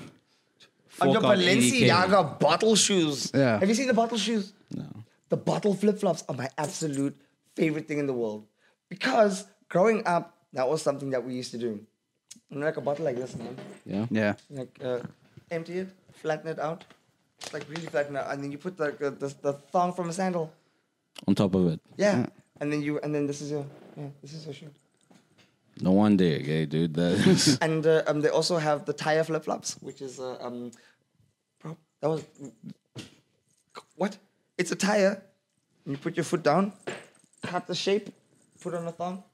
C: On your
B: Fork out 80K.
C: Balenciaga bottle shoes.
A: Yeah.
C: Have you seen the bottle shoes?
B: No.
C: The bottle flip flops are my absolute favorite thing in the world because growing up, that was something that we used to do. You know, like a bottle like this, man.
B: Yeah.
A: Yeah,
C: Like uh, empty it, flatten it out, like really flatten it, out, and then you put the the, the, the thong from a sandal.
B: On top of it,
C: Yeah. And then you and then this is your yeah, this is your shoe.
B: no one day, okay, dude. That's
C: And uh, um, they also have the tire flip flops, which is uh, um, bro, that was what? It's a tire. You put your foot down, cut the shape, put on a thong.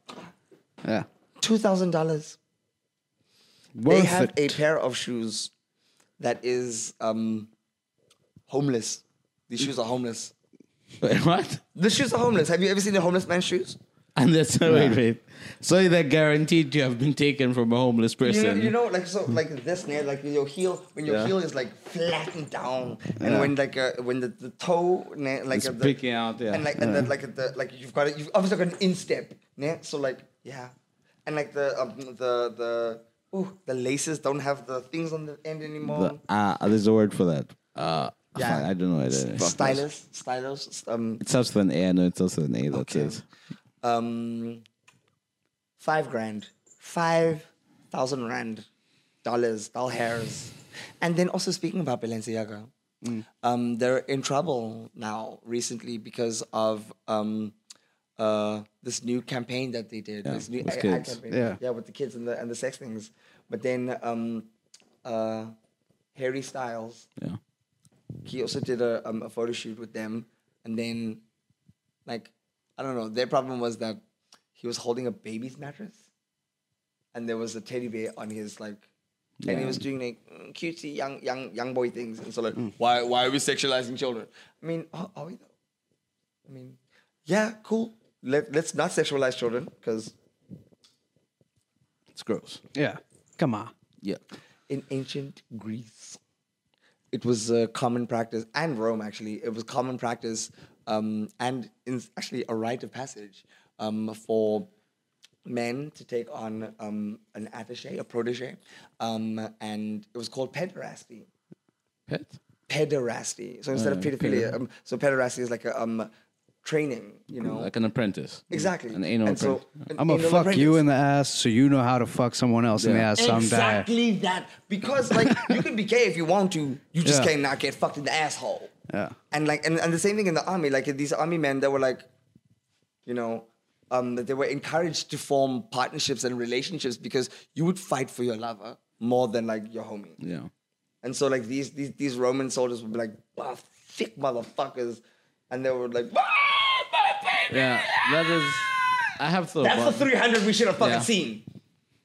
A: yeah.
C: Two thousand dollars. They
A: Worth
C: have
A: it.
C: a pair of shoes that is um, homeless. These shoes are homeless.
B: Wait, what?
C: The shoes are homeless. Have you ever seen a homeless man's shoes?
B: And that's wait, wait. So they're guaranteed to have been taken from a homeless
C: You know,
B: person.
C: you know, like so, like this, near like your heel, when your
B: Yeah.
C: heel is like flattened down, and when like uh, when the, the toe, ne, like
B: It's
C: uh, the,
B: picking out, yeah.
C: and like and then like at the like you've got it, you've obviously got an instep, ne? so like yeah, and like the um, the the ooh, the laces don't have the things on the end anymore.
B: The- ah, there's a word for that. Uh,
C: Yeah.
B: fuck, I don't know. What it
C: S-
B: is.
C: Stylus, stylus, um,
B: It starts with an A. No, it starts with an A. That's
C: Okay.
B: it.
C: um, five grand, five thousand rand, dollars, doll hairs, and then also speaking about Balenciaga,
B: Mm.
C: um, they're in trouble now recently because of um, uh, this new campaign that they did, this new
B: with
C: ad
B: kids.
C: campaign,
A: Yeah.
C: with the kids and the and the sex things, but then um, uh, Harry Styles
B: Yeah.
C: he also did a, um, a photo shoot with them and then like i don't know their problem was that he was holding a baby's mattress and there was a teddy bear on his like and he was doing like mm, cutesy young young young boy things and so like why why are we sexualizing children i mean oh, are, are we though i mean yeah cool Let, let's not sexualize children because
B: It's gross.
A: yeah, come on.
B: Yeah.
C: in ancient Greece. It was a common practice, and Rome actually, it was common practice, um, and in, actually a rite of passage um, for men to take on um, an attaché, a protege, um, and it was called pederasty.
B: Pet.
C: pederasty. So
B: Uh,
C: instead of pedophilia, um, so pederasty is like a um, training, you know.
B: like an apprentice.
C: exactly.
B: An anal
C: And so
B: apprentice.
C: an
A: I'm gonna
C: anal
A: fuck you
C: apprentice.
A: in the ass so you know how to fuck someone else in the
B: Yeah.
A: ass someday.
C: Exactly that. Because like you can be gay if you want to, you just
A: Yeah.
C: cannot get fucked in the asshole.
A: Yeah.
C: And like and, and the same thing in the army. Like these army men that were like, you know, um, that they were encouraged to form partnerships and relationships because you would fight for your lover more than like your homie.
B: yeah.
C: And so like these these these Roman soldiers would be like, "Bah, thick motherfuckers. And they were like, "Bah, my baby."
B: Yeah. That is. I have thought
C: That's
B: about
C: the 300 we should have fucking
B: Yeah.
C: seen.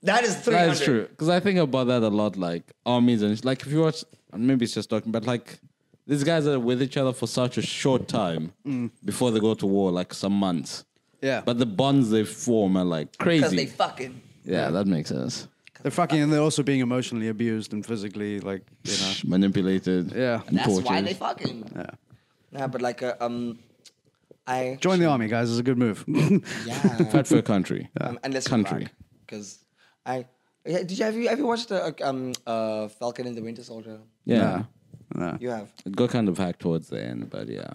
C: That is 300.
B: That is true. Because I think about that a lot, like armies and like if you watch, and maybe it's just talking, but like these guys are with each other for such a short time
C: Mm.
B: before they go to war, like some months.
A: Yeah.
B: But the bonds they form are like
C: Because
B: crazy.
C: they fucking.
B: yeah, that makes sense.
A: They're fucking and they're also being emotionally abused and physically like you know.
B: Manipulated.
A: Yeah.
B: and
C: That's why
B: tortured.
C: they fucking. Yeah. Nah, but like, uh, um, I.
A: Join the army, guys. It's a good move.
C: Yeah.
B: Fight for a country.
C: um, unless
B: country.
C: Because I. Yeah, did you have you have you watched the uh, um uh Falcon and the Winter Soldier?
B: Yeah.
A: No.
C: You have.
B: It got kind of hacked towards the end, but yeah.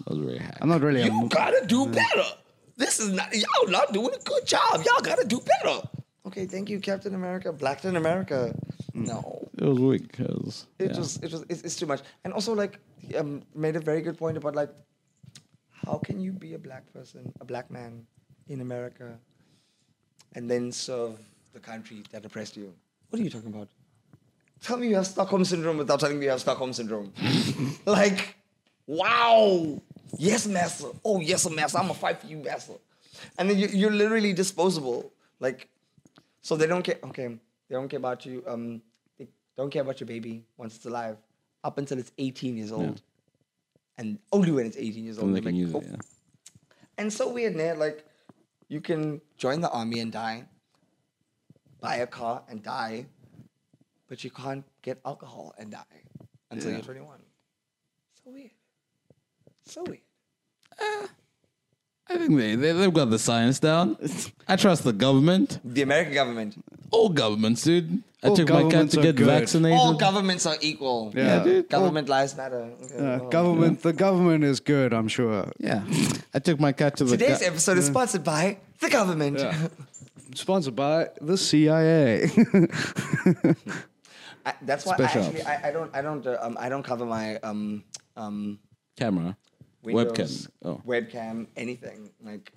B: It was really hacked.
A: I'm not really. a
C: You
A: mo-
C: gotta do better. This is not y'all not doing a good job. Y'all gotta do better. Okay, thank you, Captain America, Blackton America. No.
B: it was weak. It was.
C: It
B: yeah.
C: just it was it's, it's too much. And also like he, um made a very good point about like how can you be a black person, a black man in America and then serve the country that oppressed you? What are you talking about? Tell me you have Stockholm syndrome without telling me you have Stockholm syndrome. like, wow. Yes, master. Oh, yes, master. I'm gonna fight for you, master. And then you, you're literally disposable. Like, so they don't care. Okay, they don't care about you. Um, they don't care about your baby once it's alive, up until it's 18 years old, and only when it's 18 years old
B: they can
C: they're like,
B: use it,
C: "Oh."
B: yeah.
C: And so weird, Ned. Like, you can join the army and die, buy a car and die, but you can't get alcohol and die until you're 21. So weird. So weird.
B: I think they, they they've got the science down. I trust the government.
C: The American government.
B: All governments, dude. I
A: All
B: took my cat
A: governments
B: to
A: are
B: get
A: good.
B: vaccinated.
C: All governments are equal.
A: Yeah. Yeah, dude.
C: Government lives matter. Okay,
A: uh,
C: well.
A: government. The government is good. I'm sure.
B: yeah, I took my cat to the.
C: Today's
B: gu-
C: episode is sponsored by the government.
A: Sponsored by the CIA.
C: I, that's why I
B: Special.
C: actually I, I don't I don't uh, um, I don't cover my um um
B: camera,
C: Windows,
B: webcam. Oh,
C: webcam anything like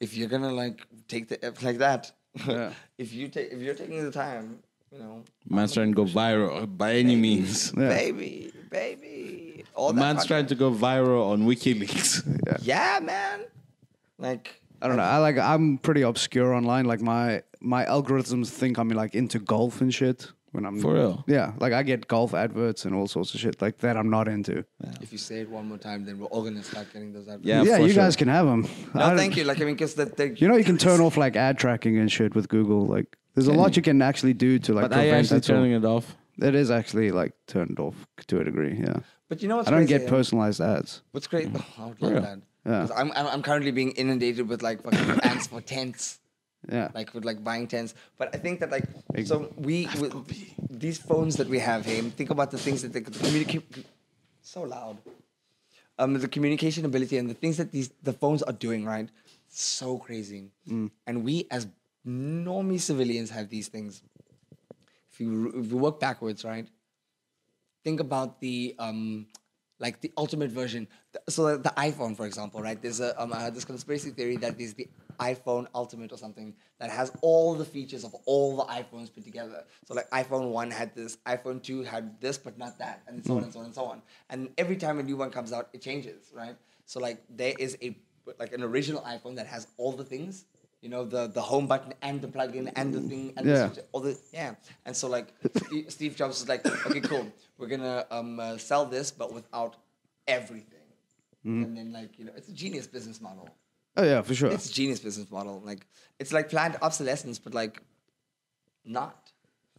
C: if you're gonna like take the F like that if you take if you're taking the time you know
B: man's trying to go viral by any means.
C: baby baby all that
B: Man's
C: fucking-
B: trying to go viral on WikiLeaks.
C: yeah man like
A: I don't know. I like. I'm pretty obscure online. Like my my algorithms think I'm like into golf and shit. When I'm
B: For real?
A: Yeah. Like I get golf adverts and all sorts of shit like that. I'm not into.
C: if you say it one more time then we're all gonna start getting those adverts.
B: Yeah,
A: Yeah.
B: for
A: you
B: sure.
A: guys can have them.
C: no thank you like I mean because that they,
A: You know, you can turn off like ad tracking and shit with Google. Like, there's a lot you can actually do to like
B: But are you
A: prevent
B: actually
A: that.
B: turning
A: sort-
B: it off?
A: It is actually like turned off to a degree. Yeah,
C: but you know what's
A: I don't
C: crazy,
A: get
C: yeah?
A: personalized ads.
C: What's great? Oh, I would love
B: Yeah.
C: that. 'Cause I'm, I'm I'm currently being inundated with like fucking ads for tents,
A: Yeah,
C: like with like buying tents. But I think that like so we with these phones that we have here. Think about the things that they could communicate. So loud. Um, the communication ability and the things that these the phones are doing right, so crazy. And we as normie civilians have these things. If you if you work backwards, right? think about the um like the ultimate version Th- so the, the iphone for example right there's a um, I heard this conspiracy theory that there's the iphone ultimate or something that has all the features of all the iphones put together so like iphone 1 had this iphone 2 had this but not that and so on and so on and so on and every time a new one comes out it changes right so like there is a like an original iphone that has all the things you know the the home button and the plug-in and the thing and
A: Yeah.
C: the switch all the yeah. And so like Steve- Steve Jobs is like, okay, cool, we're gonna um, uh, sell this but without everything.
A: Mm-hmm.
C: And then like you know, it's a genius business model.
A: oh yeah, for sure.
C: It's a genius business model. Like it's like planned obsolescence, but like not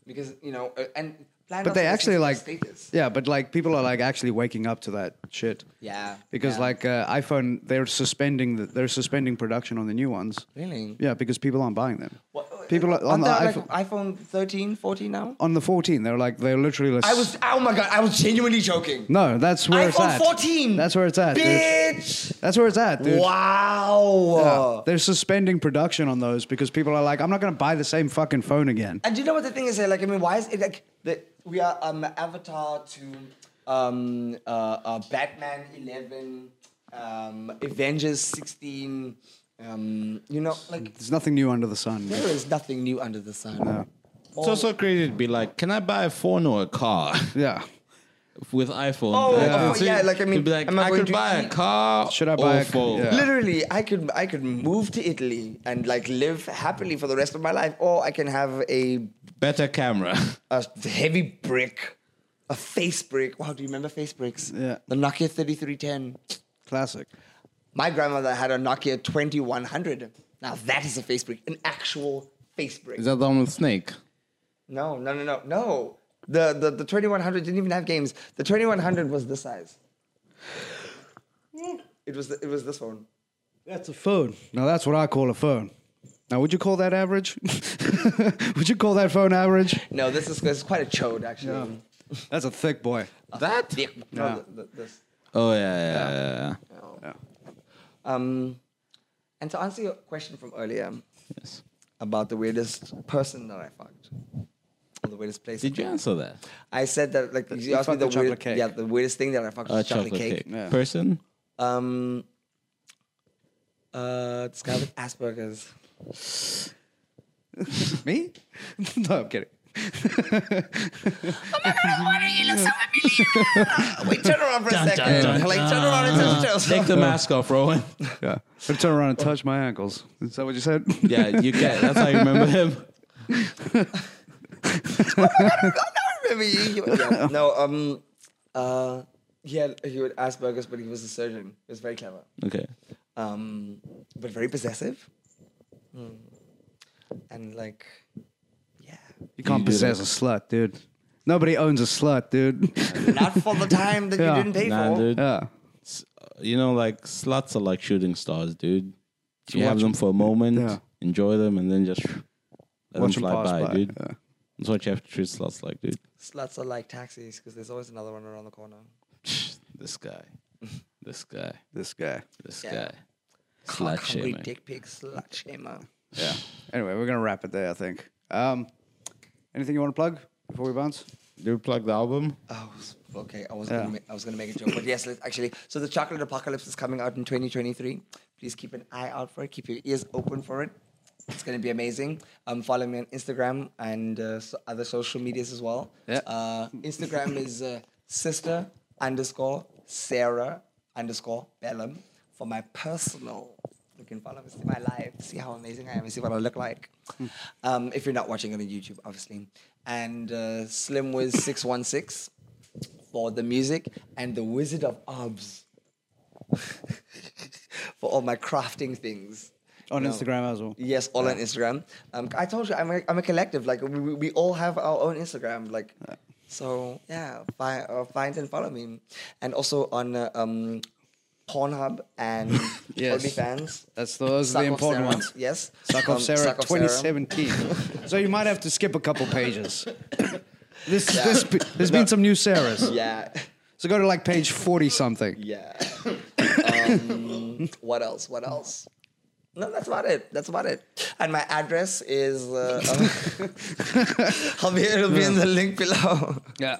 C: because you know uh, and planned.
A: but they
C: obsolescence
A: actually
C: is
A: like,
C: status.
A: yeah, but like people are like actually waking up to that shit.
C: Yeah,
A: because
C: yeah.
A: like uh, iPhone, they're suspending the, they're suspending production on the new ones.
C: Really?
A: Yeah, because people aren't buying them.
C: What-
A: People are- on
C: Aren't
A: the
C: there,
A: iPhone- Oh.
C: like iPhone 13, 14 now.
A: on the 14. They're like they're literally. Like,
C: I was oh my god, I was genuinely joking.
A: No, that's where it's
C: iPhone
A: at.
C: 14.
A: That's where it's at, dude.
C: Bitch.
A: That's where it's at, dude. Yeah.
C: Wow.
A: They're suspending production on those because people are like, I'm not going to buy the same fucking phone again.
C: And do you know what the thing is? eh, Like, I mean, why is it like that? We are um Avatar to um uh, uh Batman eleven, um Avengers sixteen. Um, you know, like
A: There's nothing new under the sun.
C: there is nothing new under the sun.
B: It's also crazy to be like, can I buy a phone or a car
A: Yeah.
B: with iPhone?
C: Oh,
B: Like,
C: oh,
B: it's-
C: yeah, like, I mean,
B: you'd be like,
C: am I
B: I
C: going
B: could
C: to
B: buy a
C: eat-
B: car
A: Should I
B: or
A: buy a-
B: a phone.
A: yeah.
C: Literally, I could I could move to Italy and like live happily for the rest of my life, or I can have a
B: Better camera.
C: a heavy brick, a face brick. Wow, do you remember face bricks?
A: Yeah.
C: The Nokia 3310.
A: Classic.
C: My grandmother had a Nokia 2100. Now that is a face brick, an actual face brick.
B: Is that the one with Snake?
C: no, no, no, no, no. The, the, the 2100 didn't even have games. The 2100 was this size. It was, the, it was this one.
A: That's a phone. Now, that's what I call a phone. Now, would you call that average? would you call that phone average?
C: No, this is, this is quite a chode, actually.
A: That's a thick boy.
B: That?
C: Yeah. No,
A: Yeah.
C: th- th- this.
B: Oh, yeah, yeah, yeah. yeah, yeah.
C: No.
A: Yeah.
C: Um, and to answer your question from earlier,
B: Yes.
C: about the weirdest person that I fucked. Or the weirdest place.
B: Did
C: I
B: you
C: fucked.
B: answer that?
C: I said that like you
A: you
C: asked me
A: fucked
C: the,
A: the chocolate
C: weird,
A: cake.
C: yeah the weirdest thing that I fucked
B: Uh,
C: was chocolate, cake.
A: Yeah.
B: Person?
C: Um, uh, this guy with Asperger's.
A: Me? no, I'm kidding.
C: Wait, turn around for a second. like turn around and touch your toes.
B: Take the mask off, Rowan.
A: Yeah. But turn around and touch my ankles. Is that what you said?
B: yeah, you can. That's how you remember him.
C: Remember you- you- yeah. No, um, uh, he had he had Asperger's, but he was a surgeon. He was very clever.
B: Okay.
C: um, but very possessive. Hmm. And like, yeah.
A: You can't
B: You did
A: possess
B: it.
A: a slut, dude. Nobody owns a slut, dude.
C: Not for the time that
A: Yeah.
C: you didn't pay
B: Nah,
C: for.
B: dude.
A: yeah.
B: S- You know, like, sluts are like shooting stars, dude. You
A: watch
B: have them
A: them.
B: for a moment,
A: Yeah.
B: enjoy them, and then just let
A: Watch
B: them
A: 'em
B: fly
A: pass
B: by,
A: by,
B: dude.
A: yeah.
B: That's what you have to treat sluts like, dude.
C: Sluts are like taxis because there's always another one around the corner.
B: This guy. This guy.
A: This guy.
B: This
C: Yeah.
B: guy. Slut
C: Hungry
B: shaming.
C: dick pig slut shamer.
A: Yeah. Anyway, we're gonna wrap it there, I think. Um, anything you want to plug before we bounce?
B: Do we plug the album?
C: Oh, s- okay. I was
A: Yeah.
C: gonna ma- I was gonna make a joke, but yes, let's actually. So the Chocolate Apocalypse is coming out in 2023. Please keep an eye out for it. Keep your ears open for it. It's gonna be amazing. Um, follow me on Instagram and uh, so other social medias as well.
A: Yeah.
C: Uh, Instagram is uh, sister underscore Sarah underscore Bellum for my personal. You can follow me, see my life, see how amazing I am, and see what I look like.
A: Hmm.
C: Um, if you're not watching it on YouTube, obviously. And uh, Slim Wiz 616 for the music and the Wizard of Obs for all my crafting things.
A: On
C: You know,
A: Instagram as well.
C: Yes, all on Instagram. Um, I told you, I'm a, I'm a collective. Like we, we- we all have our own Instagram. Like, so yeah, find, uh, find and follow me, and also on uh, um, Pornhub and
A: Yes.
C: OnlyFans.
A: That's those are
C: Suck
A: the
C: off
A: important
C: Sarah.
A: ones.
C: Yes.
A: Suck off
C: Um,
A: Sarah
C: Suck Off
A: 2017. so you might have to skip a couple pages. this this there's been some new Sarahs.
C: Yeah.
A: So go to like page 40 something.
C: Yeah. um, what else? What else? No, that's about it. That's about it. And my address is. Uh, I'll be, it'll be in the link below.
A: Yeah.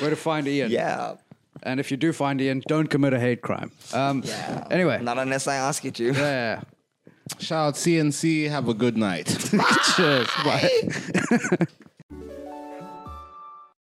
A: Where to find Ian?
C: yeah.
A: And if you do find Ian, don't commit a hate crime. Um,
C: Yeah.
A: Anyway.
C: Not unless I ask you to.
A: yeah.
B: Shout out CNC. Have a good night.
A: Cheers. Bye.